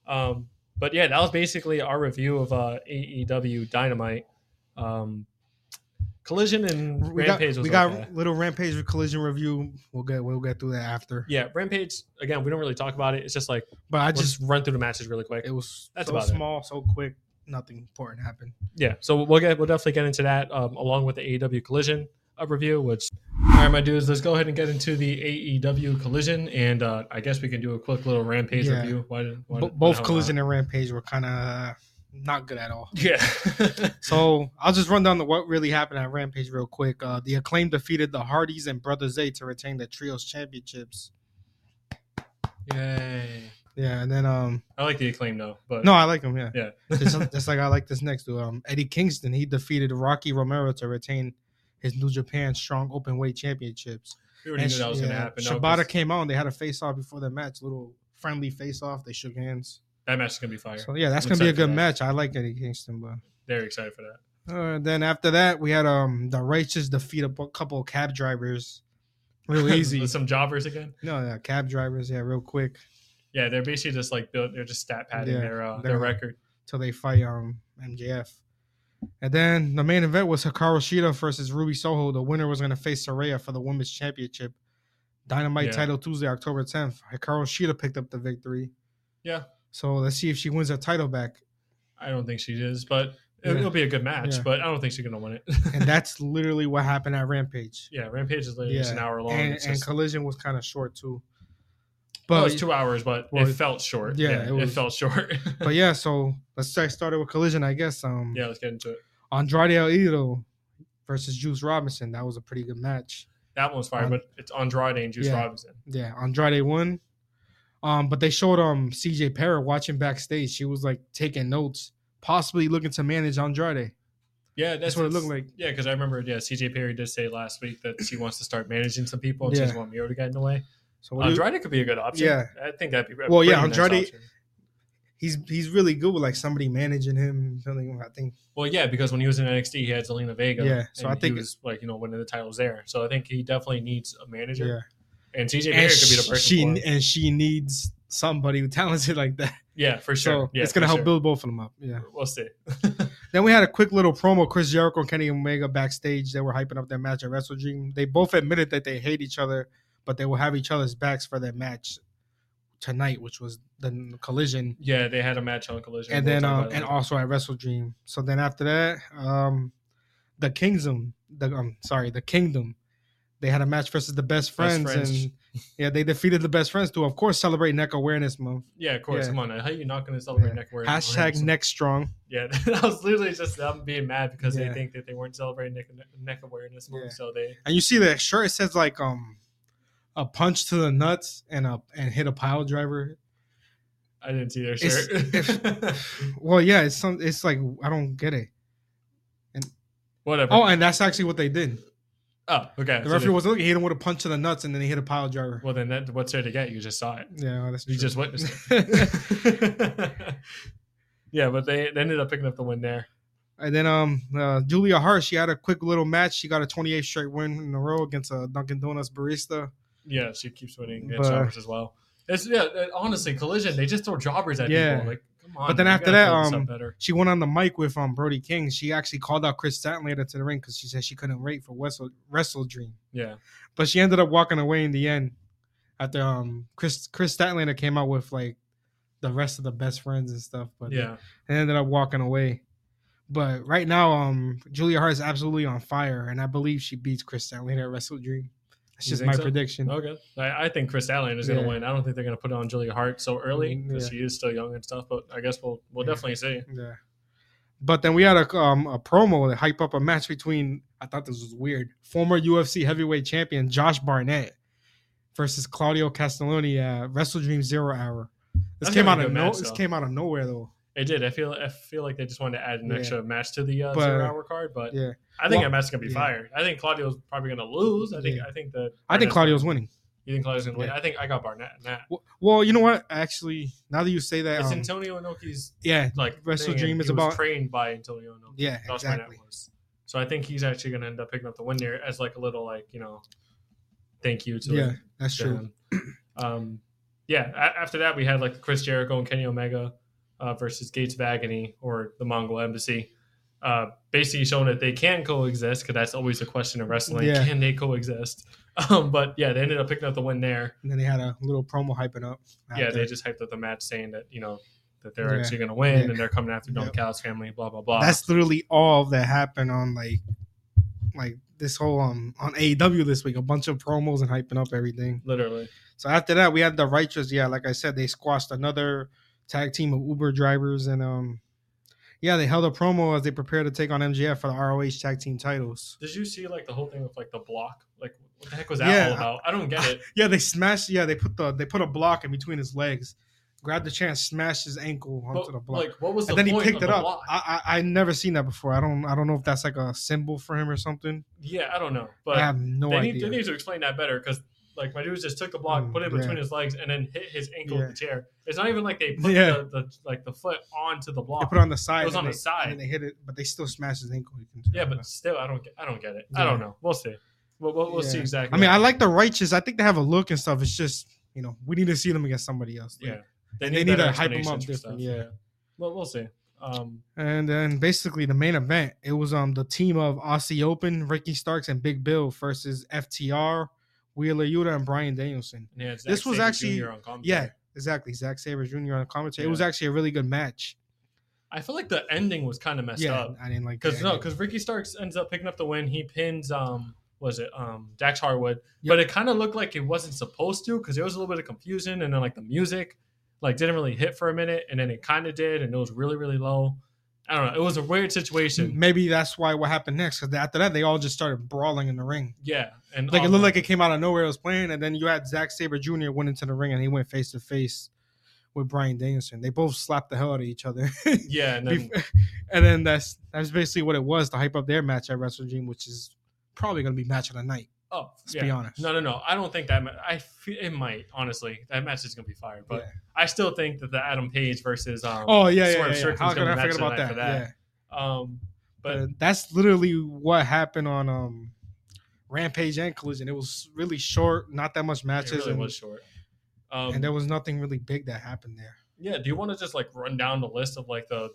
[SPEAKER 2] Um, but yeah, that was basically our review of uh, AEW Dynamite, um, Collision, and
[SPEAKER 3] We got,
[SPEAKER 2] Rampage. was
[SPEAKER 3] we got
[SPEAKER 2] okay.
[SPEAKER 3] little Rampage with collision review. We'll get we'll get through that after.
[SPEAKER 2] yeah, Rampage. Again, we don't really talk about it. It's just like
[SPEAKER 3] But I
[SPEAKER 2] we'll
[SPEAKER 3] just
[SPEAKER 2] just run through the matches really quick.
[SPEAKER 3] it was
[SPEAKER 2] That's
[SPEAKER 3] so
[SPEAKER 2] about it.
[SPEAKER 3] small, so quick, nothing important happened.
[SPEAKER 2] yeah so we'll get we'll definitely get into that um, along with the aew collision uh, review which all right my dudes let's go ahead and get into the aew collision and uh, i guess we can do a quick little rampage
[SPEAKER 3] Yeah.
[SPEAKER 2] review why, did- why
[SPEAKER 3] Bo-
[SPEAKER 2] did-
[SPEAKER 3] both
[SPEAKER 2] why not?
[SPEAKER 3] collision and Rampage were kind of not good at all.
[SPEAKER 2] yeah
[SPEAKER 3] So I'll just run down the what really happened at Rampage real quick. Uh, the Acclaim defeated the Hardys and Brother Zay to retain the trios championships.
[SPEAKER 2] yay
[SPEAKER 3] Yeah, and then um
[SPEAKER 2] i like the acclaim though but
[SPEAKER 3] no, I like him. Yeah,
[SPEAKER 2] yeah
[SPEAKER 3] just, just like I like this next dude, um Eddie Kingston. He defeated Rocky Romero to retain his New Japan Strong Open Weight Championships.
[SPEAKER 2] we already knew
[SPEAKER 3] And
[SPEAKER 2] that was gonna
[SPEAKER 3] yeah,
[SPEAKER 2] happen though,
[SPEAKER 3] Shibata
[SPEAKER 2] 'cause
[SPEAKER 3] came out and they had a face off before the match, little friendly face off. They shook hands.
[SPEAKER 2] that match is gonna be fire
[SPEAKER 3] So yeah, that's
[SPEAKER 2] I'm
[SPEAKER 3] gonna be a
[SPEAKER 2] excited for
[SPEAKER 3] good
[SPEAKER 2] that.
[SPEAKER 3] match. I like Eddie Kingston, but
[SPEAKER 2] very excited for that
[SPEAKER 3] Uh, then after that, we had um the righteous defeat a bu- couple of cab drivers, real easy.
[SPEAKER 2] With some jobbers again
[SPEAKER 3] no, yeah, cab drivers, yeah, real quick
[SPEAKER 2] yeah they're basically just like built they're just stat padding
[SPEAKER 3] Yeah,
[SPEAKER 2] their uh,
[SPEAKER 3] they're-
[SPEAKER 2] their record
[SPEAKER 3] till they fight um MJF. And then the main event was Hikaru Shida versus Ruby Soho. The winner was gonna face Soraya for the women's championship. Dynamite
[SPEAKER 2] Yeah.
[SPEAKER 3] title Tuesday, October 10th. Hikaru Shida picked up the victory.
[SPEAKER 2] Yeah.
[SPEAKER 3] So let's see if she wins her title back.
[SPEAKER 2] i don't think she is but it,
[SPEAKER 3] Yeah.
[SPEAKER 2] it'll be a good match
[SPEAKER 3] Yeah.
[SPEAKER 2] but i don't think she's gonna win it
[SPEAKER 3] And that's literally what happened at Rampage.
[SPEAKER 2] yeah rampage is literally just
[SPEAKER 3] Yeah.
[SPEAKER 2] an hour long
[SPEAKER 3] And,
[SPEAKER 2] It's
[SPEAKER 3] and
[SPEAKER 2] just-
[SPEAKER 3] Collision was kind of short too.
[SPEAKER 2] But it was two hours, but
[SPEAKER 3] Well,
[SPEAKER 2] it felt short.
[SPEAKER 3] yeah,
[SPEAKER 2] Yeah,
[SPEAKER 3] it
[SPEAKER 2] it,
[SPEAKER 3] was-
[SPEAKER 2] felt short.
[SPEAKER 3] but yeah, so let's get started with collision, I guess. Um,
[SPEAKER 2] yeah, let's get into it.
[SPEAKER 3] Andrade El Idolo versus Juice Robinson. That was a pretty good match.
[SPEAKER 2] That one's fire,
[SPEAKER 3] Um,
[SPEAKER 2] but it's Andrade and Juice
[SPEAKER 3] yeah.
[SPEAKER 2] Robinson.
[SPEAKER 3] Yeah, Andrade won. Um, but they showed um CJ Parra watching backstage. She was like taking notes, possibly looking to manage Andrade.
[SPEAKER 2] Yeah,
[SPEAKER 3] That's what it looked like.
[SPEAKER 2] Yeah, because I remember. Yeah, CJ Perry did say last week that she wants to start managing some people, and she
[SPEAKER 3] Yeah.
[SPEAKER 2] doesn't want Miro to get in the way.
[SPEAKER 3] So what do you-
[SPEAKER 2] Andrade could be a good option.
[SPEAKER 3] Yeah.
[SPEAKER 2] I think that'd be. a
[SPEAKER 3] Well, yeah,
[SPEAKER 2] pretty nice
[SPEAKER 3] Andrade-
[SPEAKER 2] option.
[SPEAKER 3] he's he's really good with like somebody managing him. Something I think.
[SPEAKER 2] Well, yeah, because when he was in NXT, he had Zelina Vega.
[SPEAKER 3] Yeah, so
[SPEAKER 2] and
[SPEAKER 3] I think-
[SPEAKER 2] he was like you know winning the titles there. So I think he definitely needs a manager,
[SPEAKER 3] Yeah,
[SPEAKER 2] and CJ Perry
[SPEAKER 3] and
[SPEAKER 2] could be the person.
[SPEAKER 3] she
[SPEAKER 2] for him.
[SPEAKER 3] and she needs somebody talented like that.
[SPEAKER 2] Yeah, for sure.
[SPEAKER 3] So
[SPEAKER 2] yeah,
[SPEAKER 3] it's gonna
[SPEAKER 2] for
[SPEAKER 3] help
[SPEAKER 2] sure.
[SPEAKER 3] build both of them up. Yeah.
[SPEAKER 2] We'll see.
[SPEAKER 3] Then we had a quick little promo. Chris Jericho and Kenny Omega backstage. They were hyping up their match at Wrestle Dream. They both admitted that they hate each other, but they will have each other's backs for their match tonight, which was the collision.
[SPEAKER 2] Yeah, they had a match on Collision,
[SPEAKER 3] And
[SPEAKER 2] We'll
[SPEAKER 3] then,
[SPEAKER 2] talk
[SPEAKER 3] um,
[SPEAKER 2] about it
[SPEAKER 3] and
[SPEAKER 2] later.
[SPEAKER 3] also at Wrestle Dream. So then after that, um, the Kingdom, the um, sorry, the Kingdom, they had a match versus the Best Friends,
[SPEAKER 2] Friends.
[SPEAKER 3] and yeah, they defeated the Best Friends to, of course, celebrate Neck Awareness Month.
[SPEAKER 2] Yeah, of course.
[SPEAKER 3] Yeah.
[SPEAKER 2] Come on, how you not going to celebrate
[SPEAKER 3] Yeah.
[SPEAKER 2] neck wearing?
[SPEAKER 3] Hashtag Neck Strong.
[SPEAKER 2] Yeah, that was literally just them being mad because
[SPEAKER 3] Yeah.
[SPEAKER 2] they think that they weren't celebrating neck, neck awareness month.
[SPEAKER 3] Yeah.
[SPEAKER 2] So they
[SPEAKER 3] and you see the shirt it says like um a punch to the nuts and a and hit a pile driver.
[SPEAKER 2] I didn't see their
[SPEAKER 3] It's-
[SPEAKER 2] shirt.
[SPEAKER 3] Well, yeah, it's some it's like I don't get it.
[SPEAKER 2] Whatever.
[SPEAKER 3] Oh, and that's actually what they did.
[SPEAKER 2] Oh, okay.
[SPEAKER 3] The
[SPEAKER 2] So
[SPEAKER 3] referee
[SPEAKER 2] they-
[SPEAKER 3] wasn't looking. He hit him with a punch to the nuts, and then he hit a pile driver.
[SPEAKER 2] well, then that, what's there to get? You just saw it.
[SPEAKER 3] yeah, that's
[SPEAKER 2] You
[SPEAKER 3] true.
[SPEAKER 2] just witnessed it. yeah, but they, they ended up picking up the win there.
[SPEAKER 3] and then um, uh, Julia Hart, she had a quick little match. She got a 28 straight win in a row against a Dunkin' Donuts barista.
[SPEAKER 2] Yeah, she keeps winning and
[SPEAKER 3] But-
[SPEAKER 2] jobbers as well. It's yeah, uh, honestly, collision. They just throw jobbers at
[SPEAKER 3] Yeah.
[SPEAKER 2] people. Like, come on.
[SPEAKER 3] But then
[SPEAKER 2] you
[SPEAKER 3] after
[SPEAKER 2] gotta
[SPEAKER 3] that,
[SPEAKER 2] build this up
[SPEAKER 3] um,
[SPEAKER 2] better.
[SPEAKER 3] She went on the mic with um Brody King. She actually called out Chris Statlander to the ring because she said she couldn't wait for Wrestle Wrestle Dream.
[SPEAKER 2] yeah,
[SPEAKER 3] But she ended up walking away in the end after um Chris Chris Statlander came out with like the rest of the best friends and stuff. But
[SPEAKER 2] yeah,
[SPEAKER 3] and ended up walking away. But right now, um, Julia Hart is absolutely on fire, and I believe she beats Chris Statlander at Wrestle Dream. That's
[SPEAKER 2] You
[SPEAKER 3] just
[SPEAKER 2] think
[SPEAKER 3] my
[SPEAKER 2] so?
[SPEAKER 3] prediction.
[SPEAKER 2] okay. I, I think Chris Allen is going
[SPEAKER 3] Yeah.
[SPEAKER 2] to win. I don't think they're going to put it on Julia Hart so early
[SPEAKER 3] Mhm,
[SPEAKER 2] because
[SPEAKER 3] yeah.
[SPEAKER 2] she is still young and stuff. But I guess we'll we'll
[SPEAKER 3] Yeah.
[SPEAKER 2] definitely see.
[SPEAKER 3] Yeah. But then we had a um, a promo that hype up a match between I thought this was weird former UFC heavyweight champion Josh Barnett versus Claudio Castelloni at Wrestle Dream Zero Hour. This
[SPEAKER 2] That's
[SPEAKER 3] came out
[SPEAKER 2] gonna be a
[SPEAKER 3] of
[SPEAKER 2] good
[SPEAKER 3] no,
[SPEAKER 2] match,
[SPEAKER 3] this
[SPEAKER 2] though.
[SPEAKER 3] came out of nowhere though.
[SPEAKER 2] It did. I feel I feel like they just wanted to add an
[SPEAKER 3] Yeah.
[SPEAKER 2] extra match to the uh,
[SPEAKER 3] But-
[SPEAKER 2] zero hour card. But
[SPEAKER 3] yeah.
[SPEAKER 2] I think that
[SPEAKER 3] Well,
[SPEAKER 2] match is going to be
[SPEAKER 3] yeah.
[SPEAKER 2] fire. I think Claudio's probably going to lose. I think
[SPEAKER 3] Yeah.
[SPEAKER 2] I think that
[SPEAKER 3] I think
[SPEAKER 2] Barnett's-
[SPEAKER 3] Claudio's winning.
[SPEAKER 2] You think Claudio's going to win?
[SPEAKER 3] Yeah.
[SPEAKER 2] I think I got Barnett. in that.
[SPEAKER 3] W- Well, you know what? Actually, now that you say that,
[SPEAKER 2] It's
[SPEAKER 3] um,
[SPEAKER 2] Antonio Inoki's
[SPEAKER 3] yeah,
[SPEAKER 2] like
[SPEAKER 3] Wrestle
[SPEAKER 2] thing, and
[SPEAKER 3] Dream is
[SPEAKER 2] he was
[SPEAKER 3] about-
[SPEAKER 2] trained by Antonio Inoki.
[SPEAKER 3] yeah,
[SPEAKER 2] Josh Barnett
[SPEAKER 3] exactly.
[SPEAKER 2] was. So I think he's actually going to end up picking up the win there as like a little like you know, thank you to
[SPEAKER 3] Yeah,
[SPEAKER 2] him,
[SPEAKER 3] that's
[SPEAKER 2] to
[SPEAKER 3] true.
[SPEAKER 2] him. Um, yeah. A- after that, we had like Chris Jericho and Kenny Omega uh, versus Gates of Agony or the Mongol Embassy. Uh, basically showing that they can coexist because that's always a question in wrestling:
[SPEAKER 3] Yeah.
[SPEAKER 2] can they coexist? Um, but yeah, they ended up picking up the win there.
[SPEAKER 3] And then they had a little promo hyping up.
[SPEAKER 2] yeah,
[SPEAKER 3] after.
[SPEAKER 2] they just hyped up the match saying that you know that they're
[SPEAKER 3] Yeah.
[SPEAKER 2] actually going to win
[SPEAKER 3] Yeah.
[SPEAKER 2] and they're coming after Don
[SPEAKER 3] Yep.
[SPEAKER 2] Callis family. Blah blah blah.
[SPEAKER 3] that's literally all that happened on like like this whole um on AEW this week. A bunch of promos and hyping up everything.
[SPEAKER 2] literally.
[SPEAKER 3] So after that, we had the righteous. Yeah, like I said, they squashed another tag team of Uber drivers and um. Yeah, they held a promo as they prepare to take on MJF for the ROH tag team titles.
[SPEAKER 2] Did you see like the whole thing with like the block? Like what the heck was that
[SPEAKER 3] Yeah,
[SPEAKER 2] all about? I don't get it.
[SPEAKER 3] Yeah, they smashed. Yeah, they put the they put a block in between his legs, grabbed the chance, smashed his ankle onto
[SPEAKER 2] But,
[SPEAKER 3] the block.
[SPEAKER 2] like what was the
[SPEAKER 3] and then he
[SPEAKER 2] point
[SPEAKER 3] picked
[SPEAKER 2] of
[SPEAKER 3] it
[SPEAKER 2] the
[SPEAKER 3] up.
[SPEAKER 2] block?
[SPEAKER 3] I, I I never seen that before. I don't I don't know if that's like a symbol for him or something.
[SPEAKER 2] yeah, I don't know. But
[SPEAKER 3] I have no
[SPEAKER 2] they,
[SPEAKER 3] idea.
[SPEAKER 2] need, they need to explain that better because like my dude just took the block,
[SPEAKER 3] Mm,
[SPEAKER 2] put it
[SPEAKER 3] yeah.
[SPEAKER 2] between his legs, and then hit his ankle
[SPEAKER 3] Yeah.
[SPEAKER 2] with the chair. It's not even like they put
[SPEAKER 3] Yeah.
[SPEAKER 2] the, the like the foot onto the block.
[SPEAKER 3] They put it on the side.
[SPEAKER 2] It was
[SPEAKER 3] and
[SPEAKER 2] on the
[SPEAKER 3] they-
[SPEAKER 2] side.
[SPEAKER 3] And then they hit it, but they still smashed his ankle. You can
[SPEAKER 2] yeah,
[SPEAKER 3] tell.
[SPEAKER 2] but still, I don't get. I don't get it. I
[SPEAKER 3] Yeah.
[SPEAKER 2] don't know. We'll see. We'll, we'll, we'll see
[SPEAKER 3] Yeah.
[SPEAKER 2] exactly.
[SPEAKER 3] I mean, I like the righteous. I think they have a look and stuff. It's just you know we need to see them against somebody else.
[SPEAKER 2] yeah.
[SPEAKER 3] they need
[SPEAKER 2] better
[SPEAKER 3] to hype 'em
[SPEAKER 2] explanations
[SPEAKER 3] up
[SPEAKER 2] for
[SPEAKER 3] different, yeah.
[SPEAKER 2] Well, we'll see. Um,
[SPEAKER 3] And then basically the main event, it was um the team of Aussie Open, Ricky Starks, and Big Bill versus FTR, Wheeler Yuta, and Brian Danielson.
[SPEAKER 2] yeah, Zack
[SPEAKER 3] This was
[SPEAKER 2] Sabre
[SPEAKER 3] actually-
[SPEAKER 2] Jr. on commentary.
[SPEAKER 3] Yeah, exactly. Zack Sabre Jr. on commentary. It
[SPEAKER 2] Yeah.
[SPEAKER 3] was actually a really good match.
[SPEAKER 2] I feel like the ending was kind of messed
[SPEAKER 3] yeah,
[SPEAKER 2] up.
[SPEAKER 3] I didn't like
[SPEAKER 2] Because
[SPEAKER 3] the
[SPEAKER 2] no,
[SPEAKER 3] ending.
[SPEAKER 2] because Ricky Starks ends up picking up the win. He pins um was it um Dax Harwood,
[SPEAKER 3] Yep.
[SPEAKER 2] but it kind of looked like it wasn't supposed to because there was a little bit of confusion and then like the music like didn't really hit for a minute and then it kind of did and it was really really low. I don't know. It was a weird situation.
[SPEAKER 3] maybe that's why what happened next. Because after that, they all just started brawling in the ring.
[SPEAKER 2] Yeah, and um,
[SPEAKER 3] Like it
[SPEAKER 2] all
[SPEAKER 3] looked
[SPEAKER 2] the-
[SPEAKER 3] like it came out of nowhere. It was playing, and then you had Zack Saber Jr. went into the ring and he went face to face with Brian Danielson. They both slapped the hell out of each other.
[SPEAKER 2] yeah, and then,
[SPEAKER 3] Bef- and then that's that's basically what it was to hype up their match at Wrestle Dream, which is probably gonna be match of the night.
[SPEAKER 2] oh
[SPEAKER 3] Let's
[SPEAKER 2] yeah.
[SPEAKER 3] be honest.
[SPEAKER 2] No, no, no. I don't think that. Ma- I feel it might honestly. That match is gonna be fired, but
[SPEAKER 3] Yeah.
[SPEAKER 2] I still think that the Adam Page versus um
[SPEAKER 3] Oh yeah, yeah,
[SPEAKER 2] Swerve
[SPEAKER 3] yeah. yeah.
[SPEAKER 2] Strickland's
[SPEAKER 3] How could
[SPEAKER 2] gonna
[SPEAKER 3] I
[SPEAKER 2] be
[SPEAKER 3] forget
[SPEAKER 2] match of the
[SPEAKER 3] about
[SPEAKER 2] night
[SPEAKER 3] that?
[SPEAKER 2] for that.
[SPEAKER 3] Yeah,
[SPEAKER 2] um,
[SPEAKER 3] but
[SPEAKER 2] but
[SPEAKER 3] that's literally what happened on um, Rampage and Collision. It was really short, not that much
[SPEAKER 2] it
[SPEAKER 3] matches,
[SPEAKER 2] really
[SPEAKER 3] and,
[SPEAKER 2] was short. Um,
[SPEAKER 3] and there was nothing really big that happened there.
[SPEAKER 2] Yeah, do you want to just like run down the list of like the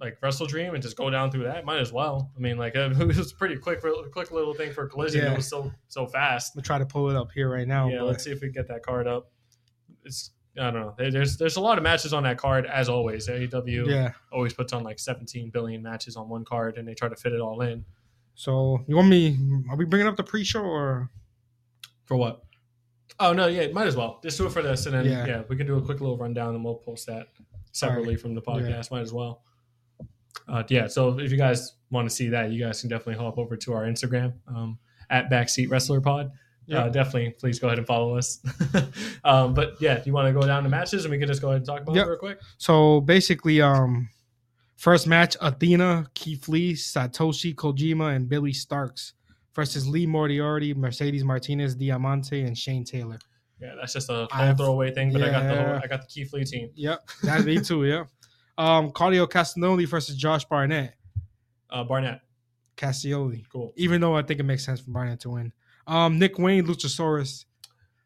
[SPEAKER 2] like Wrestle Dream and just go down through that? Might as well. I mean, like it was a pretty quick, quick little thing for Collision.
[SPEAKER 3] Yeah. Oh,
[SPEAKER 2] It was so so fast.
[SPEAKER 3] I'm gonna try to pull it up here right now.
[SPEAKER 2] yeah,
[SPEAKER 3] but-
[SPEAKER 2] let's see if we can get that card up. It's I don't know. There- There's there's a lot of matches on that card as always. AEW
[SPEAKER 3] yeah.
[SPEAKER 2] always puts on like 17 billion matches on one card and they try to fit it all in.
[SPEAKER 3] So you want me? Are we bringing up the pre-show or?
[SPEAKER 2] For what? Oh no, yeah, might as well. Just do it for this and then
[SPEAKER 3] Yeah.
[SPEAKER 2] yeah, we can do a quick little rundown and we'll post that separately from the podcast. Might as well. Uh, yeah, so if you guys want to see that, you guys can definitely hop over to our Instagram um, at Backseat Wrestler Pod. Uh,
[SPEAKER 3] Yeah.
[SPEAKER 2] definitely, please go ahead and follow us. um, but yeah, if you want to go down to matches, and we can just go ahead and talk about
[SPEAKER 3] Yep.
[SPEAKER 2] it real quick.
[SPEAKER 3] So basically, um, first match: Athena, Keith Lee, Satoshi Kojima, and Billy Starks versus Lee Moriarty, Mercedes Martinez, Diamante, and Shane Taylor.
[SPEAKER 2] Yeah, that's just a whole
[SPEAKER 3] I've-
[SPEAKER 2] throwaway thing. But I got the whole,
[SPEAKER 3] yeah.
[SPEAKER 2] I got the Keith Lee team.
[SPEAKER 3] Yep, that's me too. Yeah, um, Claudio Castagnoli versus Josh Barnett.
[SPEAKER 2] Uh, Barnett,
[SPEAKER 3] Castioli,
[SPEAKER 2] cool.
[SPEAKER 3] even though I think it makes sense for Barnett to win. Um, Nick Wayne, Luchasaurus.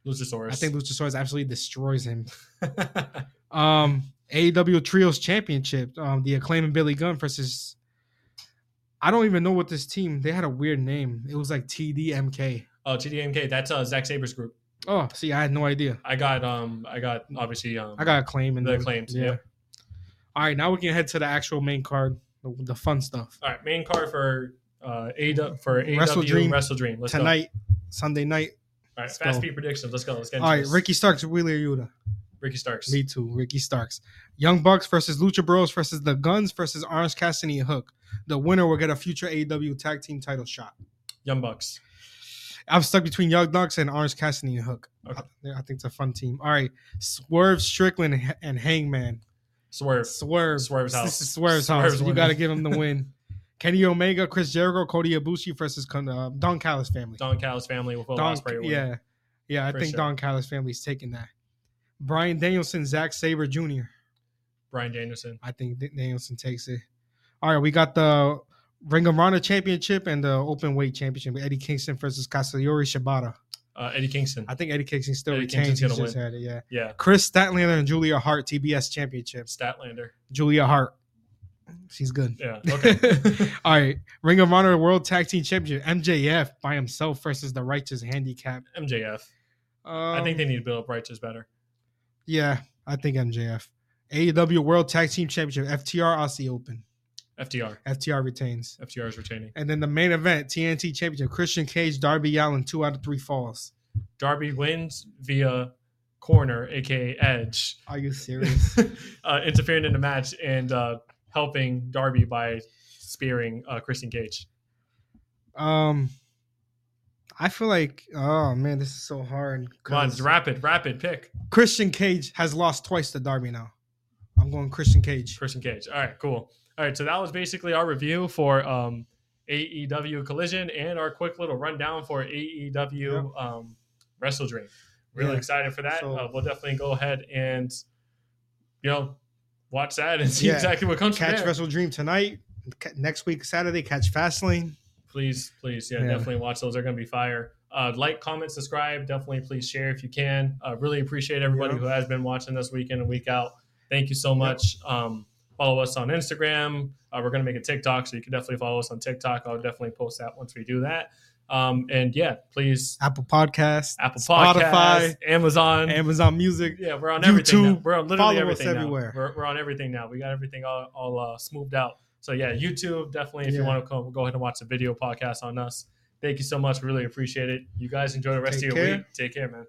[SPEAKER 2] Luchasaurus.
[SPEAKER 3] I think Luchasaurus absolutely destroys him.
[SPEAKER 2] think
[SPEAKER 3] Um, AEW Trios Championship. Um, the Acclaim and Billy Gunn versus. I don't even know what this team. They had a weird name. It was like TDMK.
[SPEAKER 2] oh TDMK. That's uh, Zack Saber's group.
[SPEAKER 3] Oh, see, I had no idea.
[SPEAKER 2] I got um I got obviously um
[SPEAKER 3] I got a claim and
[SPEAKER 2] The claims, yep.
[SPEAKER 3] All right, now we can head to the actual main card, the, the fun stuff.
[SPEAKER 2] all right main card for uh A for AW
[SPEAKER 3] Wrestle Dream
[SPEAKER 2] Wrestle Dream. Let's go.
[SPEAKER 3] Tonight, Sunday night.
[SPEAKER 2] All right,
[SPEAKER 3] Let's
[SPEAKER 2] fast
[SPEAKER 3] go.
[SPEAKER 2] speed predictions. Let's go. Let's get
[SPEAKER 3] All
[SPEAKER 2] into
[SPEAKER 3] right,
[SPEAKER 2] this.
[SPEAKER 3] Ricky Starks, Wheeler Yuta.
[SPEAKER 2] Ricky Starks.
[SPEAKER 3] Me too, Ricky Starks. Young Bucks versus Lucha Bros versus the Guns versus Orange Cassidy and Hook. The winner will get a future AEW tag team title shot.
[SPEAKER 2] Young Bucks.
[SPEAKER 3] I'm stuck between Young Bucks and Orange Cassidy and Hook.
[SPEAKER 2] Okay.
[SPEAKER 3] I, I think it's a fun team. All right, Swerve Strickland and- and Hangman.
[SPEAKER 2] Swerve.
[SPEAKER 3] Swerve.
[SPEAKER 2] Swerve's house.
[SPEAKER 3] This is Swerve's,
[SPEAKER 2] Swerve's
[SPEAKER 3] house. You
[SPEAKER 2] winning.
[SPEAKER 3] got to give him the win. Kenny Omega, Chris Jericho, Cody Ibushi versus Con- uh, Don Callis family.
[SPEAKER 2] Don Callis family with Will
[SPEAKER 3] Don-
[SPEAKER 2] Ospreay. winning.
[SPEAKER 3] yeah, yeah. I
[SPEAKER 2] For
[SPEAKER 3] think
[SPEAKER 2] sure.
[SPEAKER 3] Don Callis family's taking that. Brian Danielson, Zack Saber Jr.
[SPEAKER 2] Brian Danielson.
[SPEAKER 3] I think that Danielson takes it. All right, we got the Ring of Honor Championship and the Open Weight Championship. Eddie Kingston versus Katsuyori Shibata.
[SPEAKER 2] Uh, Eddie Kingston.
[SPEAKER 3] I think Eddie Kingston still
[SPEAKER 2] Eddie
[SPEAKER 3] retains.
[SPEAKER 2] Kingston's
[SPEAKER 3] He
[SPEAKER 2] gonna
[SPEAKER 3] just had it, yeah.
[SPEAKER 2] yeah.
[SPEAKER 3] Chris Statlander and Julia Hart TBS Championships.
[SPEAKER 2] Statlander.
[SPEAKER 3] Julia Hart, she's good.
[SPEAKER 2] Yeah. Okay.
[SPEAKER 3] All right, Ring of Honor World Tag Team Championship, MJF by himself versus the Righteous Handicap.
[SPEAKER 2] MJF.
[SPEAKER 3] Um,
[SPEAKER 2] I think they need to build up righteous better.
[SPEAKER 3] yeah, I think MJF. AEW E World Tag Team Championship, FTR Aussie Open,
[SPEAKER 2] FTR.
[SPEAKER 3] FTR retains,
[SPEAKER 2] FTR is retaining.
[SPEAKER 3] and then the main event TNT Championship, Christian Cage, Darby Allen, two out of three falls.
[SPEAKER 2] Darby wins via corner, aka Edge,
[SPEAKER 3] Are you serious?
[SPEAKER 2] uh, interfering in the match and uh, helping Darby by spearing uh, Christian Cage.
[SPEAKER 3] um, I feel like oh man, this is so hard.
[SPEAKER 2] Come on,
[SPEAKER 3] 'cause
[SPEAKER 2] rapid, rapid pick.
[SPEAKER 3] Christian Cage has lost twice to Darby now. I'm going Christian Cage.
[SPEAKER 2] Christian Cage. All right, cool. All right, so that was basically our review for um, AEW Collision and our quick little rundown for AEW um, Wrestle Dream. Really
[SPEAKER 3] Yeah.
[SPEAKER 2] excited for that.
[SPEAKER 3] So-
[SPEAKER 2] uh, we'll definitely go ahead and you know watch that and see
[SPEAKER 3] Yeah.
[SPEAKER 2] exactly what comes from
[SPEAKER 3] Catch
[SPEAKER 2] there.
[SPEAKER 3] Wrestle Dream tonight. Ca- Next week, Saturday, catch Fastlane.
[SPEAKER 2] please, please, yeah,
[SPEAKER 3] Yeah.
[SPEAKER 2] definitely watch those. They're going to be fire. Uh, like, comment, subscribe. Definitely, please share if you can. Uh, really appreciate everybody
[SPEAKER 3] Yeah.
[SPEAKER 2] who has been watching this week in and week out. Thank you so much. Um, follow us on Instagram. Uh, we're going to make a TikTok, so you can definitely follow us on TikTok. I'll definitely post that once we do that. Um, and yeah, please
[SPEAKER 3] Apple Podcast,
[SPEAKER 2] Apple Podcasts,
[SPEAKER 3] Spotify,
[SPEAKER 2] Amazon.
[SPEAKER 3] Amazon Music.
[SPEAKER 2] yeah, we're on everything. Now.
[SPEAKER 3] YouTube.
[SPEAKER 2] We're on literally
[SPEAKER 3] Follow us
[SPEAKER 2] everything
[SPEAKER 3] everywhere.
[SPEAKER 2] now. We're, we're on everything now. We got everything all, all uh, smoothed out. So yeah, YouTube definitely. If you
[SPEAKER 3] Yeah.
[SPEAKER 2] want to come, go ahead and watch the video podcast on us. Thank you so much. Really appreciate it. You guys enjoy the rest
[SPEAKER 3] Take
[SPEAKER 2] of your
[SPEAKER 3] care.
[SPEAKER 2] week. Take care, man.